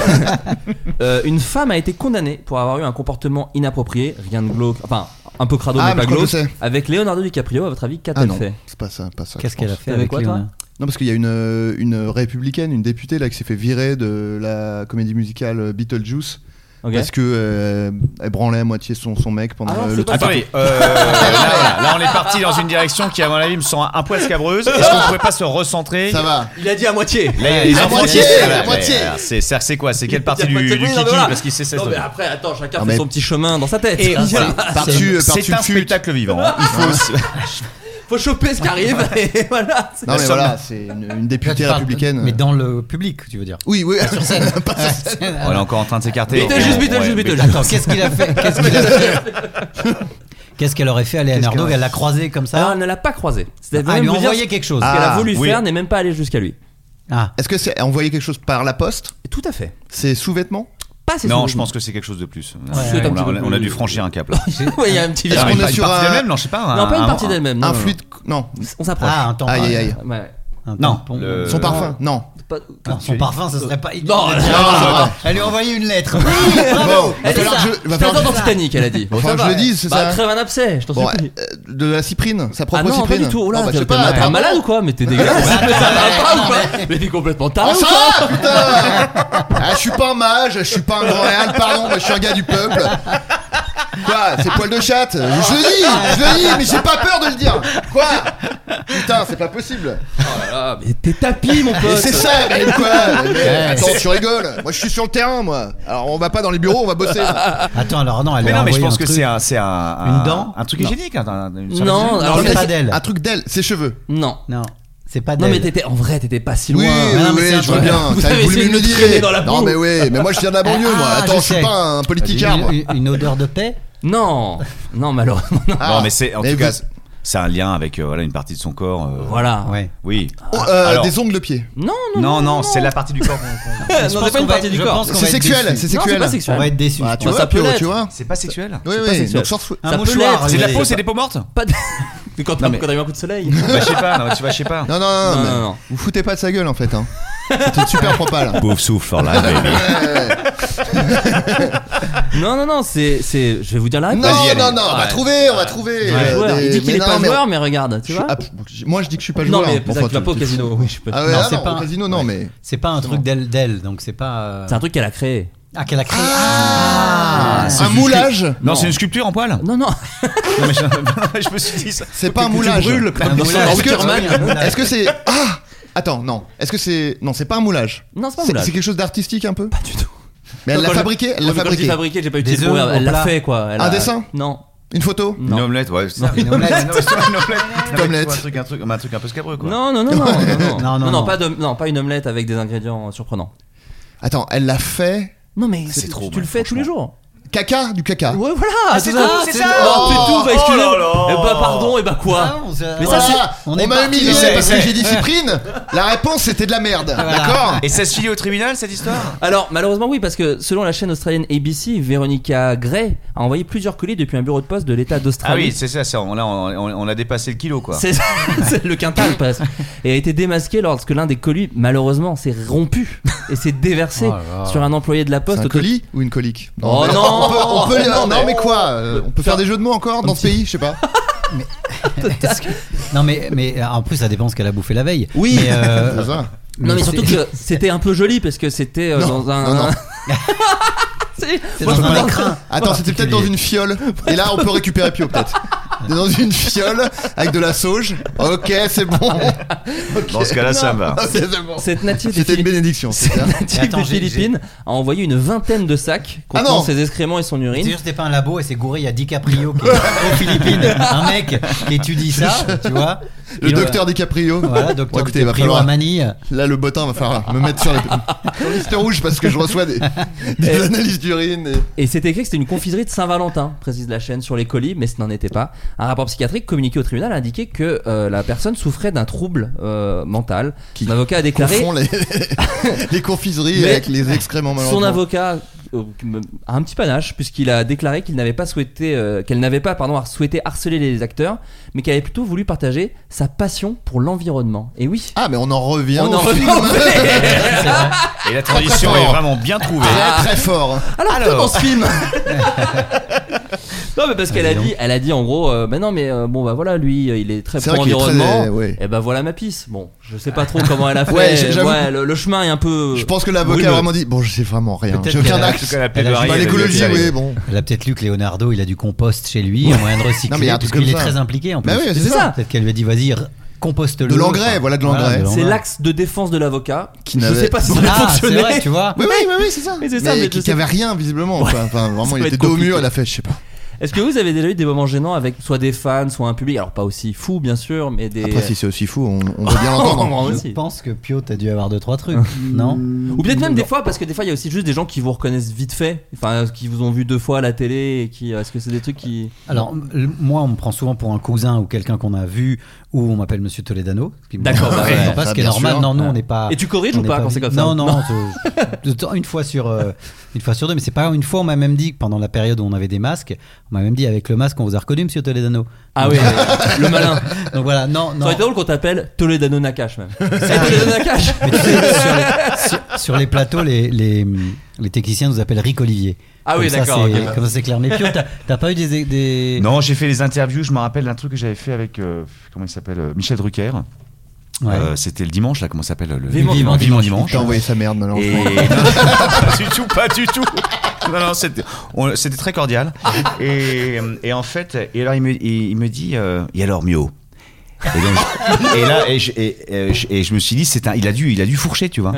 [SPEAKER 6] Euh, une femme a été condamnée pour avoir eu un comportement inapproprié, rien de glauque, enfin un peu crado
[SPEAKER 7] Ah,
[SPEAKER 6] mais
[SPEAKER 7] mais
[SPEAKER 6] pas
[SPEAKER 7] je crois que
[SPEAKER 6] glauque,
[SPEAKER 7] je sais.
[SPEAKER 6] avec Leonardo DiCaprio. À votre avis,
[SPEAKER 7] Ah
[SPEAKER 6] qu'a-t-elle
[SPEAKER 7] non,
[SPEAKER 6] fait
[SPEAKER 7] c'est pas ça, pas ça.
[SPEAKER 8] Qu'est-ce
[SPEAKER 7] je pense.
[SPEAKER 8] qu'elle a fait
[SPEAKER 6] T'avais
[SPEAKER 8] avec
[SPEAKER 6] quoi,
[SPEAKER 8] lui,
[SPEAKER 6] toi
[SPEAKER 8] là
[SPEAKER 7] Non, parce qu'il y a une, euh, une républicaine, une députée là qui s'est fait virer de la comédie musicale Beetlejuice
[SPEAKER 6] Ok.
[SPEAKER 7] parce que euh, elle branlait à moitié son, son mec pendant
[SPEAKER 6] Ah non,
[SPEAKER 7] le-
[SPEAKER 6] c'est
[SPEAKER 7] le
[SPEAKER 6] pas ça.
[SPEAKER 9] Attendez, euh, là, voilà, là, on est parti dans une direction qui, à mon avis, me sent un poil scabreuse. Est-ce qu'on pouvait pas se recentrer
[SPEAKER 7] Ça va.
[SPEAKER 6] Il a dit à moitié.
[SPEAKER 9] Là, il y a les
[SPEAKER 7] À
[SPEAKER 9] enfants
[SPEAKER 7] moitié,
[SPEAKER 9] qui-
[SPEAKER 7] à
[SPEAKER 9] voilà,
[SPEAKER 7] moitié.
[SPEAKER 9] mais, alors, C'est c'est- c'est quoi C'est quelle partie
[SPEAKER 6] Il
[SPEAKER 9] du,
[SPEAKER 6] a dit à
[SPEAKER 9] du
[SPEAKER 6] moitié, oui,
[SPEAKER 9] kiki
[SPEAKER 6] non, mais voilà.
[SPEAKER 9] Parce qu'il sait ça.
[SPEAKER 6] Non
[SPEAKER 9] ça.
[SPEAKER 6] mais après, attends, chacun
[SPEAKER 7] Non,
[SPEAKER 6] fait
[SPEAKER 7] mais-
[SPEAKER 6] son petit chemin dans sa tête.
[SPEAKER 9] Et voilà.
[SPEAKER 7] Par-dessus, euh,
[SPEAKER 9] C'est
[SPEAKER 7] par-dessus
[SPEAKER 9] un
[SPEAKER 7] le fut.
[SPEAKER 9] spectacle vivant. hein. Il faut aussi-
[SPEAKER 6] Faut choper ce qui arrive. et voilà.
[SPEAKER 7] Non mais
[SPEAKER 9] somme.
[SPEAKER 7] voilà, c'est une, une députée républicaine. euh.
[SPEAKER 8] Mais dans le public, tu veux dire.
[SPEAKER 7] Oui, oui, sur scène. pas sur scène.
[SPEAKER 2] On est encore en train de s'écarter.
[SPEAKER 6] Beetlejuice,
[SPEAKER 2] Ouais,
[SPEAKER 6] Beetlejuice,
[SPEAKER 2] ouais,
[SPEAKER 6] Beetlejuice.
[SPEAKER 8] Attends, qu'est-ce qu'il a fait Qu'est-ce qu'il a fait Qu'est-ce qu'elle aurait fait à Leonardo
[SPEAKER 7] qu'elle-
[SPEAKER 8] Elle l'a croisé comme
[SPEAKER 6] Alors,
[SPEAKER 8] ça
[SPEAKER 6] elle Ah, ne l'a pas croisé. C'est-à-dire
[SPEAKER 8] Ah, elle lui
[SPEAKER 6] même
[SPEAKER 8] a
[SPEAKER 6] vous dire
[SPEAKER 8] envoyé quelque chose.
[SPEAKER 6] Ce qu'elle a
[SPEAKER 7] Ah,
[SPEAKER 6] voulu
[SPEAKER 9] oui.
[SPEAKER 6] faire n'est même pas allé jusqu'à lui.
[SPEAKER 8] Ah,
[SPEAKER 7] Est-ce que c'est envoyer quelque chose par la poste
[SPEAKER 6] Tout à fait.
[SPEAKER 7] C'est sous-vêtements
[SPEAKER 6] Pas ses
[SPEAKER 2] Non,
[SPEAKER 6] sous-
[SPEAKER 2] je pense que c'est quelque chose de plus.
[SPEAKER 6] Ouais,
[SPEAKER 2] on, a,
[SPEAKER 6] ouais.
[SPEAKER 2] on a dû franchir un cap là.
[SPEAKER 6] Ouais, il y a un petit
[SPEAKER 7] Est-ce
[SPEAKER 2] Ah,
[SPEAKER 6] virage.
[SPEAKER 7] qu'on est sur un-
[SPEAKER 2] même Non, je sais pas.
[SPEAKER 6] Non, pas une
[SPEAKER 2] un-
[SPEAKER 6] partie
[SPEAKER 2] un-
[SPEAKER 6] d'elle-même. Eh ben, non,
[SPEAKER 7] Un
[SPEAKER 6] non.
[SPEAKER 7] fluide Non.
[SPEAKER 6] On s'approche.
[SPEAKER 8] ah un tampon.
[SPEAKER 7] Aïe aïe aïe.
[SPEAKER 6] Ouais.
[SPEAKER 8] Un
[SPEAKER 2] Non,
[SPEAKER 8] tampon.
[SPEAKER 2] le-
[SPEAKER 7] Son parfum Non.
[SPEAKER 6] Euh, Pas-
[SPEAKER 8] Non, son parfum, ce serait pas.
[SPEAKER 6] Non,
[SPEAKER 8] Elle-
[SPEAKER 6] non,
[SPEAKER 7] non, non.
[SPEAKER 8] Elle lui a envoyé une lettre.
[SPEAKER 7] Bon, va
[SPEAKER 6] Elle est
[SPEAKER 7] falloir
[SPEAKER 6] ça.
[SPEAKER 7] que je- va
[SPEAKER 6] C'était
[SPEAKER 7] falloir que
[SPEAKER 6] dans
[SPEAKER 7] je-
[SPEAKER 6] Titanic, elle a dit.
[SPEAKER 7] Va falloir que je le dise, c'est
[SPEAKER 6] Bah,
[SPEAKER 7] ça hein.
[SPEAKER 6] crève un abcès, je t'en
[SPEAKER 7] Bon,
[SPEAKER 6] supplie.
[SPEAKER 7] euh, de la cyprine, sa propre
[SPEAKER 6] Ah non, pas
[SPEAKER 7] cyprine
[SPEAKER 6] du tout. Oh
[SPEAKER 7] Ah
[SPEAKER 6] là,
[SPEAKER 7] bah, je
[SPEAKER 6] t'es
[SPEAKER 7] sais
[SPEAKER 6] t'es
[SPEAKER 7] pas, attends. bah,
[SPEAKER 6] malade ou quoi Mais t'es dégueulasse. Mais ça va pas ou quoi Mais t'es complètement taré
[SPEAKER 7] Ah,
[SPEAKER 6] ou
[SPEAKER 7] ça
[SPEAKER 6] quoi
[SPEAKER 7] va, putain Ah, je suis pas un mage, je suis pas un grand réal, pardon, mais je suis un gars du peuple. Quoi C'est poil de chatte Je le dis, je le dis, mais j'ai pas peur de le dire. Quoi Putain, c'est pas possible.
[SPEAKER 6] Ah, Mais t'es tapis, mon
[SPEAKER 7] Et
[SPEAKER 6] pote.
[SPEAKER 7] c'est ça, mais quoi Mais Attends, tu rigoles. Moi, je suis sur le terrain, moi. Alors, on va pas dans les bureaux, on va bosser.
[SPEAKER 8] Attends, alors non, elle
[SPEAKER 2] Mais
[SPEAKER 8] lui a
[SPEAKER 2] non, mais je
[SPEAKER 8] envoyé
[SPEAKER 2] pense
[SPEAKER 8] un
[SPEAKER 2] que
[SPEAKER 8] truc.
[SPEAKER 2] c'est un, c'est un, un-
[SPEAKER 8] Une dent
[SPEAKER 2] un truc
[SPEAKER 8] Non.
[SPEAKER 2] hygiénique. un- un- une serviette
[SPEAKER 6] Non,
[SPEAKER 2] hygiénique.
[SPEAKER 6] alors
[SPEAKER 8] Non,
[SPEAKER 6] le
[SPEAKER 8] c'est
[SPEAKER 6] mec-
[SPEAKER 8] pas d'elle.
[SPEAKER 7] Un truc d'elle, ses cheveux.
[SPEAKER 6] Non.
[SPEAKER 8] Non, c'est pas
[SPEAKER 6] Non,
[SPEAKER 8] d'elle.
[SPEAKER 6] mais t'étais. En vrai, t'étais pas si loin.
[SPEAKER 7] Oui,
[SPEAKER 8] mais non, mais
[SPEAKER 7] oui,
[SPEAKER 8] c'est un
[SPEAKER 7] je vois
[SPEAKER 8] truc.
[SPEAKER 7] bien.
[SPEAKER 6] Vous
[SPEAKER 7] T'as
[SPEAKER 6] avez
[SPEAKER 7] voulu
[SPEAKER 6] essayé
[SPEAKER 7] me le
[SPEAKER 6] de traîner
[SPEAKER 7] dire.
[SPEAKER 6] dans la
[SPEAKER 7] non,
[SPEAKER 6] boue.
[SPEAKER 7] mais oui, mais moi, je viens de la banlieue, moi.
[SPEAKER 8] Ah,
[SPEAKER 7] Attends,
[SPEAKER 8] je
[SPEAKER 7] je suis
[SPEAKER 8] sais.
[SPEAKER 7] pas un politicard, moi.
[SPEAKER 8] une, une- une odeur de paix.
[SPEAKER 6] Non, non, malheureusement. non.
[SPEAKER 2] Non, mais c'est en
[SPEAKER 7] Ah. Mais
[SPEAKER 2] tout
[SPEAKER 7] vous-
[SPEAKER 2] cas, c'est un lien avec euh, voilà une partie de son corps. euh,
[SPEAKER 6] Voilà.
[SPEAKER 8] Ouais.
[SPEAKER 2] Oui.
[SPEAKER 7] Oh, euh,
[SPEAKER 2] ah, Alors-
[SPEAKER 7] Des ongles de pied.
[SPEAKER 6] Non, non,
[SPEAKER 2] Non, non, c'est la partie du corps. qu'on- qu'on-
[SPEAKER 6] non,
[SPEAKER 8] Je pense
[SPEAKER 6] c'est pas
[SPEAKER 8] qu'on
[SPEAKER 6] une
[SPEAKER 8] va
[SPEAKER 6] partie
[SPEAKER 8] être-
[SPEAKER 6] du
[SPEAKER 8] je
[SPEAKER 6] corps.
[SPEAKER 8] pense qu'on va
[SPEAKER 7] C'est
[SPEAKER 8] être
[SPEAKER 7] sexuel,
[SPEAKER 8] déçus.
[SPEAKER 7] c'est
[SPEAKER 6] Non, c'est
[SPEAKER 7] sexuel.
[SPEAKER 6] pas
[SPEAKER 8] On va
[SPEAKER 6] sexuel.
[SPEAKER 8] être déçu.
[SPEAKER 7] Ah, tu
[SPEAKER 6] Ça
[SPEAKER 7] vois,
[SPEAKER 6] peut
[SPEAKER 7] Pio,
[SPEAKER 6] l'être.
[SPEAKER 7] tu vois.
[SPEAKER 2] C'est pas sexuel.
[SPEAKER 7] Oui,
[SPEAKER 6] pas
[SPEAKER 7] oui,
[SPEAKER 6] sexuel.
[SPEAKER 7] donc sors-
[SPEAKER 6] Ça
[SPEAKER 8] Un
[SPEAKER 6] peut
[SPEAKER 8] mouchoir.
[SPEAKER 6] l'être.
[SPEAKER 2] C'est de la
[SPEAKER 8] mais-
[SPEAKER 2] peau, c'est des peaux mortes.
[SPEAKER 6] Pas de- Quand t'as
[SPEAKER 2] mais-
[SPEAKER 6] quand t'as eu un coup de soleil.
[SPEAKER 2] Bah, je sais pas. Non, tu vas, je sais pas.
[SPEAKER 7] Non, non, non,
[SPEAKER 6] Non,
[SPEAKER 7] mais
[SPEAKER 6] non, non.
[SPEAKER 7] Vous foutez pas de sa gueule en fait. Hein. C'était super propre là.
[SPEAKER 2] Pauvre souffle là, baby.
[SPEAKER 6] Non, non, non, c'est. c'est- Je vais vous dire la
[SPEAKER 7] Non,
[SPEAKER 6] réponse.
[SPEAKER 7] non, non, on va
[SPEAKER 2] Ouais.
[SPEAKER 7] trouver, on va trouver.
[SPEAKER 6] Il est
[SPEAKER 7] euh,
[SPEAKER 6] joueur.
[SPEAKER 7] des-
[SPEAKER 6] Il dit qu'il
[SPEAKER 7] mais
[SPEAKER 6] est
[SPEAKER 7] non,
[SPEAKER 6] pas
[SPEAKER 7] mais-
[SPEAKER 6] joueur, mais regarde, tu
[SPEAKER 7] Je-
[SPEAKER 6] vois.
[SPEAKER 7] ah, pff, Moi je dis que je suis pas
[SPEAKER 6] Non,
[SPEAKER 7] joueur.
[SPEAKER 6] mais
[SPEAKER 7] hein.
[SPEAKER 6] peut-être
[SPEAKER 7] Enfin,
[SPEAKER 6] qu'il va
[SPEAKER 7] tu-
[SPEAKER 6] pas au
[SPEAKER 7] tu-
[SPEAKER 6] casino. Oui, je peux.
[SPEAKER 7] Ah ouais,
[SPEAKER 8] Non,
[SPEAKER 7] ah
[SPEAKER 8] c'est
[SPEAKER 7] non,
[SPEAKER 8] pas
[SPEAKER 7] au
[SPEAKER 8] un-
[SPEAKER 7] casino, non, mais.
[SPEAKER 8] C'est pas un truc d'elle, d'elle, donc c'est pas. euh,
[SPEAKER 6] C'est un truc qu'elle a créé.
[SPEAKER 8] Ah, qu'elle a créé. Ah,
[SPEAKER 2] c'est
[SPEAKER 7] Un
[SPEAKER 2] juste-
[SPEAKER 7] moulage
[SPEAKER 2] Non, c'est une sculpture en poil
[SPEAKER 6] Non, non.
[SPEAKER 2] Non, mais je, je me suis dit ça.
[SPEAKER 7] C'est pas un moulage.
[SPEAKER 2] brûles,
[SPEAKER 7] Est-ce que-
[SPEAKER 8] moulage.
[SPEAKER 7] Est-ce
[SPEAKER 8] Superman.
[SPEAKER 7] que est-ce que c'est ah Attends, non. Est-ce que c'est non, c'est pas un moulage.
[SPEAKER 6] Non, c'est pas un moulage.
[SPEAKER 7] C'est quelque chose d'artistique un peu.
[SPEAKER 6] Pas du tout.
[SPEAKER 7] Mais elle l'a
[SPEAKER 6] Quand je-
[SPEAKER 7] fabriqué, elle
[SPEAKER 6] Ouais,
[SPEAKER 7] l'a
[SPEAKER 6] mais quand je dis
[SPEAKER 7] fabriqué.
[SPEAKER 6] fabriqué, j'ai pas utilisé
[SPEAKER 8] Des
[SPEAKER 6] le mot,
[SPEAKER 8] œufs
[SPEAKER 6] Elle
[SPEAKER 8] au
[SPEAKER 6] l'a
[SPEAKER 8] plat.
[SPEAKER 6] fait quoi. Elle
[SPEAKER 7] Un
[SPEAKER 6] a-
[SPEAKER 7] dessin
[SPEAKER 6] Non.
[SPEAKER 7] Une photo
[SPEAKER 6] Non.
[SPEAKER 2] Une omelette, ouais.
[SPEAKER 8] Non, une omelette.
[SPEAKER 2] Non, mais c'est pas une omelette. Non, mais
[SPEAKER 7] omelette.
[SPEAKER 2] c'est Un truc, un, truc, un truc un peu scabreux, quoi.
[SPEAKER 6] Non, non, non, non, non, non,
[SPEAKER 8] Non, non,
[SPEAKER 6] non,
[SPEAKER 8] non.
[SPEAKER 6] pas de, non, pas une omelette avec des ingrédients surprenants.
[SPEAKER 7] Attends, elle l'a fait
[SPEAKER 6] Non, mais
[SPEAKER 2] C'est
[SPEAKER 6] tu-
[SPEAKER 2] trop,
[SPEAKER 6] Tu le
[SPEAKER 2] ouais,
[SPEAKER 6] fais tous les
[SPEAKER 2] franchement.
[SPEAKER 6] jours.
[SPEAKER 7] caca du caca.
[SPEAKER 6] Ouais, voilà.
[SPEAKER 8] c'est
[SPEAKER 6] tout
[SPEAKER 8] tout, c'est ça.
[SPEAKER 6] Oh, c'est tout. Bah, excusez-moi.
[SPEAKER 2] Oh là là.
[SPEAKER 6] Eh bah, pardon. Et bah quoi
[SPEAKER 8] Ah, on s'est-
[SPEAKER 6] Mais ça,
[SPEAKER 7] Voilà,
[SPEAKER 6] c'est-
[SPEAKER 8] on
[SPEAKER 7] on,
[SPEAKER 8] est
[SPEAKER 7] m'a
[SPEAKER 8] parti.
[SPEAKER 7] humilié
[SPEAKER 8] Ouais,
[SPEAKER 7] parce
[SPEAKER 8] ouais.
[SPEAKER 7] que j'ai dit Cyprine. La réponse c'était de la merde.
[SPEAKER 8] Voilà.
[SPEAKER 7] D'accord.
[SPEAKER 2] Et ça se finit au tribunal, cette histoire
[SPEAKER 6] Alors malheureusement oui parce que selon la chaîne australienne ABC, Veronica Gray a envoyé plusieurs colis depuis un bureau de poste de l'État
[SPEAKER 2] Ah oui,
[SPEAKER 6] d'Australie.
[SPEAKER 2] c'est ça, c'est- on, là, on, on a dépassé le kilo, quoi.
[SPEAKER 6] C'est c'est le quintal presque. Et a été démasqué lorsque l'un des colis malheureusement s'est rompu et s'est déversé
[SPEAKER 8] Oh là là.
[SPEAKER 6] sur un employé de la
[SPEAKER 7] C'est
[SPEAKER 6] poste.
[SPEAKER 7] un colis ou une colique
[SPEAKER 6] Oh
[SPEAKER 7] mais-
[SPEAKER 6] non.
[SPEAKER 7] On peut, on peut-
[SPEAKER 6] Non,
[SPEAKER 7] non,
[SPEAKER 6] mais-
[SPEAKER 7] mais quoi euh, On peut faire des jeux de mots encore dans ce pays, je sais pas.
[SPEAKER 8] Non, mais, mais en plus, ça dépend ce qu'elle a bouffé la veille.
[SPEAKER 6] Oui.
[SPEAKER 8] Mais, euh,
[SPEAKER 7] C'est ça.
[SPEAKER 6] Non mais
[SPEAKER 8] c'est-
[SPEAKER 6] surtout que c'était un peu joli parce que c'était euh,
[SPEAKER 7] Non,
[SPEAKER 6] dans un.
[SPEAKER 7] non, non.
[SPEAKER 6] C'est-
[SPEAKER 8] dans
[SPEAKER 6] Moi, je
[SPEAKER 8] un
[SPEAKER 6] me demande-
[SPEAKER 8] écrin.
[SPEAKER 7] Attends, c'était peut-être dans une fiole. Et là, on peut récupérer Pio, peut-être. Dans une fiole avec de la sauge. Ok, c'est bon.
[SPEAKER 2] Dans ce cas-là, ça va.
[SPEAKER 7] Ok, c'est bon.
[SPEAKER 6] Cette native des
[SPEAKER 7] C'était une
[SPEAKER 6] Philippines.
[SPEAKER 7] bénédiction, c'est
[SPEAKER 6] Cette
[SPEAKER 7] clair.
[SPEAKER 6] native
[SPEAKER 8] Mais attends,
[SPEAKER 6] des
[SPEAKER 8] j'ai-
[SPEAKER 6] Philippines a envoyé une vingtaine de sacs
[SPEAKER 7] Ah
[SPEAKER 6] contenant
[SPEAKER 7] non.
[SPEAKER 6] ses excréments et son
[SPEAKER 8] c'est
[SPEAKER 6] urine.
[SPEAKER 8] juste que t'es pas un labo et c'est gouré, il y a DiCaprio qui est aux Philippines, un mec qui étudie ça, tu vois.
[SPEAKER 7] Le
[SPEAKER 8] Il-
[SPEAKER 7] docteur DiCaprio.
[SPEAKER 8] Voilà,
[SPEAKER 7] Bon,
[SPEAKER 8] docteur
[SPEAKER 7] écoutez, il va
[SPEAKER 8] DiCaprio
[SPEAKER 7] falloir-
[SPEAKER 8] à Manille.
[SPEAKER 7] Là, le bottin va falloir me mettre sur les sur les listes rouges parce que je reçois des, des
[SPEAKER 6] Et-
[SPEAKER 7] analyses d'urine. et-
[SPEAKER 6] Et c'était écrit que c'était une confiserie de Saint-Valentin, précise la chaîne, sur les colis, mais ce n'en était pas. Un rapport psychiatrique communiqué au tribunal a indiqué que euh, la personne souffrait d'un trouble euh, mental.
[SPEAKER 7] Qui
[SPEAKER 6] Son avocat a déclaré.
[SPEAKER 7] confond les, les confiseries
[SPEAKER 6] Mais-
[SPEAKER 7] avec les excréments
[SPEAKER 6] Son
[SPEAKER 7] malheureusement.
[SPEAKER 6] avocat euh, a un petit panache puisqu'il a déclaré qu'il n'avait pas souhaité euh, qu'elle n'avait pas pardon har- souhaité harceler les acteurs mais qu'elle avait plutôt voulu partager sa passion pour l'environnement et oui
[SPEAKER 7] Ah, mais on en revient.
[SPEAKER 6] On
[SPEAKER 7] au
[SPEAKER 6] en
[SPEAKER 7] film.
[SPEAKER 6] revient.
[SPEAKER 2] Et la transition
[SPEAKER 7] très
[SPEAKER 2] est
[SPEAKER 7] fort.
[SPEAKER 2] vraiment bien trouvée.
[SPEAKER 6] Ah.
[SPEAKER 7] Très, très fort.
[SPEAKER 6] Alors,
[SPEAKER 2] Alors.
[SPEAKER 6] dans ce film Non, mais parce qu'elle a dit, elle a dit en gros, euh, bah non, mais euh, bon, bah voilà, lui, euh, il est très
[SPEAKER 7] C'est
[SPEAKER 6] pro
[SPEAKER 7] vrai qu'il est très,
[SPEAKER 6] environnement.
[SPEAKER 7] euh, ouais.
[SPEAKER 6] Et bah voilà ma pisse. Bon, je sais pas trop comment elle a fait.
[SPEAKER 7] Ouais, j'ai- j'avoue.
[SPEAKER 6] le, le chemin est un peu.
[SPEAKER 7] Je pense que l'avocat a
[SPEAKER 6] brûle.
[SPEAKER 7] vraiment dit Bon, je sais vraiment rien.
[SPEAKER 8] Peut-être
[SPEAKER 7] J'ai aucun
[SPEAKER 8] qu'elle a-
[SPEAKER 2] En tout
[SPEAKER 7] axe.
[SPEAKER 2] cas, la
[SPEAKER 8] Elle a-
[SPEAKER 6] Ah,
[SPEAKER 2] plaidoirie.
[SPEAKER 7] Pas
[SPEAKER 8] elle a-
[SPEAKER 7] l'écologie,
[SPEAKER 8] elle a-
[SPEAKER 7] oui, bon.
[SPEAKER 8] Elle a peut-être lu que Leonardo, il a du compost chez lui, un moyen de recycler,
[SPEAKER 7] Non, mais il y a un
[SPEAKER 8] parce
[SPEAKER 7] truc
[SPEAKER 8] qu'il est
[SPEAKER 7] comme ça.
[SPEAKER 8] très impliqué en plus.
[SPEAKER 7] Bah oui, c'est
[SPEAKER 6] C'est ça. ça.
[SPEAKER 8] Peut-être qu'elle lui a dit, vas-y, re- composte-le.
[SPEAKER 7] De l'engrais,
[SPEAKER 8] Enfin,
[SPEAKER 7] voilà, de l'engrais.
[SPEAKER 8] de
[SPEAKER 6] C'est l'axe de défense de l'avocat. Je
[SPEAKER 7] n'avait-
[SPEAKER 6] sais pas si ça a
[SPEAKER 8] Ah, c'est
[SPEAKER 6] fonctionné.
[SPEAKER 8] vrai, tu vois.
[SPEAKER 7] Oui, oui, oui, oui, c'est ça.
[SPEAKER 6] Mais c'est ça, mais je
[SPEAKER 7] qui, qui
[SPEAKER 6] sais-
[SPEAKER 7] avait rien, visiblement. quoi. Enfin,
[SPEAKER 6] Ça
[SPEAKER 7] vraiment,
[SPEAKER 6] peut
[SPEAKER 7] il était
[SPEAKER 6] être
[SPEAKER 7] dos au
[SPEAKER 6] compliqué.
[SPEAKER 7] mur, il a fait, je sais pas.
[SPEAKER 6] Est-ce que vous avez déjà eu des moments gênants avec soit des fans, soit un public Alors pas aussi fou, bien sûr, mais des.
[SPEAKER 7] Après, si c'est aussi fou, on, on va bien
[SPEAKER 6] Moi
[SPEAKER 7] l'entendre.
[SPEAKER 6] aussi. Mm.
[SPEAKER 8] Je pense que Pio, t'as dû avoir deux, trois trucs, non
[SPEAKER 6] Ou peut-être même des fois, parce que des fois, il y a aussi juste des gens qui vous reconnaissent vite fait, enfin, qui vous ont vu deux fois à la télé, et qui, euh, est-ce que c'est des trucs qui.
[SPEAKER 8] Alors, le- moi, on me prend souvent pour un cousin ou quelqu'un qu'on a vu, ou on m'appelle Monsieur Toledano. ce qui me-
[SPEAKER 6] D'accord, bah
[SPEAKER 8] Ça,
[SPEAKER 6] ouais.
[SPEAKER 8] c'est pas
[SPEAKER 7] Ça,
[SPEAKER 8] ce qui est
[SPEAKER 7] Ah, bien
[SPEAKER 8] normal.
[SPEAKER 7] sûr.
[SPEAKER 8] Non, non,
[SPEAKER 6] Ouais.
[SPEAKER 8] on n'est pas.
[SPEAKER 6] Et tu corriges
[SPEAKER 8] Ah, on
[SPEAKER 6] ou
[SPEAKER 8] n'est
[SPEAKER 6] pas quand c'est
[SPEAKER 8] vite.
[SPEAKER 6] comme ça
[SPEAKER 8] Non, non. je- de temps- une fois sur, euh, une fois sur deux, mais c'est pas une fois. On m'a même dit que pendant la période où on avait des masques, on m'a même dit avec le masque, on vous a reconnu, Monsieur Toledano.
[SPEAKER 6] Ah oui, le malin.
[SPEAKER 8] Donc voilà, non,
[SPEAKER 6] Ça
[SPEAKER 8] non.
[SPEAKER 6] aurait été drôle qu'on t'appelle Toledano Nakash même. C'est Toledano Nakash
[SPEAKER 8] Mais tu sais, sur, les- sur- sur les plateaux, les, les, les techniciens nous appellent Rick Olivier.
[SPEAKER 6] Ah oui,
[SPEAKER 8] Comme ça,
[SPEAKER 6] d'accord,
[SPEAKER 8] c'est-
[SPEAKER 6] ok.
[SPEAKER 8] Comme ça, c'est clair. Mais Pio, t'as- t'as pas eu des. des...
[SPEAKER 2] Non, j'ai fait les interviews. Je me rappelle d'un truc que j'avais fait avec euh, comment il s'appelle euh, Michel Drucker.
[SPEAKER 8] Ouais.
[SPEAKER 2] Euh, C'était le dimanche là. Comment ça s'appelle le
[SPEAKER 6] Vivement Dimanche.
[SPEAKER 2] Vivement
[SPEAKER 7] T'as envoyé sa merde,
[SPEAKER 2] Et
[SPEAKER 7] malheureusement.
[SPEAKER 2] pas du tout, pas du tout. Non, non, c'était on- c'était très cordial. Et, euh, et en fait, et alors il me, il, il me dit, euh, et alors Mio et, donc, je- et là, et je, et, et je- et je me suis dit, c'est un, il a dû, il a dû fourcher, tu vois.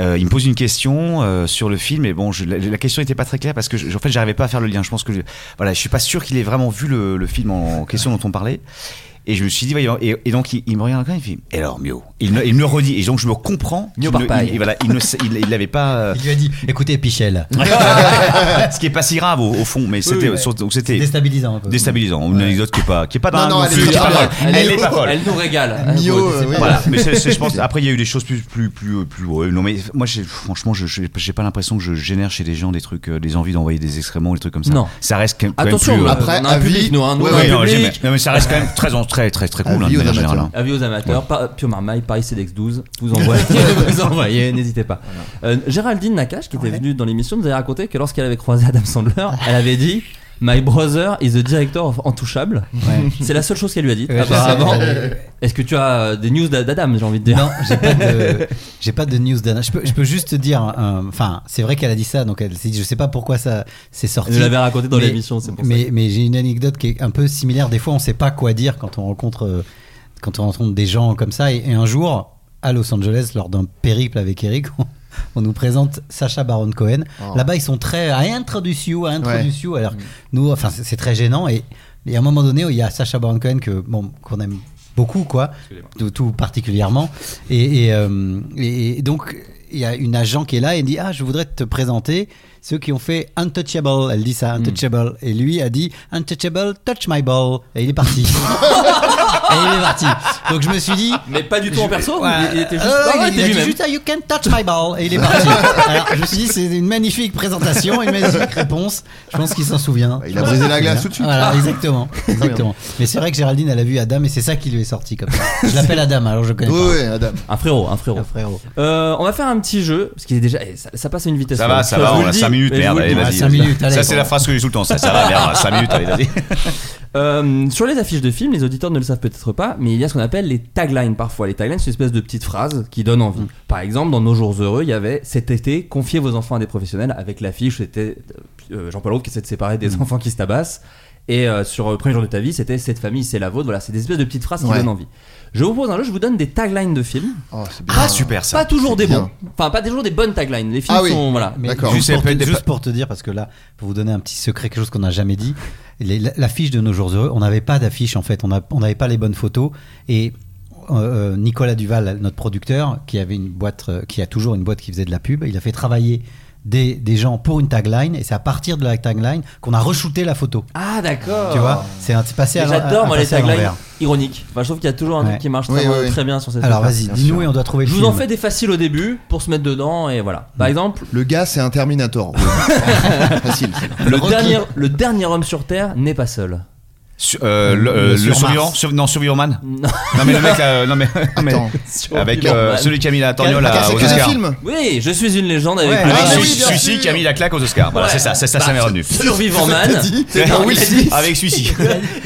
[SPEAKER 2] Euh, il me pose une question euh, sur le film, et bon, je- la, la question n'était pas très claire parce que, je, en fait, j'arrivais pas à faire le lien. Je pense que, je, voilà, je suis pas sûr qu'il ait vraiment vu le, le film en question dont on parlait. Et je me suis dit, voyons, et, et donc il, il me regarde quand même, il fait, et alors Mio, il me, il me le redit, et donc je me comprends.
[SPEAKER 6] Mio
[SPEAKER 2] qu'il ne-
[SPEAKER 6] Barpaille.
[SPEAKER 2] il- voilà, il ne, il, il l'avait pas. euh,
[SPEAKER 8] Il lui a dit écoutez, Pichel,
[SPEAKER 2] ce qui est pas si grave au, au fond, mais c'était
[SPEAKER 8] oui, ouais.
[SPEAKER 2] surtout- donc c'était
[SPEAKER 8] déstabilisant un peu.
[SPEAKER 2] déstabilisant. Une anecdote qui est pas qui est pas
[SPEAKER 7] Non,
[SPEAKER 2] dingue
[SPEAKER 7] non, elle
[SPEAKER 2] plus,
[SPEAKER 7] est
[SPEAKER 2] qui
[SPEAKER 7] très
[SPEAKER 2] pas
[SPEAKER 7] bien.
[SPEAKER 2] folle. Elle, est pas folle.
[SPEAKER 6] Elle nous régale. hein, vous,
[SPEAKER 7] Mio,
[SPEAKER 6] c'est
[SPEAKER 7] euh,
[SPEAKER 6] pas-
[SPEAKER 7] oui.
[SPEAKER 2] Voilà, mais c'est- c'est- je pense. Après, il y a eu des choses plus, plus, plus, euh, plus. ouais, non, mais moi, j'ai- franchement, je je- j'ai pas l'impression que je génère chez les gens des trucs, euh, des envies d'envoyer des excréments, des trucs comme ça.
[SPEAKER 6] Non.
[SPEAKER 2] Ça reste quand quand même
[SPEAKER 6] Attention,
[SPEAKER 2] plus.
[SPEAKER 6] on
[SPEAKER 2] euh,
[SPEAKER 6] a-
[SPEAKER 7] Après,
[SPEAKER 6] on a un
[SPEAKER 7] avis-
[SPEAKER 6] public, nous, hein, nous,
[SPEAKER 7] Ouais,
[SPEAKER 6] on a un
[SPEAKER 2] oui, non,
[SPEAKER 6] public.
[SPEAKER 2] j'aime- non, mais ça reste quand même très, très, très, très cool,
[SPEAKER 7] Avis
[SPEAKER 2] hein, de
[SPEAKER 7] aux
[SPEAKER 2] manière
[SPEAKER 7] amateurs.
[SPEAKER 2] générale. hein.
[SPEAKER 6] Avis aux amateurs, par- Pio Marmaille, Paris CDX 12, vous envoyez, vous envoyez, n'hésitez pas. Euh, Géraldine Nakache, qui était venue dans l'émission, nous avait raconté que lorsqu'elle avait croisé Adam Sandler, elle avait dit My brother is the director of Intouchable.
[SPEAKER 8] Ouais.
[SPEAKER 6] C'est la seule chose qu'elle lui a dite.
[SPEAKER 8] Ouais, je
[SPEAKER 6] apparemment.
[SPEAKER 8] sais.
[SPEAKER 6] Est-ce que tu as euh, des news d'A- d'Adam, j'ai envie de dire
[SPEAKER 8] Non, j'ai pas de, j'ai pas de news d'Anna. Je peux, je peux juste te dire, euh, enfin, c'est vrai qu'elle a dit ça, donc elle s'est dit, je sais pas pourquoi ça s'est sorti.
[SPEAKER 6] Elle nous l'avait raconté dans
[SPEAKER 8] Mais-
[SPEAKER 6] l'émission, c'est pour ça.
[SPEAKER 8] mais, Mais j'ai une anecdote qui est un peu similaire. Des fois, on sait pas quoi dire quand on rencontre, euh, quand on rencontre des gens comme ça. Et, et un jour, à Los Angeles, lors d'un périple avec Eric, on, on nous présente Sacha Baron Cohen.
[SPEAKER 7] Oh.
[SPEAKER 8] Là-bas, ils sont très à introduce you, à introduce you, alors que nous, enfin, c'est c'est très gênant. Et, et à un moment donné, il y a Sacha Baron Cohen que bon, qu'on aime beaucoup, quoi, tout, tout particulièrement. Et, et, euh, et- et donc, il y a une agent qui est là et dit Ah, je voudrais te présenter ceux qui ont fait Untouchable. Elle dit ça, Untouchable. Et lui a dit Untouchable, touch my ball. Et il est parti. et il est parti. Donc, je me suis dit
[SPEAKER 6] Mais pas du tout en perso
[SPEAKER 8] Ouais.
[SPEAKER 6] Oh, il, il était juste,
[SPEAKER 8] Euh,
[SPEAKER 6] Ah ouais,
[SPEAKER 8] il-
[SPEAKER 6] t'es
[SPEAKER 8] il a dit
[SPEAKER 6] lui-même.
[SPEAKER 8] juste, Ah, you can touch my ball et il est parti. Alors, je me suis dit c'est une magnifique présentation, une magnifique réponse. Je pense qu'il s'en souvient.
[SPEAKER 7] Il a brisé la glace tout de suite.
[SPEAKER 8] Voilà, exactement, exactement. Mais c'est vrai que Géraldine elle a vu Adam et c'est ça qui lui est sorti comme ça. Je l'appelle Adam alors je le connais
[SPEAKER 7] Oui,
[SPEAKER 8] pas.
[SPEAKER 7] oui, Adam.
[SPEAKER 6] Un frérot, un frérot.
[SPEAKER 8] Ah, frérot.
[SPEAKER 6] Euh, on va faire un petit jeu, parce qu'il est déjà. eh, Ça, ça passe à une vitesse.
[SPEAKER 2] Ça va,
[SPEAKER 6] folle.
[SPEAKER 2] ça
[SPEAKER 6] Je
[SPEAKER 2] va,
[SPEAKER 6] vous
[SPEAKER 2] on
[SPEAKER 6] le
[SPEAKER 2] a
[SPEAKER 6] dis,
[SPEAKER 2] 5 minutes,
[SPEAKER 6] mais je
[SPEAKER 2] merde,
[SPEAKER 6] vous le
[SPEAKER 2] allez,
[SPEAKER 6] dis.
[SPEAKER 2] vas-y.
[SPEAKER 8] cinq minutes, allez,
[SPEAKER 2] ça, c'est
[SPEAKER 8] bon.
[SPEAKER 2] la phrase que j'ai tout le temps, ça, ça va, merde, 5 minutes, allez, vas-y.
[SPEAKER 6] Euh, sur les affiches de films, les auditeurs ne le savent peut-être pas, mais il y a ce qu'on appelle les taglines parfois. Les taglines, c'est une espèce de petite phrase qui donne envie.
[SPEAKER 8] Mm.
[SPEAKER 6] Par exemple, dans Nos Jours Heureux, il y avait Cet été, confiez vos enfants à des professionnels avec l'affiche, c'était euh, Jean-Paul Rouve qui essaie de séparer
[SPEAKER 8] Mm.
[SPEAKER 6] des enfants qui se tabassent. Et euh, sur euh, Premier jour de ta vie, c'était Cette famille, c'est la vôtre. Voilà, c'est des espèces de petites phrases qui
[SPEAKER 7] Ouais.
[SPEAKER 6] donnent envie. Je vous propose un jeu, je vous donne des taglines de films.
[SPEAKER 7] Oh, c'est bien.
[SPEAKER 2] Ah, super ça.
[SPEAKER 6] pas toujours des
[SPEAKER 7] bien.
[SPEAKER 6] bons. Enfin, pas toujours des bonnes taglines. Les films
[SPEAKER 7] Ah oui.
[SPEAKER 6] sont. Voilà.
[SPEAKER 8] Mais
[SPEAKER 7] D'accord.
[SPEAKER 8] Juste,
[SPEAKER 2] Juste,
[SPEAKER 8] pour
[SPEAKER 2] elle peut
[SPEAKER 8] te,
[SPEAKER 2] être des
[SPEAKER 8] juste
[SPEAKER 2] pa-
[SPEAKER 8] pour te dire, parce que là, pour vous donner un petit secret, quelque chose qu'on n'a jamais dit, les- la- l'affiche de Nos Jours Heureux, on n'avait pas d'affiche en fait, on a- on n'avait pas les bonnes photos. Et euh, euh, Nicolas Duval, notre producteur, qui avait une boîte, euh, qui a toujours une boîte qui faisait de la pub, il a fait travailler des, des gens pour une tagline, et c'est à partir de la tagline qu'on a reshooté la photo.
[SPEAKER 6] Ah, d'accord.
[SPEAKER 8] Tu vois, c'est un- c'est passé à
[SPEAKER 6] Et
[SPEAKER 8] l'en- à-
[SPEAKER 6] J'adore moi les
[SPEAKER 8] passé à
[SPEAKER 6] taglines
[SPEAKER 8] l'envers.
[SPEAKER 6] ironiques. Enfin, je trouve qu'il y a toujours un truc
[SPEAKER 8] Ouais.
[SPEAKER 6] qui marche
[SPEAKER 7] Oui,
[SPEAKER 6] très,
[SPEAKER 7] oui, oui.
[SPEAKER 6] très bien sur cette
[SPEAKER 8] Alors
[SPEAKER 6] époque-là.
[SPEAKER 8] vas-y,
[SPEAKER 7] Bien
[SPEAKER 8] dis-nous
[SPEAKER 7] sûr.
[SPEAKER 8] et on doit trouver le
[SPEAKER 6] Je vous en
[SPEAKER 8] film.
[SPEAKER 6] fais des faciles au début pour se mettre dedans et voilà. Par exemple,
[SPEAKER 7] Le gars, c'est un Terminator. Facile.
[SPEAKER 6] le,
[SPEAKER 7] Rocky.
[SPEAKER 6] dernier, le dernier homme sur Terre n'est pas seul.
[SPEAKER 2] Sur- euh, le, euh,
[SPEAKER 8] Le
[SPEAKER 2] le
[SPEAKER 8] sur Mars.
[SPEAKER 2] survivant sur- Non, survivant man
[SPEAKER 6] Non.
[SPEAKER 2] Non, mais le mec, là, euh, non, mais. mais-
[SPEAKER 7] Attends.
[SPEAKER 2] Avec
[SPEAKER 7] bah,
[SPEAKER 2] euh, celui qui a mis la torgnole
[SPEAKER 7] Ah,
[SPEAKER 2] à-
[SPEAKER 7] c'est
[SPEAKER 2] aux
[SPEAKER 7] que des
[SPEAKER 2] Oscars.
[SPEAKER 7] films
[SPEAKER 6] Oui, je suis une légende avec
[SPEAKER 8] Ouais,
[SPEAKER 6] Louis
[SPEAKER 2] Avec
[SPEAKER 7] Ah,
[SPEAKER 6] Suisse.
[SPEAKER 7] oui,
[SPEAKER 2] Su-
[SPEAKER 7] bien
[SPEAKER 2] Sucy
[SPEAKER 7] sûr.
[SPEAKER 2] qui a mis la claque aux Oscars. Voilà,
[SPEAKER 6] Ouais.
[SPEAKER 2] c'est ça, c'est ça, ça
[SPEAKER 6] Bah,
[SPEAKER 2] m'est revenu.
[SPEAKER 6] Survivant Man. C'est
[SPEAKER 2] Ah
[SPEAKER 6] dingue,
[SPEAKER 2] oui,
[SPEAKER 6] il a dit-
[SPEAKER 2] Avec Sucy.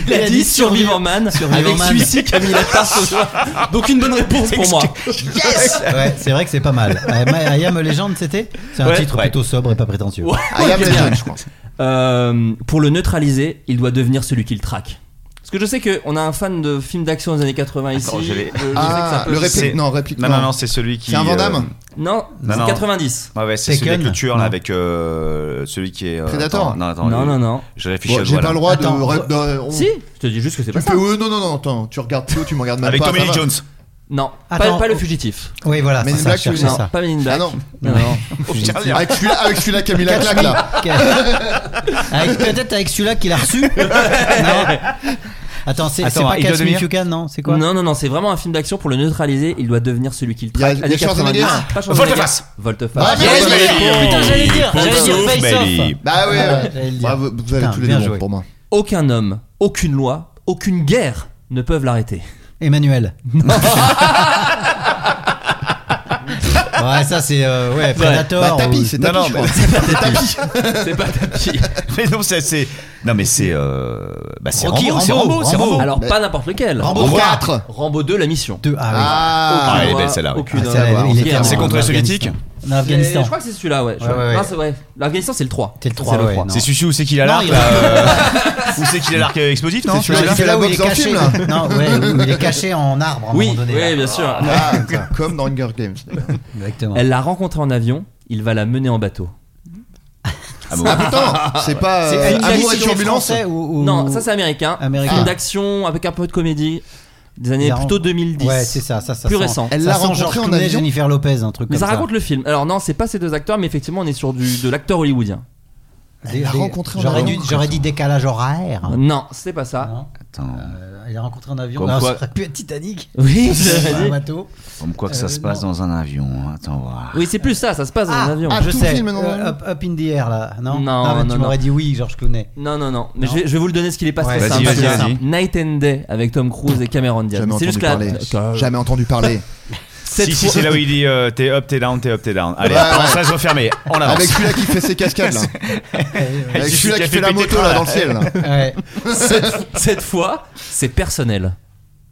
[SPEAKER 6] Il a dit Survivant Man avec
[SPEAKER 8] Man.
[SPEAKER 6] celui-ci qui a mis la tarte au doigt. Donc une bonne réponse pour moi.
[SPEAKER 8] Ouais, c'est vrai que c'est pas mal. I I am a Legend, c'était C'est un
[SPEAKER 6] Ouais.
[SPEAKER 8] titre
[SPEAKER 2] Ouais.
[SPEAKER 8] plutôt sobre et pas prétentieux.
[SPEAKER 6] Ouais.
[SPEAKER 7] I am Legend, je crois.
[SPEAKER 6] Euh, pour le neutraliser, il doit devenir celui qui le traque. Parce que je sais qu'on a un fan de films d'action des années 80 ici.
[SPEAKER 2] Attends, je vais-
[SPEAKER 6] Je- je sais que ça
[SPEAKER 7] Ah,
[SPEAKER 6] peut-
[SPEAKER 7] le
[SPEAKER 2] c'est-
[SPEAKER 7] réplique. Non, réplique.
[SPEAKER 2] Non, non, non, c'est celui qui.
[SPEAKER 7] C'est un
[SPEAKER 2] euh,
[SPEAKER 7] Vandame
[SPEAKER 6] Non,
[SPEAKER 2] Non, non.
[SPEAKER 6] 90.
[SPEAKER 2] Ouais, ouais, c'est celui
[SPEAKER 8] Taken
[SPEAKER 2] avec le tueur,
[SPEAKER 8] Non.
[SPEAKER 2] là, avec euh, celui qui est. euh,
[SPEAKER 7] Predator
[SPEAKER 2] attends, Non, attends.
[SPEAKER 6] non,
[SPEAKER 2] euh,
[SPEAKER 6] non, non.
[SPEAKER 2] Je réfléchis
[SPEAKER 7] Bon,
[SPEAKER 2] à
[SPEAKER 7] J'ai
[SPEAKER 2] voilà.
[SPEAKER 7] pas le droit de.
[SPEAKER 8] Attends,
[SPEAKER 7] ré- de- on-
[SPEAKER 6] Si, je te dis juste que c'est
[SPEAKER 7] Tu
[SPEAKER 6] pas
[SPEAKER 7] fais.
[SPEAKER 6] ça.
[SPEAKER 7] euh, Non, non, non, attends. Tu regardes Pio, tu me regardes même
[SPEAKER 2] Avec
[SPEAKER 7] pas.
[SPEAKER 2] Tommy
[SPEAKER 7] ça
[SPEAKER 2] Lee
[SPEAKER 7] va.
[SPEAKER 2] Jones.
[SPEAKER 6] Non,
[SPEAKER 8] Attends,
[SPEAKER 6] pas, pas le
[SPEAKER 8] oh.
[SPEAKER 6] fugitif.
[SPEAKER 8] Oui, voilà,
[SPEAKER 7] Mais
[SPEAKER 8] c'est
[SPEAKER 7] in
[SPEAKER 8] ça,
[SPEAKER 7] Black,
[SPEAKER 8] je cherchais
[SPEAKER 6] Non,
[SPEAKER 8] ça.
[SPEAKER 6] pas Men in
[SPEAKER 7] Ah
[SPEAKER 6] Black.
[SPEAKER 7] non.
[SPEAKER 6] non, non.
[SPEAKER 7] Oh, Avec celui-là, avec celui-là qui a mis la claque là.
[SPEAKER 8] Avec- Peut-être avec celui-là qu'il a reçu. non. Attends, c'est c'est
[SPEAKER 2] Attends,
[SPEAKER 8] pas
[SPEAKER 2] il doit
[SPEAKER 8] Catch Me If
[SPEAKER 2] devenir-
[SPEAKER 8] You Can, non C'est quoi
[SPEAKER 6] Non, non, non, c'est vraiment un film d'action pour le neutraliser. Il doit devenir celui qui le
[SPEAKER 7] Il y a-
[SPEAKER 6] traque.
[SPEAKER 7] il y a
[SPEAKER 6] Années
[SPEAKER 7] Schwarzenegger.
[SPEAKER 6] 90.
[SPEAKER 7] Ah,
[SPEAKER 6] Pas Schwarzenegger.
[SPEAKER 2] Volteface.
[SPEAKER 7] Ah,
[SPEAKER 6] Volteface.
[SPEAKER 7] bien
[SPEAKER 6] Yes,
[SPEAKER 7] joué.
[SPEAKER 6] baby.
[SPEAKER 8] Putain, j'allais dire,
[SPEAKER 2] Pulse
[SPEAKER 8] j'allais dire
[SPEAKER 2] off,
[SPEAKER 8] Face
[SPEAKER 2] baby.
[SPEAKER 7] Bah ouais,
[SPEAKER 8] Ah,
[SPEAKER 7] ouais.
[SPEAKER 8] j'allais le dire.
[SPEAKER 7] Bravo, vous avez
[SPEAKER 8] Putain,
[SPEAKER 7] tous les
[SPEAKER 8] bien
[SPEAKER 7] deux bons
[SPEAKER 8] joué.
[SPEAKER 7] pour moi.
[SPEAKER 6] Aucun homme, aucune loi, aucune guerre ne peuvent l'arrêter.
[SPEAKER 8] Emmanuel. ouais, ça c'est euh, ouais, Predator.
[SPEAKER 7] Bah,
[SPEAKER 8] ou-
[SPEAKER 7] tapis, c'est tapis,
[SPEAKER 2] non,
[SPEAKER 7] je
[SPEAKER 2] mais-
[SPEAKER 7] crois. C'est tapis.
[SPEAKER 6] C'est pas tapis.
[SPEAKER 2] Mais non, c'est- c'est. Non, mais c'est. euh, Bah, c'est
[SPEAKER 8] Rocky,
[SPEAKER 2] Rambo, c'est
[SPEAKER 8] Rambo,
[SPEAKER 2] Rambo, c'est Rambo.
[SPEAKER 6] Alors, pas n'importe lequel.
[SPEAKER 7] Rambo 4.
[SPEAKER 6] Rambo 2, la mission.
[SPEAKER 8] Deux, ah,
[SPEAKER 7] Ah,
[SPEAKER 2] Ah, elle est
[SPEAKER 6] Aucune
[SPEAKER 2] belle,
[SPEAKER 6] loi,
[SPEAKER 2] celle-là, oui.
[SPEAKER 6] aucune
[SPEAKER 8] Ah,
[SPEAKER 6] loi.
[SPEAKER 8] celle-là, elle- il était
[SPEAKER 6] Guerre.
[SPEAKER 8] en-
[SPEAKER 2] C'est contre les
[SPEAKER 8] en
[SPEAKER 2] soviétiques
[SPEAKER 8] oui. En Afghanistan.
[SPEAKER 6] Je crois que c'est celui-là, ouais. Je
[SPEAKER 8] Ouais,
[SPEAKER 6] crois-
[SPEAKER 8] ouais,
[SPEAKER 6] Ah,
[SPEAKER 8] ouais.
[SPEAKER 6] c'est vrai. L'Afghanistan, c'est le 3.
[SPEAKER 8] C'est le 3, ouais.
[SPEAKER 2] C'est Sucy où c'est qu'il a
[SPEAKER 8] Non,
[SPEAKER 2] l'arc
[SPEAKER 8] il-
[SPEAKER 2] là, euh, Où c'est qu'il a l'arc explosif, non
[SPEAKER 7] C'est celui-là
[SPEAKER 8] Ah,
[SPEAKER 7] qui fait la
[SPEAKER 8] où il est
[SPEAKER 7] boxe en
[SPEAKER 8] caché.
[SPEAKER 7] film là.
[SPEAKER 8] Non, ouais, où il est caché en arbre à un
[SPEAKER 6] Oui,
[SPEAKER 8] moment donné.
[SPEAKER 6] oui,
[SPEAKER 8] là.
[SPEAKER 6] bien sûr.
[SPEAKER 7] Ah, putain, comme dans Hunger Games.
[SPEAKER 8] Exactement.
[SPEAKER 6] Elle l'a rencontré en avion, il va la mener en bateau.
[SPEAKER 2] Ah bon.
[SPEAKER 7] Ah putain, c'est pas
[SPEAKER 8] C'est
[SPEAKER 7] euh,
[SPEAKER 8] une
[SPEAKER 7] Amour et
[SPEAKER 8] version
[SPEAKER 7] Turbulence.
[SPEAKER 8] français ou, ou-
[SPEAKER 6] Non, ça c'est américain.
[SPEAKER 8] Américain.
[SPEAKER 6] Film
[SPEAKER 8] Ah.
[SPEAKER 6] d'action avec un peu de comédie des années
[SPEAKER 8] Il a
[SPEAKER 6] plutôt 2010.
[SPEAKER 8] Ouais, c'est ça, ça, ça
[SPEAKER 6] Plus
[SPEAKER 8] sent-
[SPEAKER 6] récent.
[SPEAKER 7] Elle
[SPEAKER 8] ça
[SPEAKER 7] l'a
[SPEAKER 8] sent
[SPEAKER 7] rencontré
[SPEAKER 8] George
[SPEAKER 7] en
[SPEAKER 8] Clooney,
[SPEAKER 7] avion
[SPEAKER 8] Jennifer Lopez, un truc
[SPEAKER 6] Mais
[SPEAKER 8] comme
[SPEAKER 6] ça
[SPEAKER 8] ça.
[SPEAKER 6] raconte le film. Alors non, c'est pas ces deux acteurs, mais effectivement on est sur du, de l'acteur hollywoodien.
[SPEAKER 8] Des-
[SPEAKER 7] l'a
[SPEAKER 8] des-
[SPEAKER 7] rencontré en
[SPEAKER 8] J'aurais
[SPEAKER 7] avion.
[SPEAKER 8] dû- J'aurais dit décalage horaire.
[SPEAKER 6] Non, c'est pas ça.
[SPEAKER 8] Non.
[SPEAKER 2] Attends,
[SPEAKER 8] Euh, il a rencontré en avion.
[SPEAKER 2] Comme
[SPEAKER 8] Non,
[SPEAKER 2] quoi-
[SPEAKER 8] ça aurait pu être Titanic.
[SPEAKER 6] Oui, je
[SPEAKER 8] Sur
[SPEAKER 6] l'avais
[SPEAKER 8] un
[SPEAKER 6] dit.
[SPEAKER 8] bateau.
[SPEAKER 2] comme quoi que ça
[SPEAKER 8] Euh,
[SPEAKER 2] se passe
[SPEAKER 8] non.
[SPEAKER 2] dans un avion. hein, Attends, voir.
[SPEAKER 6] Oui, c'est plus ça, ça se passe dans un avion.
[SPEAKER 7] ah,
[SPEAKER 8] je
[SPEAKER 7] tout
[SPEAKER 8] sais.
[SPEAKER 7] film, non,
[SPEAKER 8] Euh,
[SPEAKER 7] non, non.
[SPEAKER 8] up, up in the air là, non
[SPEAKER 6] Non,
[SPEAKER 8] Ah, mais
[SPEAKER 6] non,
[SPEAKER 8] tu
[SPEAKER 6] non.
[SPEAKER 8] m'aurais dit oui, George Clooney.
[SPEAKER 6] Non, non, non. Mais
[SPEAKER 8] Non.
[SPEAKER 6] Je, vais, je vais vous le donner ce qu'il est pas
[SPEAKER 8] Ouais,
[SPEAKER 6] très
[SPEAKER 2] vas-y,
[SPEAKER 6] simple.
[SPEAKER 2] vas-y,
[SPEAKER 6] C'est
[SPEAKER 2] vas-y.
[SPEAKER 6] simple. Night and Day avec Tom Cruise et Cameron Diaz.
[SPEAKER 7] Jamais
[SPEAKER 6] C'est
[SPEAKER 7] entendu
[SPEAKER 6] juste que la-
[SPEAKER 7] parler. Jamais entendu parler.
[SPEAKER 6] Cette
[SPEAKER 2] si, si,
[SPEAKER 6] fois-
[SPEAKER 2] c'est là où il dit euh, t'es up, t'es down, t'es up, t'es down. Allez,
[SPEAKER 7] Ouais,
[SPEAKER 2] on
[SPEAKER 7] ouais.
[SPEAKER 2] se refermé. On avance.
[SPEAKER 7] Avec celui-là qui fait ses cascades là. Avec
[SPEAKER 2] Celui
[SPEAKER 7] celui-là
[SPEAKER 2] qui a
[SPEAKER 7] qui
[SPEAKER 2] fait
[SPEAKER 7] fait la
[SPEAKER 2] péter
[SPEAKER 7] moto
[SPEAKER 2] le
[SPEAKER 7] là
[SPEAKER 2] train,
[SPEAKER 7] dans le ciel. là.
[SPEAKER 8] Ouais.
[SPEAKER 6] cette, cette fois, c'est personnel.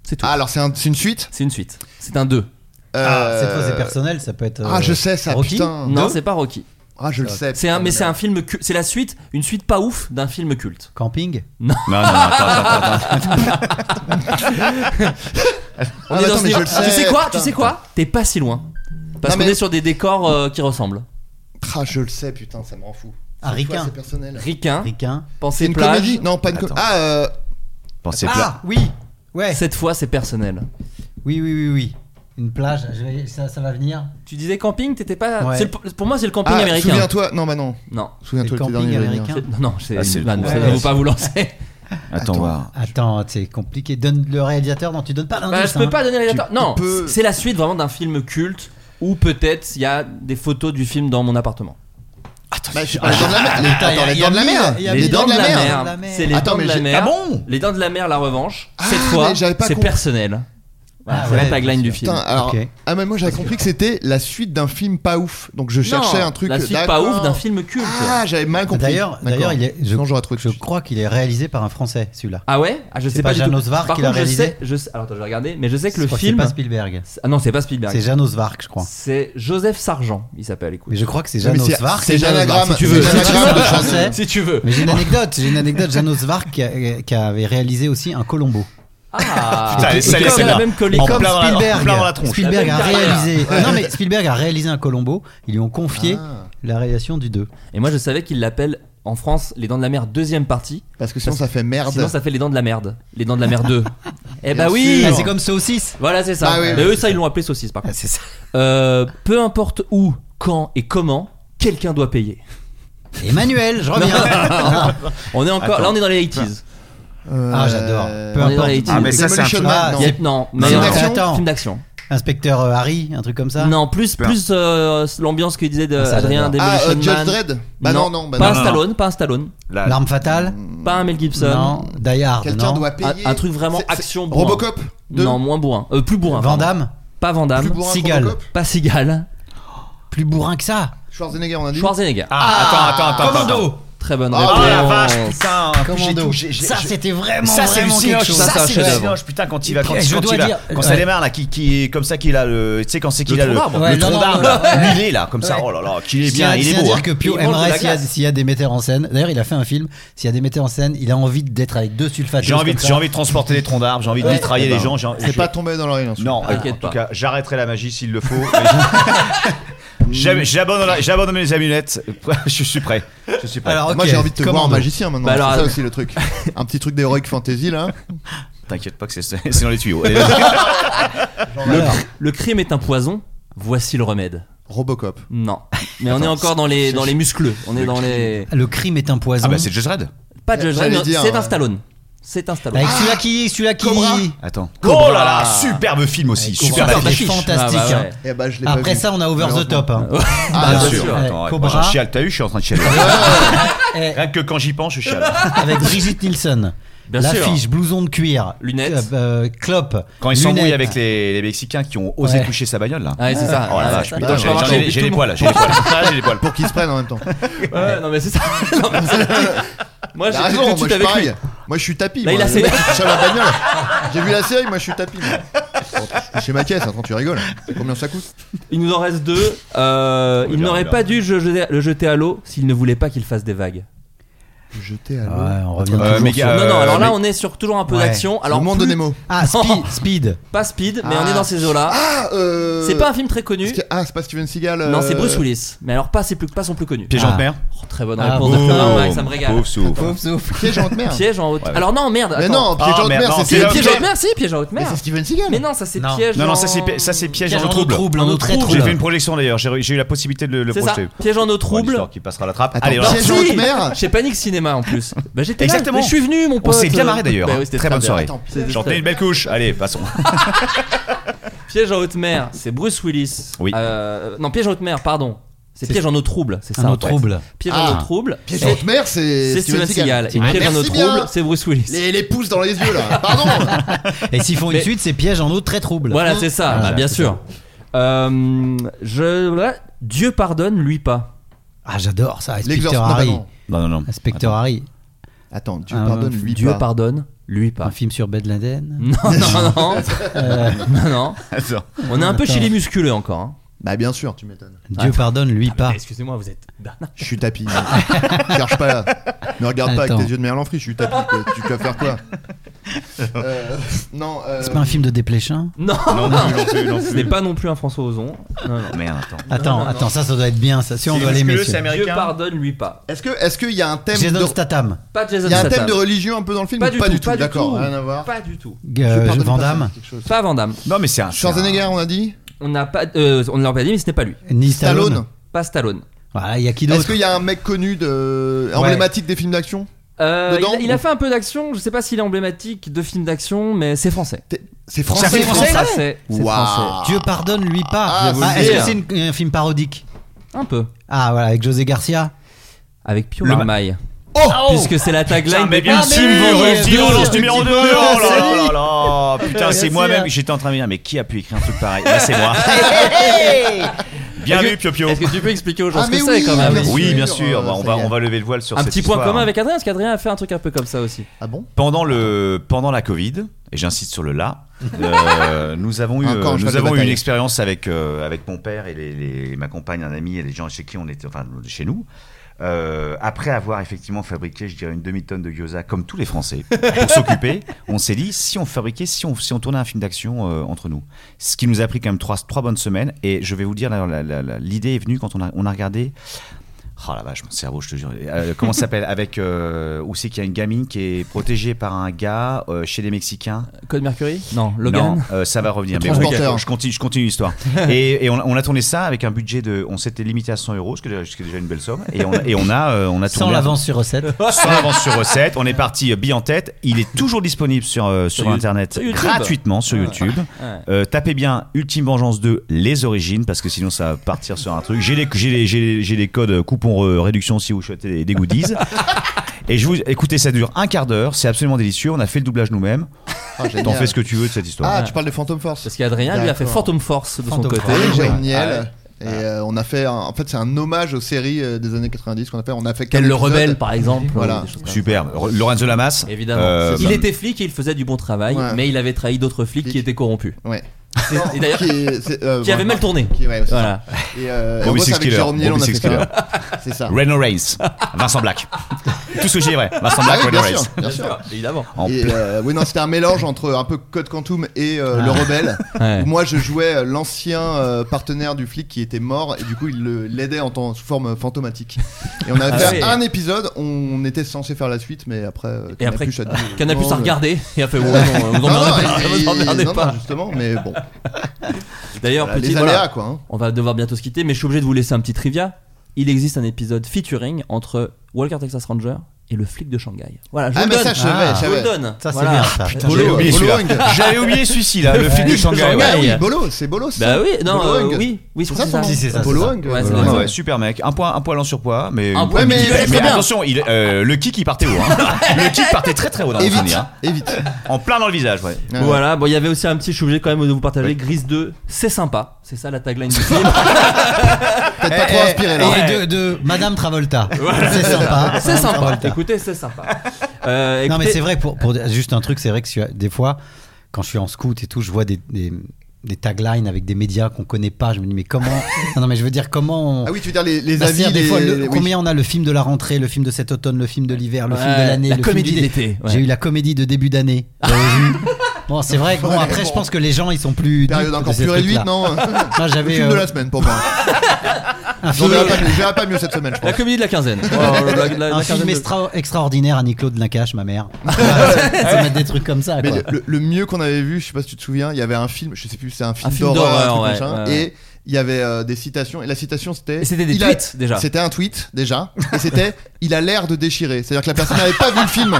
[SPEAKER 6] C'est tout.
[SPEAKER 7] Ah, alors c'est un- c'est une suite
[SPEAKER 6] C'est une suite. C'est un 2.
[SPEAKER 8] Ah, cette fois,
[SPEAKER 7] Euh,
[SPEAKER 8] c'est personnel, ça peut être.
[SPEAKER 7] Ah,
[SPEAKER 8] euh,
[SPEAKER 7] je sais ça,
[SPEAKER 8] Rocky
[SPEAKER 7] putain.
[SPEAKER 6] Non, c'est pas Rocky.
[SPEAKER 7] Ah, je le sais.
[SPEAKER 6] C'est un, mais c'est un film. cu- C'est la suite, une suite pas ouf d'un film culte.
[SPEAKER 8] Camping
[SPEAKER 2] Non, non, non, attends, attends, attends.
[SPEAKER 6] On est
[SPEAKER 7] Ah, mais
[SPEAKER 6] dans
[SPEAKER 7] Ah, attends,
[SPEAKER 6] ce
[SPEAKER 7] mais je
[SPEAKER 6] niveau-
[SPEAKER 7] le sais.
[SPEAKER 6] tu sais quoi Tu
[SPEAKER 7] putain.
[SPEAKER 6] sais quoi T'es pas si loin. Parce
[SPEAKER 7] Non,
[SPEAKER 6] qu'on
[SPEAKER 7] mais-
[SPEAKER 6] est sur des décors euh, qui ressemblent.
[SPEAKER 7] Ah, je le sais, putain, ça me rend fou.
[SPEAKER 8] Ah,
[SPEAKER 7] Cette fois,
[SPEAKER 8] Riquin.
[SPEAKER 7] C'est personnel.
[SPEAKER 6] Riquin,
[SPEAKER 8] Riquin.
[SPEAKER 7] C'est
[SPEAKER 6] pensée
[SPEAKER 7] une
[SPEAKER 6] plage.
[SPEAKER 7] comédie Non, pas une comédie.
[SPEAKER 2] Attends.
[SPEAKER 7] Ah, euh,
[SPEAKER 2] Pensez plat.
[SPEAKER 8] Ah, oui
[SPEAKER 7] Eh.
[SPEAKER 8] Ouais
[SPEAKER 6] Cette fois, c'est personnel.
[SPEAKER 8] Oui, oui, oui, oui. Une plage, je vais- ça, ça va venir.
[SPEAKER 6] Tu disais camping, t'étais pas.
[SPEAKER 8] Ouais.
[SPEAKER 6] c'est le- pour moi, c'est le camping
[SPEAKER 7] ah,
[SPEAKER 6] américain.
[SPEAKER 7] souviens-toi. Non, bah non.
[SPEAKER 6] Non.
[SPEAKER 7] Souviens-toi
[SPEAKER 8] C'est
[SPEAKER 7] le
[SPEAKER 8] camping
[SPEAKER 7] dernier je vais dire.
[SPEAKER 8] américain.
[SPEAKER 6] C'est- Non, non, c'est
[SPEAKER 2] Ah, c'est
[SPEAKER 6] une vanne,
[SPEAKER 2] le-
[SPEAKER 6] ça
[SPEAKER 8] Ouais.
[SPEAKER 6] ne vaut pas vous lancer.
[SPEAKER 2] Attends, voir.
[SPEAKER 8] Attends, c'est compliqué. Donne le réalisateur, non, tu donnes pas
[SPEAKER 6] Bah,
[SPEAKER 8] l'indice.
[SPEAKER 6] je peux
[SPEAKER 8] hein.
[SPEAKER 6] pas donner les dates. Non,
[SPEAKER 7] peux-
[SPEAKER 6] c'est la suite vraiment d'un film culte où peut-être il y a des photos du film dans mon appartement.
[SPEAKER 7] Bah, je sais pas, les dents de la mer. Les- Attends, les dents de la mer.
[SPEAKER 8] Il y a Les
[SPEAKER 7] dents de la mer.
[SPEAKER 8] de la mer.
[SPEAKER 6] C'est les
[SPEAKER 7] Attends,
[SPEAKER 6] dents
[SPEAKER 7] mais
[SPEAKER 6] de la
[SPEAKER 7] j'ai-
[SPEAKER 6] mer.
[SPEAKER 2] Ah bon
[SPEAKER 6] Les dents de la mer, la revanche.
[SPEAKER 7] Ah,
[SPEAKER 6] Cette
[SPEAKER 7] mais
[SPEAKER 6] fois,
[SPEAKER 7] j'avais pas
[SPEAKER 6] c'est
[SPEAKER 7] compris.
[SPEAKER 6] personnel. Voilà,
[SPEAKER 8] Ah
[SPEAKER 6] c'est la
[SPEAKER 8] ouais,
[SPEAKER 6] tagline du film.
[SPEAKER 7] Putain, alors.
[SPEAKER 8] Ok.
[SPEAKER 7] Ah, mais moi j'avais compris que c'était la suite d'un film pas ouf. Donc je cherchais
[SPEAKER 6] Non,
[SPEAKER 7] un truc.
[SPEAKER 6] La suite pas
[SPEAKER 7] d'accord.
[SPEAKER 6] ouf d'un film culte.
[SPEAKER 7] Ah, j'avais mal compris.
[SPEAKER 8] D'ailleurs, d'ailleurs, il est- je-
[SPEAKER 7] Sinon, j'aurais trouvé
[SPEAKER 8] Je
[SPEAKER 7] que
[SPEAKER 8] crois qu'il est réalisé par un Français, celui-là.
[SPEAKER 6] Ah ouais Ah, je
[SPEAKER 8] C'est
[SPEAKER 6] sais
[SPEAKER 8] pas
[SPEAKER 6] pas, du
[SPEAKER 8] Jan
[SPEAKER 6] tout.
[SPEAKER 8] Osvar
[SPEAKER 6] Par
[SPEAKER 8] qui l'a
[SPEAKER 6] contre, je
[SPEAKER 8] réalisé
[SPEAKER 6] sais, je sais- alors, attends, je vais regarder, mais je sais que
[SPEAKER 8] Je
[SPEAKER 6] le
[SPEAKER 8] crois
[SPEAKER 6] film.
[SPEAKER 8] C'est pas Spielberg.
[SPEAKER 6] c'est- Ah non, c'est pas Spielberg.
[SPEAKER 8] C'est Jeanne Vark, je crois.
[SPEAKER 6] C'est Joseph Sargent, il s'appelle, écoute.
[SPEAKER 8] Mais je crois que c'est
[SPEAKER 7] Non, mais
[SPEAKER 8] Jeanne
[SPEAKER 7] c'est-
[SPEAKER 8] Vark.
[SPEAKER 7] c'est l'anagramme.
[SPEAKER 8] Si tu
[SPEAKER 7] C'est
[SPEAKER 8] veux,
[SPEAKER 7] l'anagramme de
[SPEAKER 8] français.
[SPEAKER 6] Si tu veux.
[SPEAKER 8] Mais j'ai une anecdote, j'ai une anecdote, Jeanne Vark qui, a- qui avait réalisé aussi un Colombo.
[SPEAKER 6] Ah
[SPEAKER 2] Putain, elle est
[SPEAKER 6] Et
[SPEAKER 2] salée,
[SPEAKER 6] comme
[SPEAKER 2] celle-là.
[SPEAKER 6] la même colline.
[SPEAKER 2] En
[SPEAKER 8] Comme
[SPEAKER 2] plein dans la- en
[SPEAKER 8] Spielberg,
[SPEAKER 2] plein dans la tronche.
[SPEAKER 8] Spielberg
[SPEAKER 6] La
[SPEAKER 8] a
[SPEAKER 6] même carrière.
[SPEAKER 8] réalisé. Non mais Spielberg a réalisé un Colombo. Ils lui ont confié
[SPEAKER 7] Ah.
[SPEAKER 8] la réalisation du 2.
[SPEAKER 6] Et moi, je savais qu'il l'appelle en France Les Dents de la Mer deuxième partie.
[SPEAKER 7] Parce que sinon ça fait merde.
[SPEAKER 6] Sinon, ça fait Les Dents de la Merde. Les Dents de la Mer 2. eh bah
[SPEAKER 7] Bien
[SPEAKER 6] oui
[SPEAKER 7] sûr.
[SPEAKER 8] Ah, c'est comme saucisse.
[SPEAKER 6] Voilà, c'est ça.
[SPEAKER 7] Ah oui,
[SPEAKER 6] Mais
[SPEAKER 7] oui,
[SPEAKER 6] eux, ça, ils l'ont appelé saucisse, par contre.
[SPEAKER 8] c'est ça.
[SPEAKER 6] Euh, peu importe où, quand et comment, quelqu'un doit payer.
[SPEAKER 8] Emmanuel, je reviens.
[SPEAKER 6] On est encore.
[SPEAKER 2] Attends.
[SPEAKER 6] Là, on est dans les 80s.
[SPEAKER 8] Ah, j'adore. Peu
[SPEAKER 6] on est dans
[SPEAKER 8] importe.
[SPEAKER 6] les 80s.
[SPEAKER 2] Ah, mais ça, c'est un
[SPEAKER 7] Euh, Demolition
[SPEAKER 2] truc-
[SPEAKER 7] Man,
[SPEAKER 8] Ah,
[SPEAKER 7] non.
[SPEAKER 6] Il y a- Non, mais
[SPEAKER 8] Film
[SPEAKER 6] un
[SPEAKER 8] d'action. Attends.
[SPEAKER 6] film d'action.
[SPEAKER 8] Inspecteur euh, Harry, un truc comme ça.
[SPEAKER 6] Non, plus,
[SPEAKER 2] Plein.
[SPEAKER 6] plus euh, l'ambiance que disait de
[SPEAKER 8] Ah, ça,
[SPEAKER 6] Adrien
[SPEAKER 8] j'adore.
[SPEAKER 7] Ah, euh,
[SPEAKER 6] Demolition
[SPEAKER 7] Judge
[SPEAKER 6] Man.
[SPEAKER 7] Dredd Bah non, non, bah
[SPEAKER 6] pas
[SPEAKER 7] non.
[SPEAKER 6] un Stallone, pas un Stallone,
[SPEAKER 2] Là,
[SPEAKER 8] L'arme fatale.
[SPEAKER 6] pas un Mel Gibson.
[SPEAKER 8] Non. Die Hard.
[SPEAKER 7] Quelqu'un
[SPEAKER 8] non.
[SPEAKER 7] doit
[SPEAKER 6] Un,
[SPEAKER 7] payer.
[SPEAKER 6] Ah, un truc vraiment
[SPEAKER 7] C'est- c'est-
[SPEAKER 6] action bourrin.
[SPEAKER 7] Robocop deux
[SPEAKER 6] Non, moins bourrin. Euh, plus bourrin.
[SPEAKER 8] Van
[SPEAKER 6] pardon.
[SPEAKER 8] Damme.
[SPEAKER 6] Pas Van Damme.
[SPEAKER 7] Plus bourrin que
[SPEAKER 8] Seagal.
[SPEAKER 7] Robocop
[SPEAKER 6] Pas Seagal.
[SPEAKER 8] Plus bourrin que ça.
[SPEAKER 7] Schwarzenegger, on a dit.
[SPEAKER 6] Schwarzenegger.
[SPEAKER 2] Ah, attends, attends, attends. attends.
[SPEAKER 8] Commando.
[SPEAKER 6] Très bonne
[SPEAKER 2] Oh
[SPEAKER 6] réponse.
[SPEAKER 2] la vache, putain. en plus, j'ai
[SPEAKER 8] Ah, Commando.
[SPEAKER 2] tout, j'ai- j'ai-
[SPEAKER 8] ça,
[SPEAKER 2] j'ai-
[SPEAKER 8] c'était vraiment,
[SPEAKER 2] Ça c'est
[SPEAKER 8] vraiment quelque
[SPEAKER 2] Lucinoche,
[SPEAKER 8] chose.
[SPEAKER 6] Ça,
[SPEAKER 2] ça
[SPEAKER 6] c'est un
[SPEAKER 2] c'est
[SPEAKER 6] chef-d'œuvre.
[SPEAKER 2] Lucinoche, putain quand il va
[SPEAKER 8] Et
[SPEAKER 2] quand,
[SPEAKER 8] puis, je
[SPEAKER 2] quand
[SPEAKER 8] dois
[SPEAKER 2] il va-
[SPEAKER 8] dire- euh,
[SPEAKER 2] quand ça
[SPEAKER 8] ouais.
[SPEAKER 2] démarre là qui qui comme ça qu'il a le tu sais quand c'est qu'il
[SPEAKER 6] Le
[SPEAKER 2] a le,
[SPEAKER 6] tronc d'arbre.
[SPEAKER 8] Ouais,
[SPEAKER 2] le tronc
[SPEAKER 8] non, non,
[SPEAKER 2] d'arbre
[SPEAKER 8] non,
[SPEAKER 2] là,
[SPEAKER 8] ouais.
[SPEAKER 2] huilé là comme ça
[SPEAKER 8] Ouais.
[SPEAKER 2] oh là là qu'il est
[SPEAKER 8] Je
[SPEAKER 2] bien
[SPEAKER 8] tiens-
[SPEAKER 2] il
[SPEAKER 8] je
[SPEAKER 2] est
[SPEAKER 8] tiens à
[SPEAKER 2] beau
[SPEAKER 8] dire
[SPEAKER 2] hein.
[SPEAKER 8] que Pio
[SPEAKER 2] Il mange de la
[SPEAKER 8] aimerait s'il y, a-
[SPEAKER 2] glace.
[SPEAKER 8] s'il y a des metteurs en scène. D'ailleurs, il a fait un film. S'il y a des metteurs en scène, il a envie d'être avec deux sulfateuses.
[SPEAKER 2] j'ai envie
[SPEAKER 8] comme
[SPEAKER 2] de-
[SPEAKER 8] ça.
[SPEAKER 2] j'ai envie de transporter des troncs d'arbres j'ai envie de
[SPEAKER 8] Ouais.
[SPEAKER 2] mitrailler
[SPEAKER 8] Eh
[SPEAKER 2] les
[SPEAKER 8] ben,
[SPEAKER 2] gens j'ai envie-
[SPEAKER 7] C'est
[SPEAKER 2] je-
[SPEAKER 7] pas tombé dans l'oreille.
[SPEAKER 2] non
[SPEAKER 6] Ah,
[SPEAKER 2] en
[SPEAKER 6] t'inquiète
[SPEAKER 2] tout
[SPEAKER 6] pas.
[SPEAKER 2] cas j'arrêterai la magie s'il le faut mais je- J'ab- j'abandonne j'abandonne mes amulettes je suis prêt je suis prêt
[SPEAKER 8] Alors,
[SPEAKER 7] Moi
[SPEAKER 8] ok,
[SPEAKER 7] j'ai envie de te voir en
[SPEAKER 8] commando.
[SPEAKER 7] magicien maintenant.
[SPEAKER 6] Bah alors,
[SPEAKER 7] c'est ça
[SPEAKER 6] euh,
[SPEAKER 7] aussi le truc. un petit truc d'Heroic Fantasy là.
[SPEAKER 2] t'inquiète pas que c'est c'est dans les tuyaux Allez,
[SPEAKER 8] Alors,
[SPEAKER 6] Le crime est un poison. Voici le remède.
[SPEAKER 7] Robocop.
[SPEAKER 6] Non. Mais on est encore dans les dans les muscleux. On est dans les.
[SPEAKER 8] le crime est un poison.
[SPEAKER 2] ah bah c'est Just Red
[SPEAKER 6] Pas de Judge
[SPEAKER 7] J'allais
[SPEAKER 6] Dredd,
[SPEAKER 7] dire,
[SPEAKER 6] C'est un
[SPEAKER 7] euh,
[SPEAKER 6] Stallone. C'est un Stallone.
[SPEAKER 8] Bah, Avec celui-là qui, celui-là qui.
[SPEAKER 7] Cobra.
[SPEAKER 2] attends oh
[SPEAKER 6] Cobra.
[SPEAKER 2] là là superbe film aussi
[SPEAKER 8] Cobra.
[SPEAKER 2] super
[SPEAKER 8] Cobra.
[SPEAKER 2] affiche.
[SPEAKER 6] Pachiche.
[SPEAKER 8] fantastique,
[SPEAKER 6] Ah, bah ouais.
[SPEAKER 7] Eh bah, je l'ai pas
[SPEAKER 8] hein. Après
[SPEAKER 7] vu.
[SPEAKER 8] ça, on a over the top. hein.
[SPEAKER 6] Ah,
[SPEAKER 2] bien
[SPEAKER 6] bien
[SPEAKER 2] sûr. Attends,
[SPEAKER 6] sûr.
[SPEAKER 8] Ouais,
[SPEAKER 2] ouais, moi,
[SPEAKER 8] Cobra.
[SPEAKER 2] j'en chiale, t'as eu, je suis en train de chialer.
[SPEAKER 8] Eh,
[SPEAKER 2] Rien que quand j'y pense, je chiale.
[SPEAKER 8] Avec Brigitte Nielsen.
[SPEAKER 6] Bien sûr.
[SPEAKER 8] L'affiche, blouson de cuir,
[SPEAKER 6] Lunettes.
[SPEAKER 8] euh, euh, clope.
[SPEAKER 2] Quand ils
[SPEAKER 8] lunettes.
[SPEAKER 2] s'embrouillent avec les, les Mexicains qui ont osé
[SPEAKER 8] Ouais.
[SPEAKER 2] toucher sa bagnole, là.
[SPEAKER 6] Ah, ouais, c'est ça.
[SPEAKER 2] Oh la
[SPEAKER 6] Ouais,
[SPEAKER 2] vache,
[SPEAKER 6] ça,
[SPEAKER 2] putain,
[SPEAKER 6] ça,
[SPEAKER 2] j'ai-
[SPEAKER 6] ça, ça,
[SPEAKER 2] j'en ai-
[SPEAKER 6] ça,
[SPEAKER 2] j'ai
[SPEAKER 6] tout
[SPEAKER 2] les
[SPEAKER 6] le
[SPEAKER 2] poils, là, j'ai les poils. Ah, j'ai les poils.
[SPEAKER 7] Pour qu'ils se prennent en même temps. Bah,
[SPEAKER 6] monde. Ouais, non mais c'est ça. Non, mais c'est Moi
[SPEAKER 7] T'as
[SPEAKER 6] j'ai
[SPEAKER 7] raison,
[SPEAKER 6] tout de
[SPEAKER 7] moi
[SPEAKER 6] suite
[SPEAKER 7] je suis
[SPEAKER 6] avec lui.
[SPEAKER 7] pareil. Moi je suis tapis.
[SPEAKER 6] Là,
[SPEAKER 7] moi.
[SPEAKER 6] il a ses-
[SPEAKER 7] Je la bagnole. J'ai vu la série, moi je suis tapis. moi. Je touchais ma caisse, attends, tu rigoles. Combien ça coûte
[SPEAKER 6] Il nous en reste deux. Euh, il
[SPEAKER 2] bien,
[SPEAKER 6] n'aurait
[SPEAKER 2] bien.
[SPEAKER 6] pas dû je- je- le jeter à l'eau s'il ne voulait pas qu'il fasse des vagues.
[SPEAKER 7] Jeter à
[SPEAKER 8] Ouais,
[SPEAKER 7] l'eau.
[SPEAKER 8] on revient.
[SPEAKER 2] Euh,
[SPEAKER 8] toujours
[SPEAKER 2] mais-
[SPEAKER 8] sur-
[SPEAKER 2] Euh,
[SPEAKER 6] non, non, alors là,
[SPEAKER 2] mais-
[SPEAKER 6] on est sur toujours un peu
[SPEAKER 8] Ouais.
[SPEAKER 6] d'action. Alors,
[SPEAKER 7] le monde
[SPEAKER 6] plus-
[SPEAKER 7] de Nemo.
[SPEAKER 8] Ah, Speed. speed.
[SPEAKER 6] pas speed, mais
[SPEAKER 7] Ah.
[SPEAKER 6] on est dans ces eaux-là.
[SPEAKER 7] Ah, euh.
[SPEAKER 6] c'est pas un film très connu.
[SPEAKER 7] parce que- Ah, c'est pas Steven Seagal.
[SPEAKER 6] Non,
[SPEAKER 7] euh,
[SPEAKER 6] c'est Bruce Willis. Mais alors, pas, c'est plus, pas son plus connu.
[SPEAKER 2] Piège
[SPEAKER 8] Ah.
[SPEAKER 2] en mer.
[SPEAKER 6] Oh, très bonne
[SPEAKER 8] Ah,
[SPEAKER 6] réponse de
[SPEAKER 8] boum.
[SPEAKER 6] Florian Max, ça me régale.
[SPEAKER 2] Pauvre souffle.
[SPEAKER 8] Pauvre souffle.
[SPEAKER 7] Piège en haute mer.
[SPEAKER 6] Piège en haute.
[SPEAKER 2] Ouais, ouais.
[SPEAKER 6] Alors, non, merde.
[SPEAKER 7] Mais
[SPEAKER 6] attends.
[SPEAKER 7] non, piège
[SPEAKER 2] Ah,
[SPEAKER 7] en haute
[SPEAKER 2] merde,
[SPEAKER 7] mer,
[SPEAKER 2] non,
[SPEAKER 7] c'est
[SPEAKER 2] c'est
[SPEAKER 6] C'est
[SPEAKER 2] la-
[SPEAKER 7] Steven
[SPEAKER 6] piège en haute
[SPEAKER 7] Seagal.
[SPEAKER 6] mer, si, piège en haute
[SPEAKER 7] Mais
[SPEAKER 6] mer.
[SPEAKER 7] c'est Steven Seagal.
[SPEAKER 6] Mais non, ça c'est
[SPEAKER 8] Non.
[SPEAKER 6] piège.
[SPEAKER 2] Non, non,
[SPEAKER 6] en-
[SPEAKER 2] ça c'est pi- ça, c'est piège
[SPEAKER 8] Piège
[SPEAKER 2] en
[SPEAKER 8] en
[SPEAKER 2] trouble.
[SPEAKER 8] trouble,
[SPEAKER 6] En
[SPEAKER 8] en
[SPEAKER 6] eau
[SPEAKER 8] eau très
[SPEAKER 6] trouble.
[SPEAKER 2] J'ai
[SPEAKER 8] trouble.
[SPEAKER 2] fait une projection d'ailleurs, j'ai re- j'ai eu la possibilité de le- le
[SPEAKER 6] C'est ça,
[SPEAKER 2] projeter.
[SPEAKER 6] piège en eau
[SPEAKER 2] Bon,
[SPEAKER 6] trouble.
[SPEAKER 2] l'histoire qui passera la trappe.
[SPEAKER 7] Attends,
[SPEAKER 2] Allez, on
[SPEAKER 7] piège
[SPEAKER 2] avance.
[SPEAKER 7] en
[SPEAKER 6] Si.
[SPEAKER 7] haute mer.
[SPEAKER 6] Chez Panic Cinéma en plus. Bah, j'étais là,
[SPEAKER 2] Exactement.
[SPEAKER 6] mais je suis venu, mon
[SPEAKER 2] On
[SPEAKER 6] pote.
[SPEAKER 2] s'est bien
[SPEAKER 6] euh,
[SPEAKER 2] marré d'ailleurs.
[SPEAKER 6] bah
[SPEAKER 2] hein.
[SPEAKER 6] oui, c'était
[SPEAKER 2] Très bonne
[SPEAKER 6] bien.
[SPEAKER 2] soirée.
[SPEAKER 7] Attends,
[SPEAKER 6] C'est-
[SPEAKER 2] J'en tenais une belle couche. Allez, passons.
[SPEAKER 6] Piège en haute mer, c'est Bruce Willis.
[SPEAKER 2] Oui.
[SPEAKER 6] Euh, non, piège en haute mer, pardon. C'est piège en eau trouble, c'est ça.
[SPEAKER 8] Un
[SPEAKER 6] en
[SPEAKER 8] autre
[SPEAKER 6] fait.
[SPEAKER 8] trouble.
[SPEAKER 6] Piège
[SPEAKER 7] Ah.
[SPEAKER 6] en eau trouble.
[SPEAKER 7] Piège
[SPEAKER 6] c'est-
[SPEAKER 7] en haute mer, c'est.
[SPEAKER 6] C'est Steven Seagal. Et
[SPEAKER 7] Ah,
[SPEAKER 6] piège en eau
[SPEAKER 7] merci bien.
[SPEAKER 6] trouble, c'est Bruce Willis.
[SPEAKER 7] Les, les pouces dans les yeux là, pardon!
[SPEAKER 8] Et s'ils font une
[SPEAKER 6] Mais-
[SPEAKER 8] suite, c'est piège en eau très trouble.
[SPEAKER 6] Voilà, c'est ça,
[SPEAKER 2] Ah,
[SPEAKER 8] Voilà,
[SPEAKER 6] bah, bien
[SPEAKER 8] c'est
[SPEAKER 6] sûr. Euh, je voilà. Dieu pardonne, lui pas.
[SPEAKER 8] Ah, j'adore ça. Inspecteur
[SPEAKER 7] L'exorcisme. non,
[SPEAKER 8] Harry.
[SPEAKER 7] pardon.
[SPEAKER 2] Non, non, non.
[SPEAKER 8] Inspecteur Harry.
[SPEAKER 7] Attends, Dieu
[SPEAKER 8] Un-
[SPEAKER 7] pardonne, lui
[SPEAKER 6] Dieu
[SPEAKER 7] pas.
[SPEAKER 6] pardonne, lui pas.
[SPEAKER 8] Un film sur Ben Laden.
[SPEAKER 6] Non, non, non.
[SPEAKER 8] Euh,
[SPEAKER 6] non, non.
[SPEAKER 2] Attends.
[SPEAKER 6] On est un peu
[SPEAKER 8] Attends.
[SPEAKER 6] chez les musculeux encore. hein.
[SPEAKER 7] Bah bien sûr, tu m'étonnes.
[SPEAKER 8] Dieu pardonne, lui
[SPEAKER 2] Eh,
[SPEAKER 8] pas.
[SPEAKER 6] Excusez-moi, vous êtes. Bernard.
[SPEAKER 7] Je suis tapis. mec. Cherche pas là. Ne regarde pas
[SPEAKER 8] Attends.
[SPEAKER 7] avec tes yeux de merlan frit, je suis tapis. quoi. Tu vas faire quoi Euh, Non. euh,
[SPEAKER 8] C'est pas un film de Desplechin
[SPEAKER 6] Non,
[SPEAKER 2] Non, plus, non, plus, non,
[SPEAKER 6] ce
[SPEAKER 2] plus.
[SPEAKER 6] n'est pas non plus un François Ozon. Non, non.
[SPEAKER 2] Merde, attends.
[SPEAKER 8] Attends, attends, ça, ça doit être bien, ça. Si on
[SPEAKER 2] C'est
[SPEAKER 8] doit l'aimer.
[SPEAKER 2] musculeux,
[SPEAKER 8] celui-là.
[SPEAKER 2] c'est américain.
[SPEAKER 6] Dieu pardonne, lui pas.
[SPEAKER 7] Est-ce que est-ce qu'il y a un thème
[SPEAKER 8] Jason
[SPEAKER 7] de
[SPEAKER 8] Statham,
[SPEAKER 6] Pas Jason
[SPEAKER 7] il y a un
[SPEAKER 6] Statham.
[SPEAKER 7] thème de religion un peu dans le film
[SPEAKER 6] Pas
[SPEAKER 7] ou
[SPEAKER 6] du
[SPEAKER 7] pas
[SPEAKER 6] tout,
[SPEAKER 7] du tout
[SPEAKER 6] pas du
[SPEAKER 7] D'accord,
[SPEAKER 6] tout.
[SPEAKER 7] rien à voir.
[SPEAKER 6] pas du tout.
[SPEAKER 7] Je
[SPEAKER 8] euh,
[SPEAKER 7] pardonne
[SPEAKER 8] Van
[SPEAKER 7] pas, ça,
[SPEAKER 8] Damme,
[SPEAKER 7] c'est quelque chose.
[SPEAKER 6] Pas Van Damme.
[SPEAKER 2] Non, mais c'est un. c'est un-
[SPEAKER 7] Schwarzenegger, on a dit.
[SPEAKER 6] On n'a pas, euh, on ne l'a pas dit, mais ce n'est pas lui.
[SPEAKER 8] ni
[SPEAKER 7] Stallone.
[SPEAKER 8] Stallone.
[SPEAKER 6] Pas Stallone.
[SPEAKER 8] Voilà, il y a qui
[SPEAKER 7] Est-ce
[SPEAKER 8] d'autre
[SPEAKER 7] qu'il y a un mec connu de
[SPEAKER 8] Ouais.
[SPEAKER 7] emblématique des films d'action
[SPEAKER 6] Euh,
[SPEAKER 7] Dedans,
[SPEAKER 6] il, a, il a
[SPEAKER 7] ou-
[SPEAKER 6] fait un peu d'action. Je sais pas s'il est emblématique de films d'action, mais c'est français.
[SPEAKER 7] T'es- Ah, C'est
[SPEAKER 6] C'est
[SPEAKER 7] français.
[SPEAKER 6] français. C'est
[SPEAKER 7] Waouh.
[SPEAKER 6] français.
[SPEAKER 8] Dieu pardonne, lui pas.
[SPEAKER 7] Ah,
[SPEAKER 8] Ah,
[SPEAKER 7] c'est
[SPEAKER 8] Est-ce que
[SPEAKER 6] bien.
[SPEAKER 8] c'est une- un film parodique
[SPEAKER 6] Un peu.
[SPEAKER 8] Ah, voilà, avec José Garcia.
[SPEAKER 6] Avec Pio
[SPEAKER 2] Le ma-
[SPEAKER 6] Marmaille.
[SPEAKER 2] Oh
[SPEAKER 6] Puisque c'est la tagline.
[SPEAKER 2] Putain, mais
[SPEAKER 6] des
[SPEAKER 2] bien
[SPEAKER 6] films
[SPEAKER 2] sûr
[SPEAKER 6] Vendredi
[SPEAKER 2] Violence
[SPEAKER 6] Rouge.
[SPEAKER 2] numéro 2 Oh là là là là Putain, c'est
[SPEAKER 8] Merci, hein.
[SPEAKER 2] moi-même. J'étais en train de me dire, mais qui a pu écrire un truc pareil Là, c'est moi. Bien vu, Pio Pio.
[SPEAKER 6] Est-ce que tu peux expliquer aux gens
[SPEAKER 7] Ah,
[SPEAKER 6] ce que
[SPEAKER 7] mais
[SPEAKER 6] c'est
[SPEAKER 7] oui,
[SPEAKER 6] quand
[SPEAKER 7] mais
[SPEAKER 6] même
[SPEAKER 7] oui.
[SPEAKER 2] Oui, bien
[SPEAKER 7] sûr,
[SPEAKER 2] sûr.
[SPEAKER 6] Ah,
[SPEAKER 7] euh,
[SPEAKER 2] Bah, on,
[SPEAKER 7] ça
[SPEAKER 2] va,
[SPEAKER 7] y est.
[SPEAKER 2] on va lever le voile sur
[SPEAKER 6] Un
[SPEAKER 2] cette
[SPEAKER 6] petit point
[SPEAKER 2] histoire. hein.
[SPEAKER 6] commun avec Adrien, parce qu'Adrien a fait un truc un peu comme ça aussi.
[SPEAKER 7] Ah bon
[SPEAKER 2] Pendant, le, pendant la Covid, et j'insiste sur le là, euh, nous avons eu,
[SPEAKER 7] Encore un
[SPEAKER 2] euh,
[SPEAKER 7] cheval
[SPEAKER 2] nous
[SPEAKER 7] de
[SPEAKER 2] avons eu
[SPEAKER 7] bataille.
[SPEAKER 2] une expérience avec, euh, avec mon père et les, les- ma compagne, un ami et les gens chez qui on était, enfin chez nous. Euh, après avoir effectivement fabriqué, je dirais, une demi-tonne de gyoza, comme tous les Français, pour s'occuper, on s'est dit si on fabriquait, si on, si on tournait un film d'action euh, entre nous. Ce qui nous a pris quand même trois, trois bonnes semaines. Et je vais vous dire, la- la- la- la- l'idée est venue quand on a, on a regardé. Oh la vache, mon cerveau, je te jure. Euh, comment ça s'appelle Avec. euh, où c'est qu'il y a une gamine qui est protégée par un gars euh, chez les Mexicains
[SPEAKER 6] Code Mercury Non, Logan.
[SPEAKER 2] non, euh, ça va revenir.
[SPEAKER 7] Le
[SPEAKER 2] Mais bon,
[SPEAKER 7] transporteur.
[SPEAKER 2] je continue, je continue l'histoire. et et on, a- on a tourné ça avec un budget de. On s'était limité à 100 euros, ce qui est déjà- ce qui est déjà une belle somme. Et on a, et on a, euh, on a
[SPEAKER 8] Sans
[SPEAKER 2] tourné.
[SPEAKER 8] l'avance sur recette.
[SPEAKER 2] Sans l'avance sur recette. On est parti euh, bille en tête. Il est toujours disponible sur, euh, sur,
[SPEAKER 6] Sur You-
[SPEAKER 2] Internet
[SPEAKER 6] sur YouTube.
[SPEAKER 2] gratuitement sur
[SPEAKER 6] Ouais.
[SPEAKER 2] YouTube.
[SPEAKER 6] Ouais.
[SPEAKER 2] Euh, tapez bien Ultime Vengeance 2, les origines, parce que sinon ça va partir sur un truc. J'ai les, j'ai les, j'ai les- j'ai les codes coupons euh, réduction si vous souhaitez des, des goodies. Et je vous écoutez, ça dure un quart d'heure, c'est absolument délicieux. On a fait le doublage nous-mêmes.
[SPEAKER 7] Ah, génial.
[SPEAKER 2] T'en fais ce que tu veux de cette histoire.
[SPEAKER 7] Ah, tu parles de Phantom Force.
[SPEAKER 6] Parce qu'Adrien, lui, a fait
[SPEAKER 7] D'accord.
[SPEAKER 6] Phantom Force de son
[SPEAKER 8] Phantom
[SPEAKER 6] côté.
[SPEAKER 8] Force.
[SPEAKER 7] Et
[SPEAKER 8] Ouais.
[SPEAKER 7] Jérôme Niel.
[SPEAKER 6] Ah
[SPEAKER 7] Et euh, on a fait, un- en fait, c'est un hommage aux séries euh, des années 90 qu'on a fait. On a fait
[SPEAKER 6] Quel
[SPEAKER 7] qu'un
[SPEAKER 6] le
[SPEAKER 7] épisode.
[SPEAKER 6] rebelle, par exemple. ou
[SPEAKER 7] Voilà.
[SPEAKER 6] des choses comme ça.
[SPEAKER 2] Superbe. Ro- Lorenzo Lamas.
[SPEAKER 6] Évidemment.
[SPEAKER 2] Euh,
[SPEAKER 6] il
[SPEAKER 2] bah,
[SPEAKER 6] était flic et il faisait du bon travail,
[SPEAKER 7] Ouais.
[SPEAKER 6] mais il avait trahi d'autres flics qui
[SPEAKER 7] Flic.
[SPEAKER 6] étaient corrompus.
[SPEAKER 7] Ouais.
[SPEAKER 6] Et d'ailleurs,
[SPEAKER 7] Qui, est- c'est, euh,
[SPEAKER 6] qui avait
[SPEAKER 7] bon,
[SPEAKER 6] mal tourné.
[SPEAKER 7] qui- ouais, c'est
[SPEAKER 6] Voilà.
[SPEAKER 7] ça. Et, euh,
[SPEAKER 2] Bobby
[SPEAKER 7] en gros, c'est
[SPEAKER 2] Six
[SPEAKER 7] avec
[SPEAKER 2] Killer.
[SPEAKER 7] Jérôme Niel, on
[SPEAKER 2] Bobby
[SPEAKER 7] a fait
[SPEAKER 2] Six
[SPEAKER 7] ça. C'est ça.
[SPEAKER 2] Reno Reigns. Vincent Black. Tout ce que j'ai, vrai. Vincent
[SPEAKER 7] Ah
[SPEAKER 2] Black,
[SPEAKER 7] oui,
[SPEAKER 2] Reno
[SPEAKER 7] bien
[SPEAKER 2] Reigns.
[SPEAKER 7] sûr, bien sûr.
[SPEAKER 6] Évidemment.
[SPEAKER 2] En
[SPEAKER 7] Et,
[SPEAKER 2] plein-
[SPEAKER 7] euh, oui, non, c'était un mélange entre un peu Code Quantum et euh,
[SPEAKER 6] Ah.
[SPEAKER 7] Le Rebelle.
[SPEAKER 6] Ouais.
[SPEAKER 7] Où moi, je jouais euh, l'ancien euh, partenaire du flic qui était mort et du coup, il le- l'aidait en temps- sous forme euh, fantomatique. Et on a
[SPEAKER 6] Ah
[SPEAKER 7] fait
[SPEAKER 6] oui.
[SPEAKER 7] un épisode, on était censé faire la suite, mais après, euh,
[SPEAKER 6] Et
[SPEAKER 7] Canal+,
[SPEAKER 6] après,
[SPEAKER 7] a dit,
[SPEAKER 6] Canal Plus
[SPEAKER 7] non,
[SPEAKER 6] a
[SPEAKER 7] mais-
[SPEAKER 6] regardé et a fait Ouais, non, vous
[SPEAKER 7] Non, non,
[SPEAKER 6] emmerdez pas,
[SPEAKER 7] et-
[SPEAKER 6] vous emmerdez
[SPEAKER 7] non, non,
[SPEAKER 6] pas.
[SPEAKER 7] justement, mais bon.
[SPEAKER 6] D'ailleurs,
[SPEAKER 7] Voilà,
[SPEAKER 6] petit.
[SPEAKER 7] les
[SPEAKER 6] voilà.
[SPEAKER 7] aléas, quoi. hein.
[SPEAKER 6] On va devoir bientôt se quitter, mais je suis obligé de vous laisser un petit trivia. Il existe un épisode featuring entre Walker Texas Ranger et le flic de Shanghai. Voilà, je
[SPEAKER 7] Ah,
[SPEAKER 6] vous le
[SPEAKER 7] mais
[SPEAKER 6] donne.
[SPEAKER 7] ça, je savais,
[SPEAKER 8] Ah,
[SPEAKER 7] je
[SPEAKER 6] je vous le
[SPEAKER 7] savais.
[SPEAKER 6] donne.
[SPEAKER 8] Ça, c'est
[SPEAKER 6] Voilà.
[SPEAKER 8] bien, ça. Putain,
[SPEAKER 6] Bolo.
[SPEAKER 2] J'avais oublié celui-là.
[SPEAKER 7] Bolo
[SPEAKER 2] J'avais oublié celui-ci, là. Le film de Shanghai.
[SPEAKER 6] Shanghai.
[SPEAKER 2] ouais.
[SPEAKER 7] Ah oui, Bolo, c'est Bolo, c'est
[SPEAKER 6] Bah oui, non,
[SPEAKER 7] Bolo
[SPEAKER 6] euh,
[SPEAKER 7] Hung.
[SPEAKER 6] oui, oui, c'est
[SPEAKER 7] ça,
[SPEAKER 6] ça.
[SPEAKER 7] son nom
[SPEAKER 8] Si, c'est ça,
[SPEAKER 7] Bolo
[SPEAKER 8] c'est ça.
[SPEAKER 7] Hung.
[SPEAKER 6] Ouais, c'est
[SPEAKER 2] Ouais,
[SPEAKER 8] Ah,
[SPEAKER 6] ça.
[SPEAKER 2] ouais, super mec, un point, un poil en surpoids, mais,
[SPEAKER 6] Un poil,
[SPEAKER 7] mais-
[SPEAKER 2] mais,
[SPEAKER 7] très
[SPEAKER 6] bien.
[SPEAKER 2] attention, il, euh, le kick il partait haut. hein. le kick partait très très haut dans le
[SPEAKER 7] Et vite,
[SPEAKER 2] fournier, hein.
[SPEAKER 7] et vite.
[SPEAKER 2] en plein dans le visage. Ouais.
[SPEAKER 7] Ouais.
[SPEAKER 6] Voilà, bon, il y avait aussi un petit, je suis obligé quand même de vous partager
[SPEAKER 2] Oui.
[SPEAKER 6] Grise 2, c'est sympa, c'est ça la tagline du film.
[SPEAKER 7] Peut-être
[SPEAKER 6] Eh,
[SPEAKER 7] pas trop hein. inspiré, là.
[SPEAKER 8] Eh, Et de, de Madame Travolta. C'est sympa.
[SPEAKER 6] c'est
[SPEAKER 8] Madame
[SPEAKER 6] sympa,
[SPEAKER 8] Travolta.
[SPEAKER 6] écoutez, c'est sympa. Euh,
[SPEAKER 8] Non, mais
[SPEAKER 6] écoutez-
[SPEAKER 8] c'est vrai, pour, pour juste un truc, c'est vrai que je suis- des fois, quand je suis en scout et tout, je vois des, des, des taglines avec des médias qu'on connaît pas. Je me dis, mais comment. non, non, mais je veux dire, comment. on-
[SPEAKER 7] Ah oui, tu veux dire les, les
[SPEAKER 8] Bah,
[SPEAKER 7] avis,
[SPEAKER 8] c'est-à-dire, des
[SPEAKER 7] les-
[SPEAKER 8] fois, le-
[SPEAKER 7] oui.
[SPEAKER 8] combien on a le film de la rentrée, le film de cet automne, le film de l'hiver, le film
[SPEAKER 6] Ouais,
[SPEAKER 8] de l'année,
[SPEAKER 6] la
[SPEAKER 8] le
[SPEAKER 6] comédie
[SPEAKER 8] film du dé-
[SPEAKER 6] d'été, ouais.
[SPEAKER 8] J'ai eu la comédie de début d'année. j'avais vu. Bon, c'est vrai. que, Bon,
[SPEAKER 7] Ouais,
[SPEAKER 8] après,
[SPEAKER 7] bon.
[SPEAKER 8] je pense que les gens, ils sont plus.
[SPEAKER 7] Période
[SPEAKER 8] dupes de
[SPEAKER 7] encore
[SPEAKER 8] ces
[SPEAKER 7] plus réduite,
[SPEAKER 8] trucs-là.
[SPEAKER 7] non
[SPEAKER 8] Moi,
[SPEAKER 7] Le
[SPEAKER 8] j'avais
[SPEAKER 7] film de
[SPEAKER 8] euh,
[SPEAKER 7] la semaine pour moi.
[SPEAKER 6] Ah,
[SPEAKER 8] un
[SPEAKER 7] J'en
[SPEAKER 8] film,
[SPEAKER 7] verrai pas mieux- je verrai pas mieux cette semaine, je
[SPEAKER 6] La
[SPEAKER 7] pense.
[SPEAKER 6] comédie de la quinzaine. Oh, la- la- la- la
[SPEAKER 8] un film
[SPEAKER 6] quinzaine de-
[SPEAKER 8] extra- extraordinaire à Claude Nakache, ma mère. Ça met des trucs comme ça.
[SPEAKER 7] Mais
[SPEAKER 8] quoi.
[SPEAKER 7] le, le- le mieux qu'on avait vu, je sais pas si tu te souviens, il y avait un film, je sais plus, c'est un film,
[SPEAKER 6] film
[SPEAKER 7] d'horreur,
[SPEAKER 6] d'horreur,
[SPEAKER 7] un truc
[SPEAKER 6] ouais,
[SPEAKER 7] machin,
[SPEAKER 6] ouais, ouais.
[SPEAKER 7] et il y avait euh, des citations, et la citation c'était.
[SPEAKER 6] Et c'était des
[SPEAKER 7] il a-
[SPEAKER 6] tweets, déjà.
[SPEAKER 7] C'était un tweet déjà, et c'était il a l'air de déchirer, c'est-à-dire que la personne n'avait pas vu le film.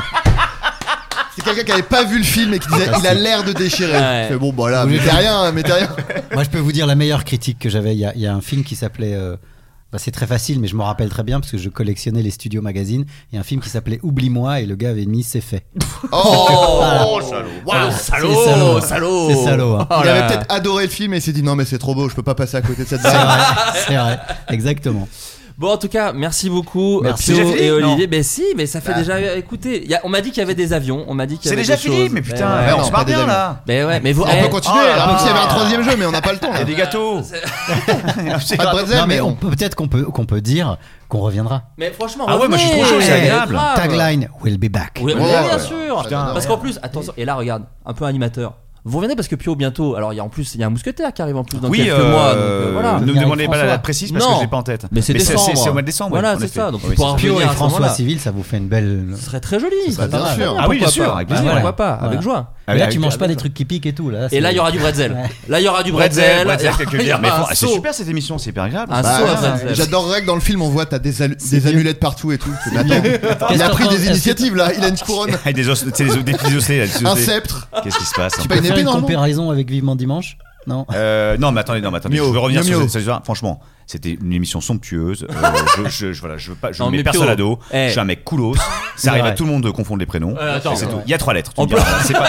[SPEAKER 7] C'est quelqu'un qui avait pas vu le film et qui disait il a l'air de déchirer.
[SPEAKER 6] Ouais.
[SPEAKER 7] Je fais, bon, bah là,
[SPEAKER 8] Vous
[SPEAKER 7] mettez
[SPEAKER 8] voulez-
[SPEAKER 7] rien, mettez rien.
[SPEAKER 8] Moi, je peux vous dire la meilleure critique que j'avais. Il y, a- il y a un film qui s'appelait euh, Bah, c'est très facile, mais je m'en rappelle très bien parce que je collectionnais les studios magazines. Il y a un film qui s'appelait Oublie-moi et le gars avait mis C'est fait.
[SPEAKER 7] Oh,
[SPEAKER 8] Voilà,
[SPEAKER 6] Ah,
[SPEAKER 7] Waouh
[SPEAKER 8] c'est salaud, hein. C'est salaud. hein.
[SPEAKER 7] Il avait peut-être adoré le film et il s'est dit non mais c'est trop beau, je peux pas passer à côté de cette
[SPEAKER 8] C'est
[SPEAKER 7] scène.
[SPEAKER 8] vrai, c'est vrai, exactement.
[SPEAKER 6] Bon, en tout cas, merci beaucoup,
[SPEAKER 8] Merci.
[SPEAKER 6] euh,
[SPEAKER 2] C'est
[SPEAKER 6] Pio
[SPEAKER 2] déjà fini
[SPEAKER 6] et Olivier.
[SPEAKER 2] Non. Bah.
[SPEAKER 6] Ben si, mais ça fait déjà. Écoutez, il y a- on m'a dit qu'il y avait des avions, on m'a dit qu'il y
[SPEAKER 2] C'est
[SPEAKER 6] avait
[SPEAKER 2] déjà
[SPEAKER 6] des
[SPEAKER 2] fini,
[SPEAKER 6] choses.
[SPEAKER 2] mais
[SPEAKER 6] Ben
[SPEAKER 2] putain,
[SPEAKER 6] ouais.
[SPEAKER 2] eh,
[SPEAKER 7] non,
[SPEAKER 2] on se
[SPEAKER 7] pas
[SPEAKER 2] marre
[SPEAKER 7] des
[SPEAKER 2] bien
[SPEAKER 7] amis.
[SPEAKER 2] là.
[SPEAKER 6] Ben ouais, mais vous.
[SPEAKER 7] On
[SPEAKER 6] eh,
[SPEAKER 7] peut continuer,
[SPEAKER 2] Oh là
[SPEAKER 7] alors
[SPEAKER 2] là.
[SPEAKER 7] s'il y avait un troisième jeu mais on n'a pas le temps.
[SPEAKER 2] Il y a
[SPEAKER 7] là.
[SPEAKER 2] des gâteaux.
[SPEAKER 7] Pas de bretzel,
[SPEAKER 8] Non, mais
[SPEAKER 7] mais
[SPEAKER 8] on
[SPEAKER 7] on.
[SPEAKER 8] peut peut-être qu'on peut qu'on peut dire qu'on reviendra.
[SPEAKER 6] Mais franchement,
[SPEAKER 2] Ah ouais, moi, je suis trop chaud, c'est
[SPEAKER 6] revenez, Eh,
[SPEAKER 2] agréable. Oh,
[SPEAKER 6] grave.
[SPEAKER 8] Tagline We'll be back.
[SPEAKER 6] Ah, bah. Oui,
[SPEAKER 7] Ouais,
[SPEAKER 6] oui,
[SPEAKER 7] ouais,
[SPEAKER 6] bien
[SPEAKER 7] ouais.
[SPEAKER 6] sûr.
[SPEAKER 7] Putain.
[SPEAKER 6] Parce qu'en plus, attention, et là regarde, un peu animateur. Vous revenez parce que Pio bientôt. Alors il y a en plus, il y a un mousquetaire qui arrive en plus dans
[SPEAKER 2] Oui,
[SPEAKER 6] quelques
[SPEAKER 2] euh,
[SPEAKER 6] mois. Donc, euh, voilà.
[SPEAKER 2] ne me
[SPEAKER 8] Avec
[SPEAKER 2] demandez pas la
[SPEAKER 8] François.
[SPEAKER 2] date précise parce que
[SPEAKER 6] Non.
[SPEAKER 2] je l'ai pas en tête.
[SPEAKER 6] Mais c'est décembre.
[SPEAKER 2] C'est au mois de décembre.
[SPEAKER 6] Voilà,
[SPEAKER 2] ouais, en
[SPEAKER 6] c'est
[SPEAKER 2] effet.
[SPEAKER 6] ça, donc
[SPEAKER 2] Oui,
[SPEAKER 6] tu pourras
[SPEAKER 2] c'est ça.
[SPEAKER 6] revenir.
[SPEAKER 8] Pio et
[SPEAKER 6] à ce
[SPEAKER 8] François
[SPEAKER 6] moment-là. Ah
[SPEAKER 8] Civil, ça vous fait une belle.
[SPEAKER 6] Ce serait très joli. Pourquoi
[SPEAKER 7] serait bien
[SPEAKER 6] pas,
[SPEAKER 7] sûr.
[SPEAKER 6] pourquoi
[SPEAKER 2] Ah oui, bien
[SPEAKER 6] pas.
[SPEAKER 2] sûr, avec
[SPEAKER 6] Ah,
[SPEAKER 2] plaisir.
[SPEAKER 6] Pourquoi
[SPEAKER 8] Voilà.
[SPEAKER 6] pas, avec
[SPEAKER 8] Voilà.
[SPEAKER 6] joie.
[SPEAKER 8] Mais là,
[SPEAKER 2] Avec-
[SPEAKER 8] tu manges pas
[SPEAKER 6] avec-
[SPEAKER 8] des trucs qui piquent et tout là.
[SPEAKER 6] ah Et
[SPEAKER 8] c'est-
[SPEAKER 6] là il y aura du bretzel.
[SPEAKER 8] Ouais.
[SPEAKER 6] Là il y aura du
[SPEAKER 2] Bretzel,
[SPEAKER 6] bretzel.
[SPEAKER 2] bretzel, quelques
[SPEAKER 6] il y
[SPEAKER 2] bières.
[SPEAKER 6] aura
[SPEAKER 2] Mais
[SPEAKER 6] un
[SPEAKER 2] fran- C'est
[SPEAKER 6] saut.
[SPEAKER 2] super cette émission, Ah, c'est hyper agréable.
[SPEAKER 6] Un
[SPEAKER 2] ça.
[SPEAKER 6] saut à
[SPEAKER 7] ouais.
[SPEAKER 6] bretzel.
[SPEAKER 7] J'adorerais que dans le film on voit t'as des, alu- des
[SPEAKER 8] bien.
[SPEAKER 7] amulettes partout et tout. Mais attends, il
[SPEAKER 8] Qu'est-ce
[SPEAKER 7] a
[SPEAKER 8] que
[SPEAKER 7] pris
[SPEAKER 8] t'en- est-ce
[SPEAKER 7] des
[SPEAKER 8] que-
[SPEAKER 7] initiatives là, il a une couronne,
[SPEAKER 2] Avec des os, c'est des os- des petits osselets, là, des petits
[SPEAKER 7] un
[SPEAKER 2] osselets.
[SPEAKER 7] sceptre.
[SPEAKER 2] Qu'est-ce qui se passe
[SPEAKER 7] Tu
[SPEAKER 2] hein
[SPEAKER 7] peux une
[SPEAKER 8] Faire
[SPEAKER 7] épée
[SPEAKER 8] une
[SPEAKER 7] normalement.
[SPEAKER 8] comparaison avec Vivement Dimanche Non.
[SPEAKER 2] Euh, non, mais attendez, non, mais attendez,
[SPEAKER 7] Mio,
[SPEAKER 2] je veux revenir
[SPEAKER 7] Mio,
[SPEAKER 2] sur
[SPEAKER 7] Mio.
[SPEAKER 2] cette histoire. Franchement, c'était une émission somptueuse. Euh, je, je, je- voilà, je veux pas, je
[SPEAKER 6] Non,
[SPEAKER 2] mets
[SPEAKER 6] mais
[SPEAKER 2] personne
[SPEAKER 6] Pio,
[SPEAKER 2] à dos.
[SPEAKER 6] eh.
[SPEAKER 2] Je suis un mec coolos. Ça arrive
[SPEAKER 8] vrai.
[SPEAKER 2] à tout le monde de confondre les prénoms.
[SPEAKER 6] Euh, attends.
[SPEAKER 2] Et c'est tout. Il y a trois lettres. tu
[SPEAKER 6] En
[SPEAKER 2] me diras.
[SPEAKER 6] plus-
[SPEAKER 2] C'est pas-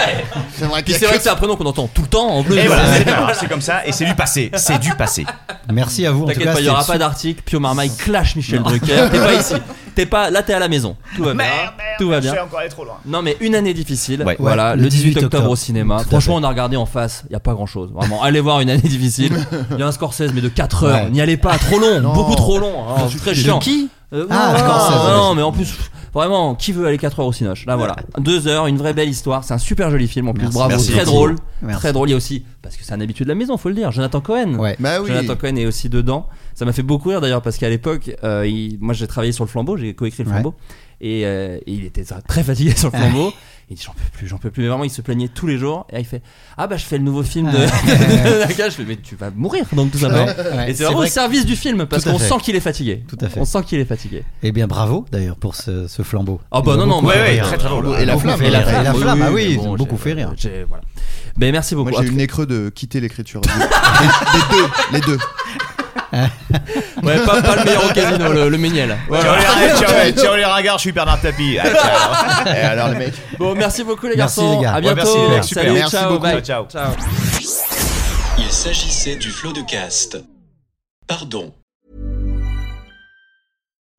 [SPEAKER 7] C'est vrai
[SPEAKER 6] Puis
[SPEAKER 7] qu'il y a
[SPEAKER 6] c'est vrai
[SPEAKER 7] que
[SPEAKER 6] que c'est un prénom qu'on entend tout le temps en bleu.
[SPEAKER 2] Et voilà, c'est pas grave, c'est comme ça, et c'est du passé. C'est du passé.
[SPEAKER 8] Merci à vous. en tout
[SPEAKER 6] T'inquiète
[SPEAKER 8] cas,
[SPEAKER 6] pas, il y aura
[SPEAKER 8] c'était
[SPEAKER 6] pas d'article. Pio Marmaille clash Michel Drucker. T'es pas ici. T'es pas là, t'es à la maison. Tout va bien. Tout va bien.
[SPEAKER 9] encore aller trop loin.
[SPEAKER 6] Non mais une année difficile.
[SPEAKER 2] Ouais.
[SPEAKER 6] Voilà,
[SPEAKER 8] Ouais,
[SPEAKER 6] le 18 octobre, au
[SPEAKER 8] Tout
[SPEAKER 6] cinéma.
[SPEAKER 8] à fait.
[SPEAKER 6] Franchement, on a regardé en face, il y a pas grand-chose. Vraiment, allez voir une année difficile. Il y a un Scorsese mais de 4 heures.
[SPEAKER 8] Ouais.
[SPEAKER 6] N'y allez pas, trop long, beaucoup trop long. hein, très chiant.
[SPEAKER 8] qui
[SPEAKER 6] Euh,
[SPEAKER 8] Ah,
[SPEAKER 6] non,
[SPEAKER 8] Scorsese,
[SPEAKER 6] non,
[SPEAKER 8] ouais.
[SPEAKER 6] mais en plus pff, vraiment, qui veut aller 4 heures au cinoche Là voilà, 2 heures, une vraie belle histoire, c'est un super joli film en plus,
[SPEAKER 8] Merci.
[SPEAKER 6] bravo,
[SPEAKER 8] Merci.
[SPEAKER 6] très
[SPEAKER 8] Merci.
[SPEAKER 6] drôle.
[SPEAKER 8] Merci.
[SPEAKER 6] Très drôle, il y a aussi parce que c'est un habitué de la maison, faut le dire, Jonathan Cohen.
[SPEAKER 8] Ouais.
[SPEAKER 7] Bah oui.
[SPEAKER 6] Jonathan Cohen est aussi dedans. Ça m'a fait beaucoup rire d'ailleurs parce qu'à l'époque, euh, il- moi j'ai travaillé sur le flambeau, j'ai coécrit le
[SPEAKER 8] Ouais.
[SPEAKER 6] flambeau et, euh, et il était très fatigué sur le flambeau. Il dit j'en peux plus, j'en peux plus. Mais vraiment, il se plaignait tous les jours. Et là, il fait ah bah je fais le nouveau film de, de Naka. Je fais mais tu vas mourir donc tout simplement.
[SPEAKER 8] Ouais,
[SPEAKER 6] Et c'est
[SPEAKER 8] c'est
[SPEAKER 6] vraiment
[SPEAKER 8] vrai
[SPEAKER 6] au service du film parce
[SPEAKER 8] Tout à
[SPEAKER 6] qu'on
[SPEAKER 8] fait.
[SPEAKER 6] sent qu'il est fatigué.
[SPEAKER 8] Tout à fait.
[SPEAKER 6] On sent qu'il est fatigué.
[SPEAKER 8] Eh bien, bravo d'ailleurs pour ce, ce flambeau.
[SPEAKER 6] Ah bah
[SPEAKER 8] Il m'a
[SPEAKER 6] non non.
[SPEAKER 8] beaucoup
[SPEAKER 6] moi,
[SPEAKER 8] fait
[SPEAKER 2] ouais,
[SPEAKER 8] rire.
[SPEAKER 2] très, très drôle.
[SPEAKER 7] Et la flamme.
[SPEAKER 8] Et la,
[SPEAKER 7] hein.
[SPEAKER 8] et la flamme, ah oui,
[SPEAKER 6] bon,
[SPEAKER 8] beaucoup
[SPEAKER 6] j'ai-
[SPEAKER 8] fait rire.
[SPEAKER 6] j'ai- voilà. Mais merci beaucoup.
[SPEAKER 7] Moi j'ai eu le nez creux de quitter l'écriture. Les, les deux, les deux.
[SPEAKER 6] Ouais, pas, pas le meilleur au casino, le, le Méniel.
[SPEAKER 2] Ciao les, arrêtes, ciao, les- ciao les ringards, je suis Bernard Tapie. Allez, ciao. Et alors les mecs
[SPEAKER 6] Bon, merci beaucoup les
[SPEAKER 8] Merci,
[SPEAKER 6] garçons.
[SPEAKER 8] les gars.
[SPEAKER 6] À
[SPEAKER 8] Ouais,
[SPEAKER 6] bientôt.
[SPEAKER 2] merci, les mecs, super.
[SPEAKER 6] Salut,
[SPEAKER 7] Merci
[SPEAKER 6] ciao,
[SPEAKER 7] beaucoup.
[SPEAKER 6] bye.
[SPEAKER 2] Ciao.
[SPEAKER 6] ciao.
[SPEAKER 1] Il s'agissait du flot de caste. Pardon.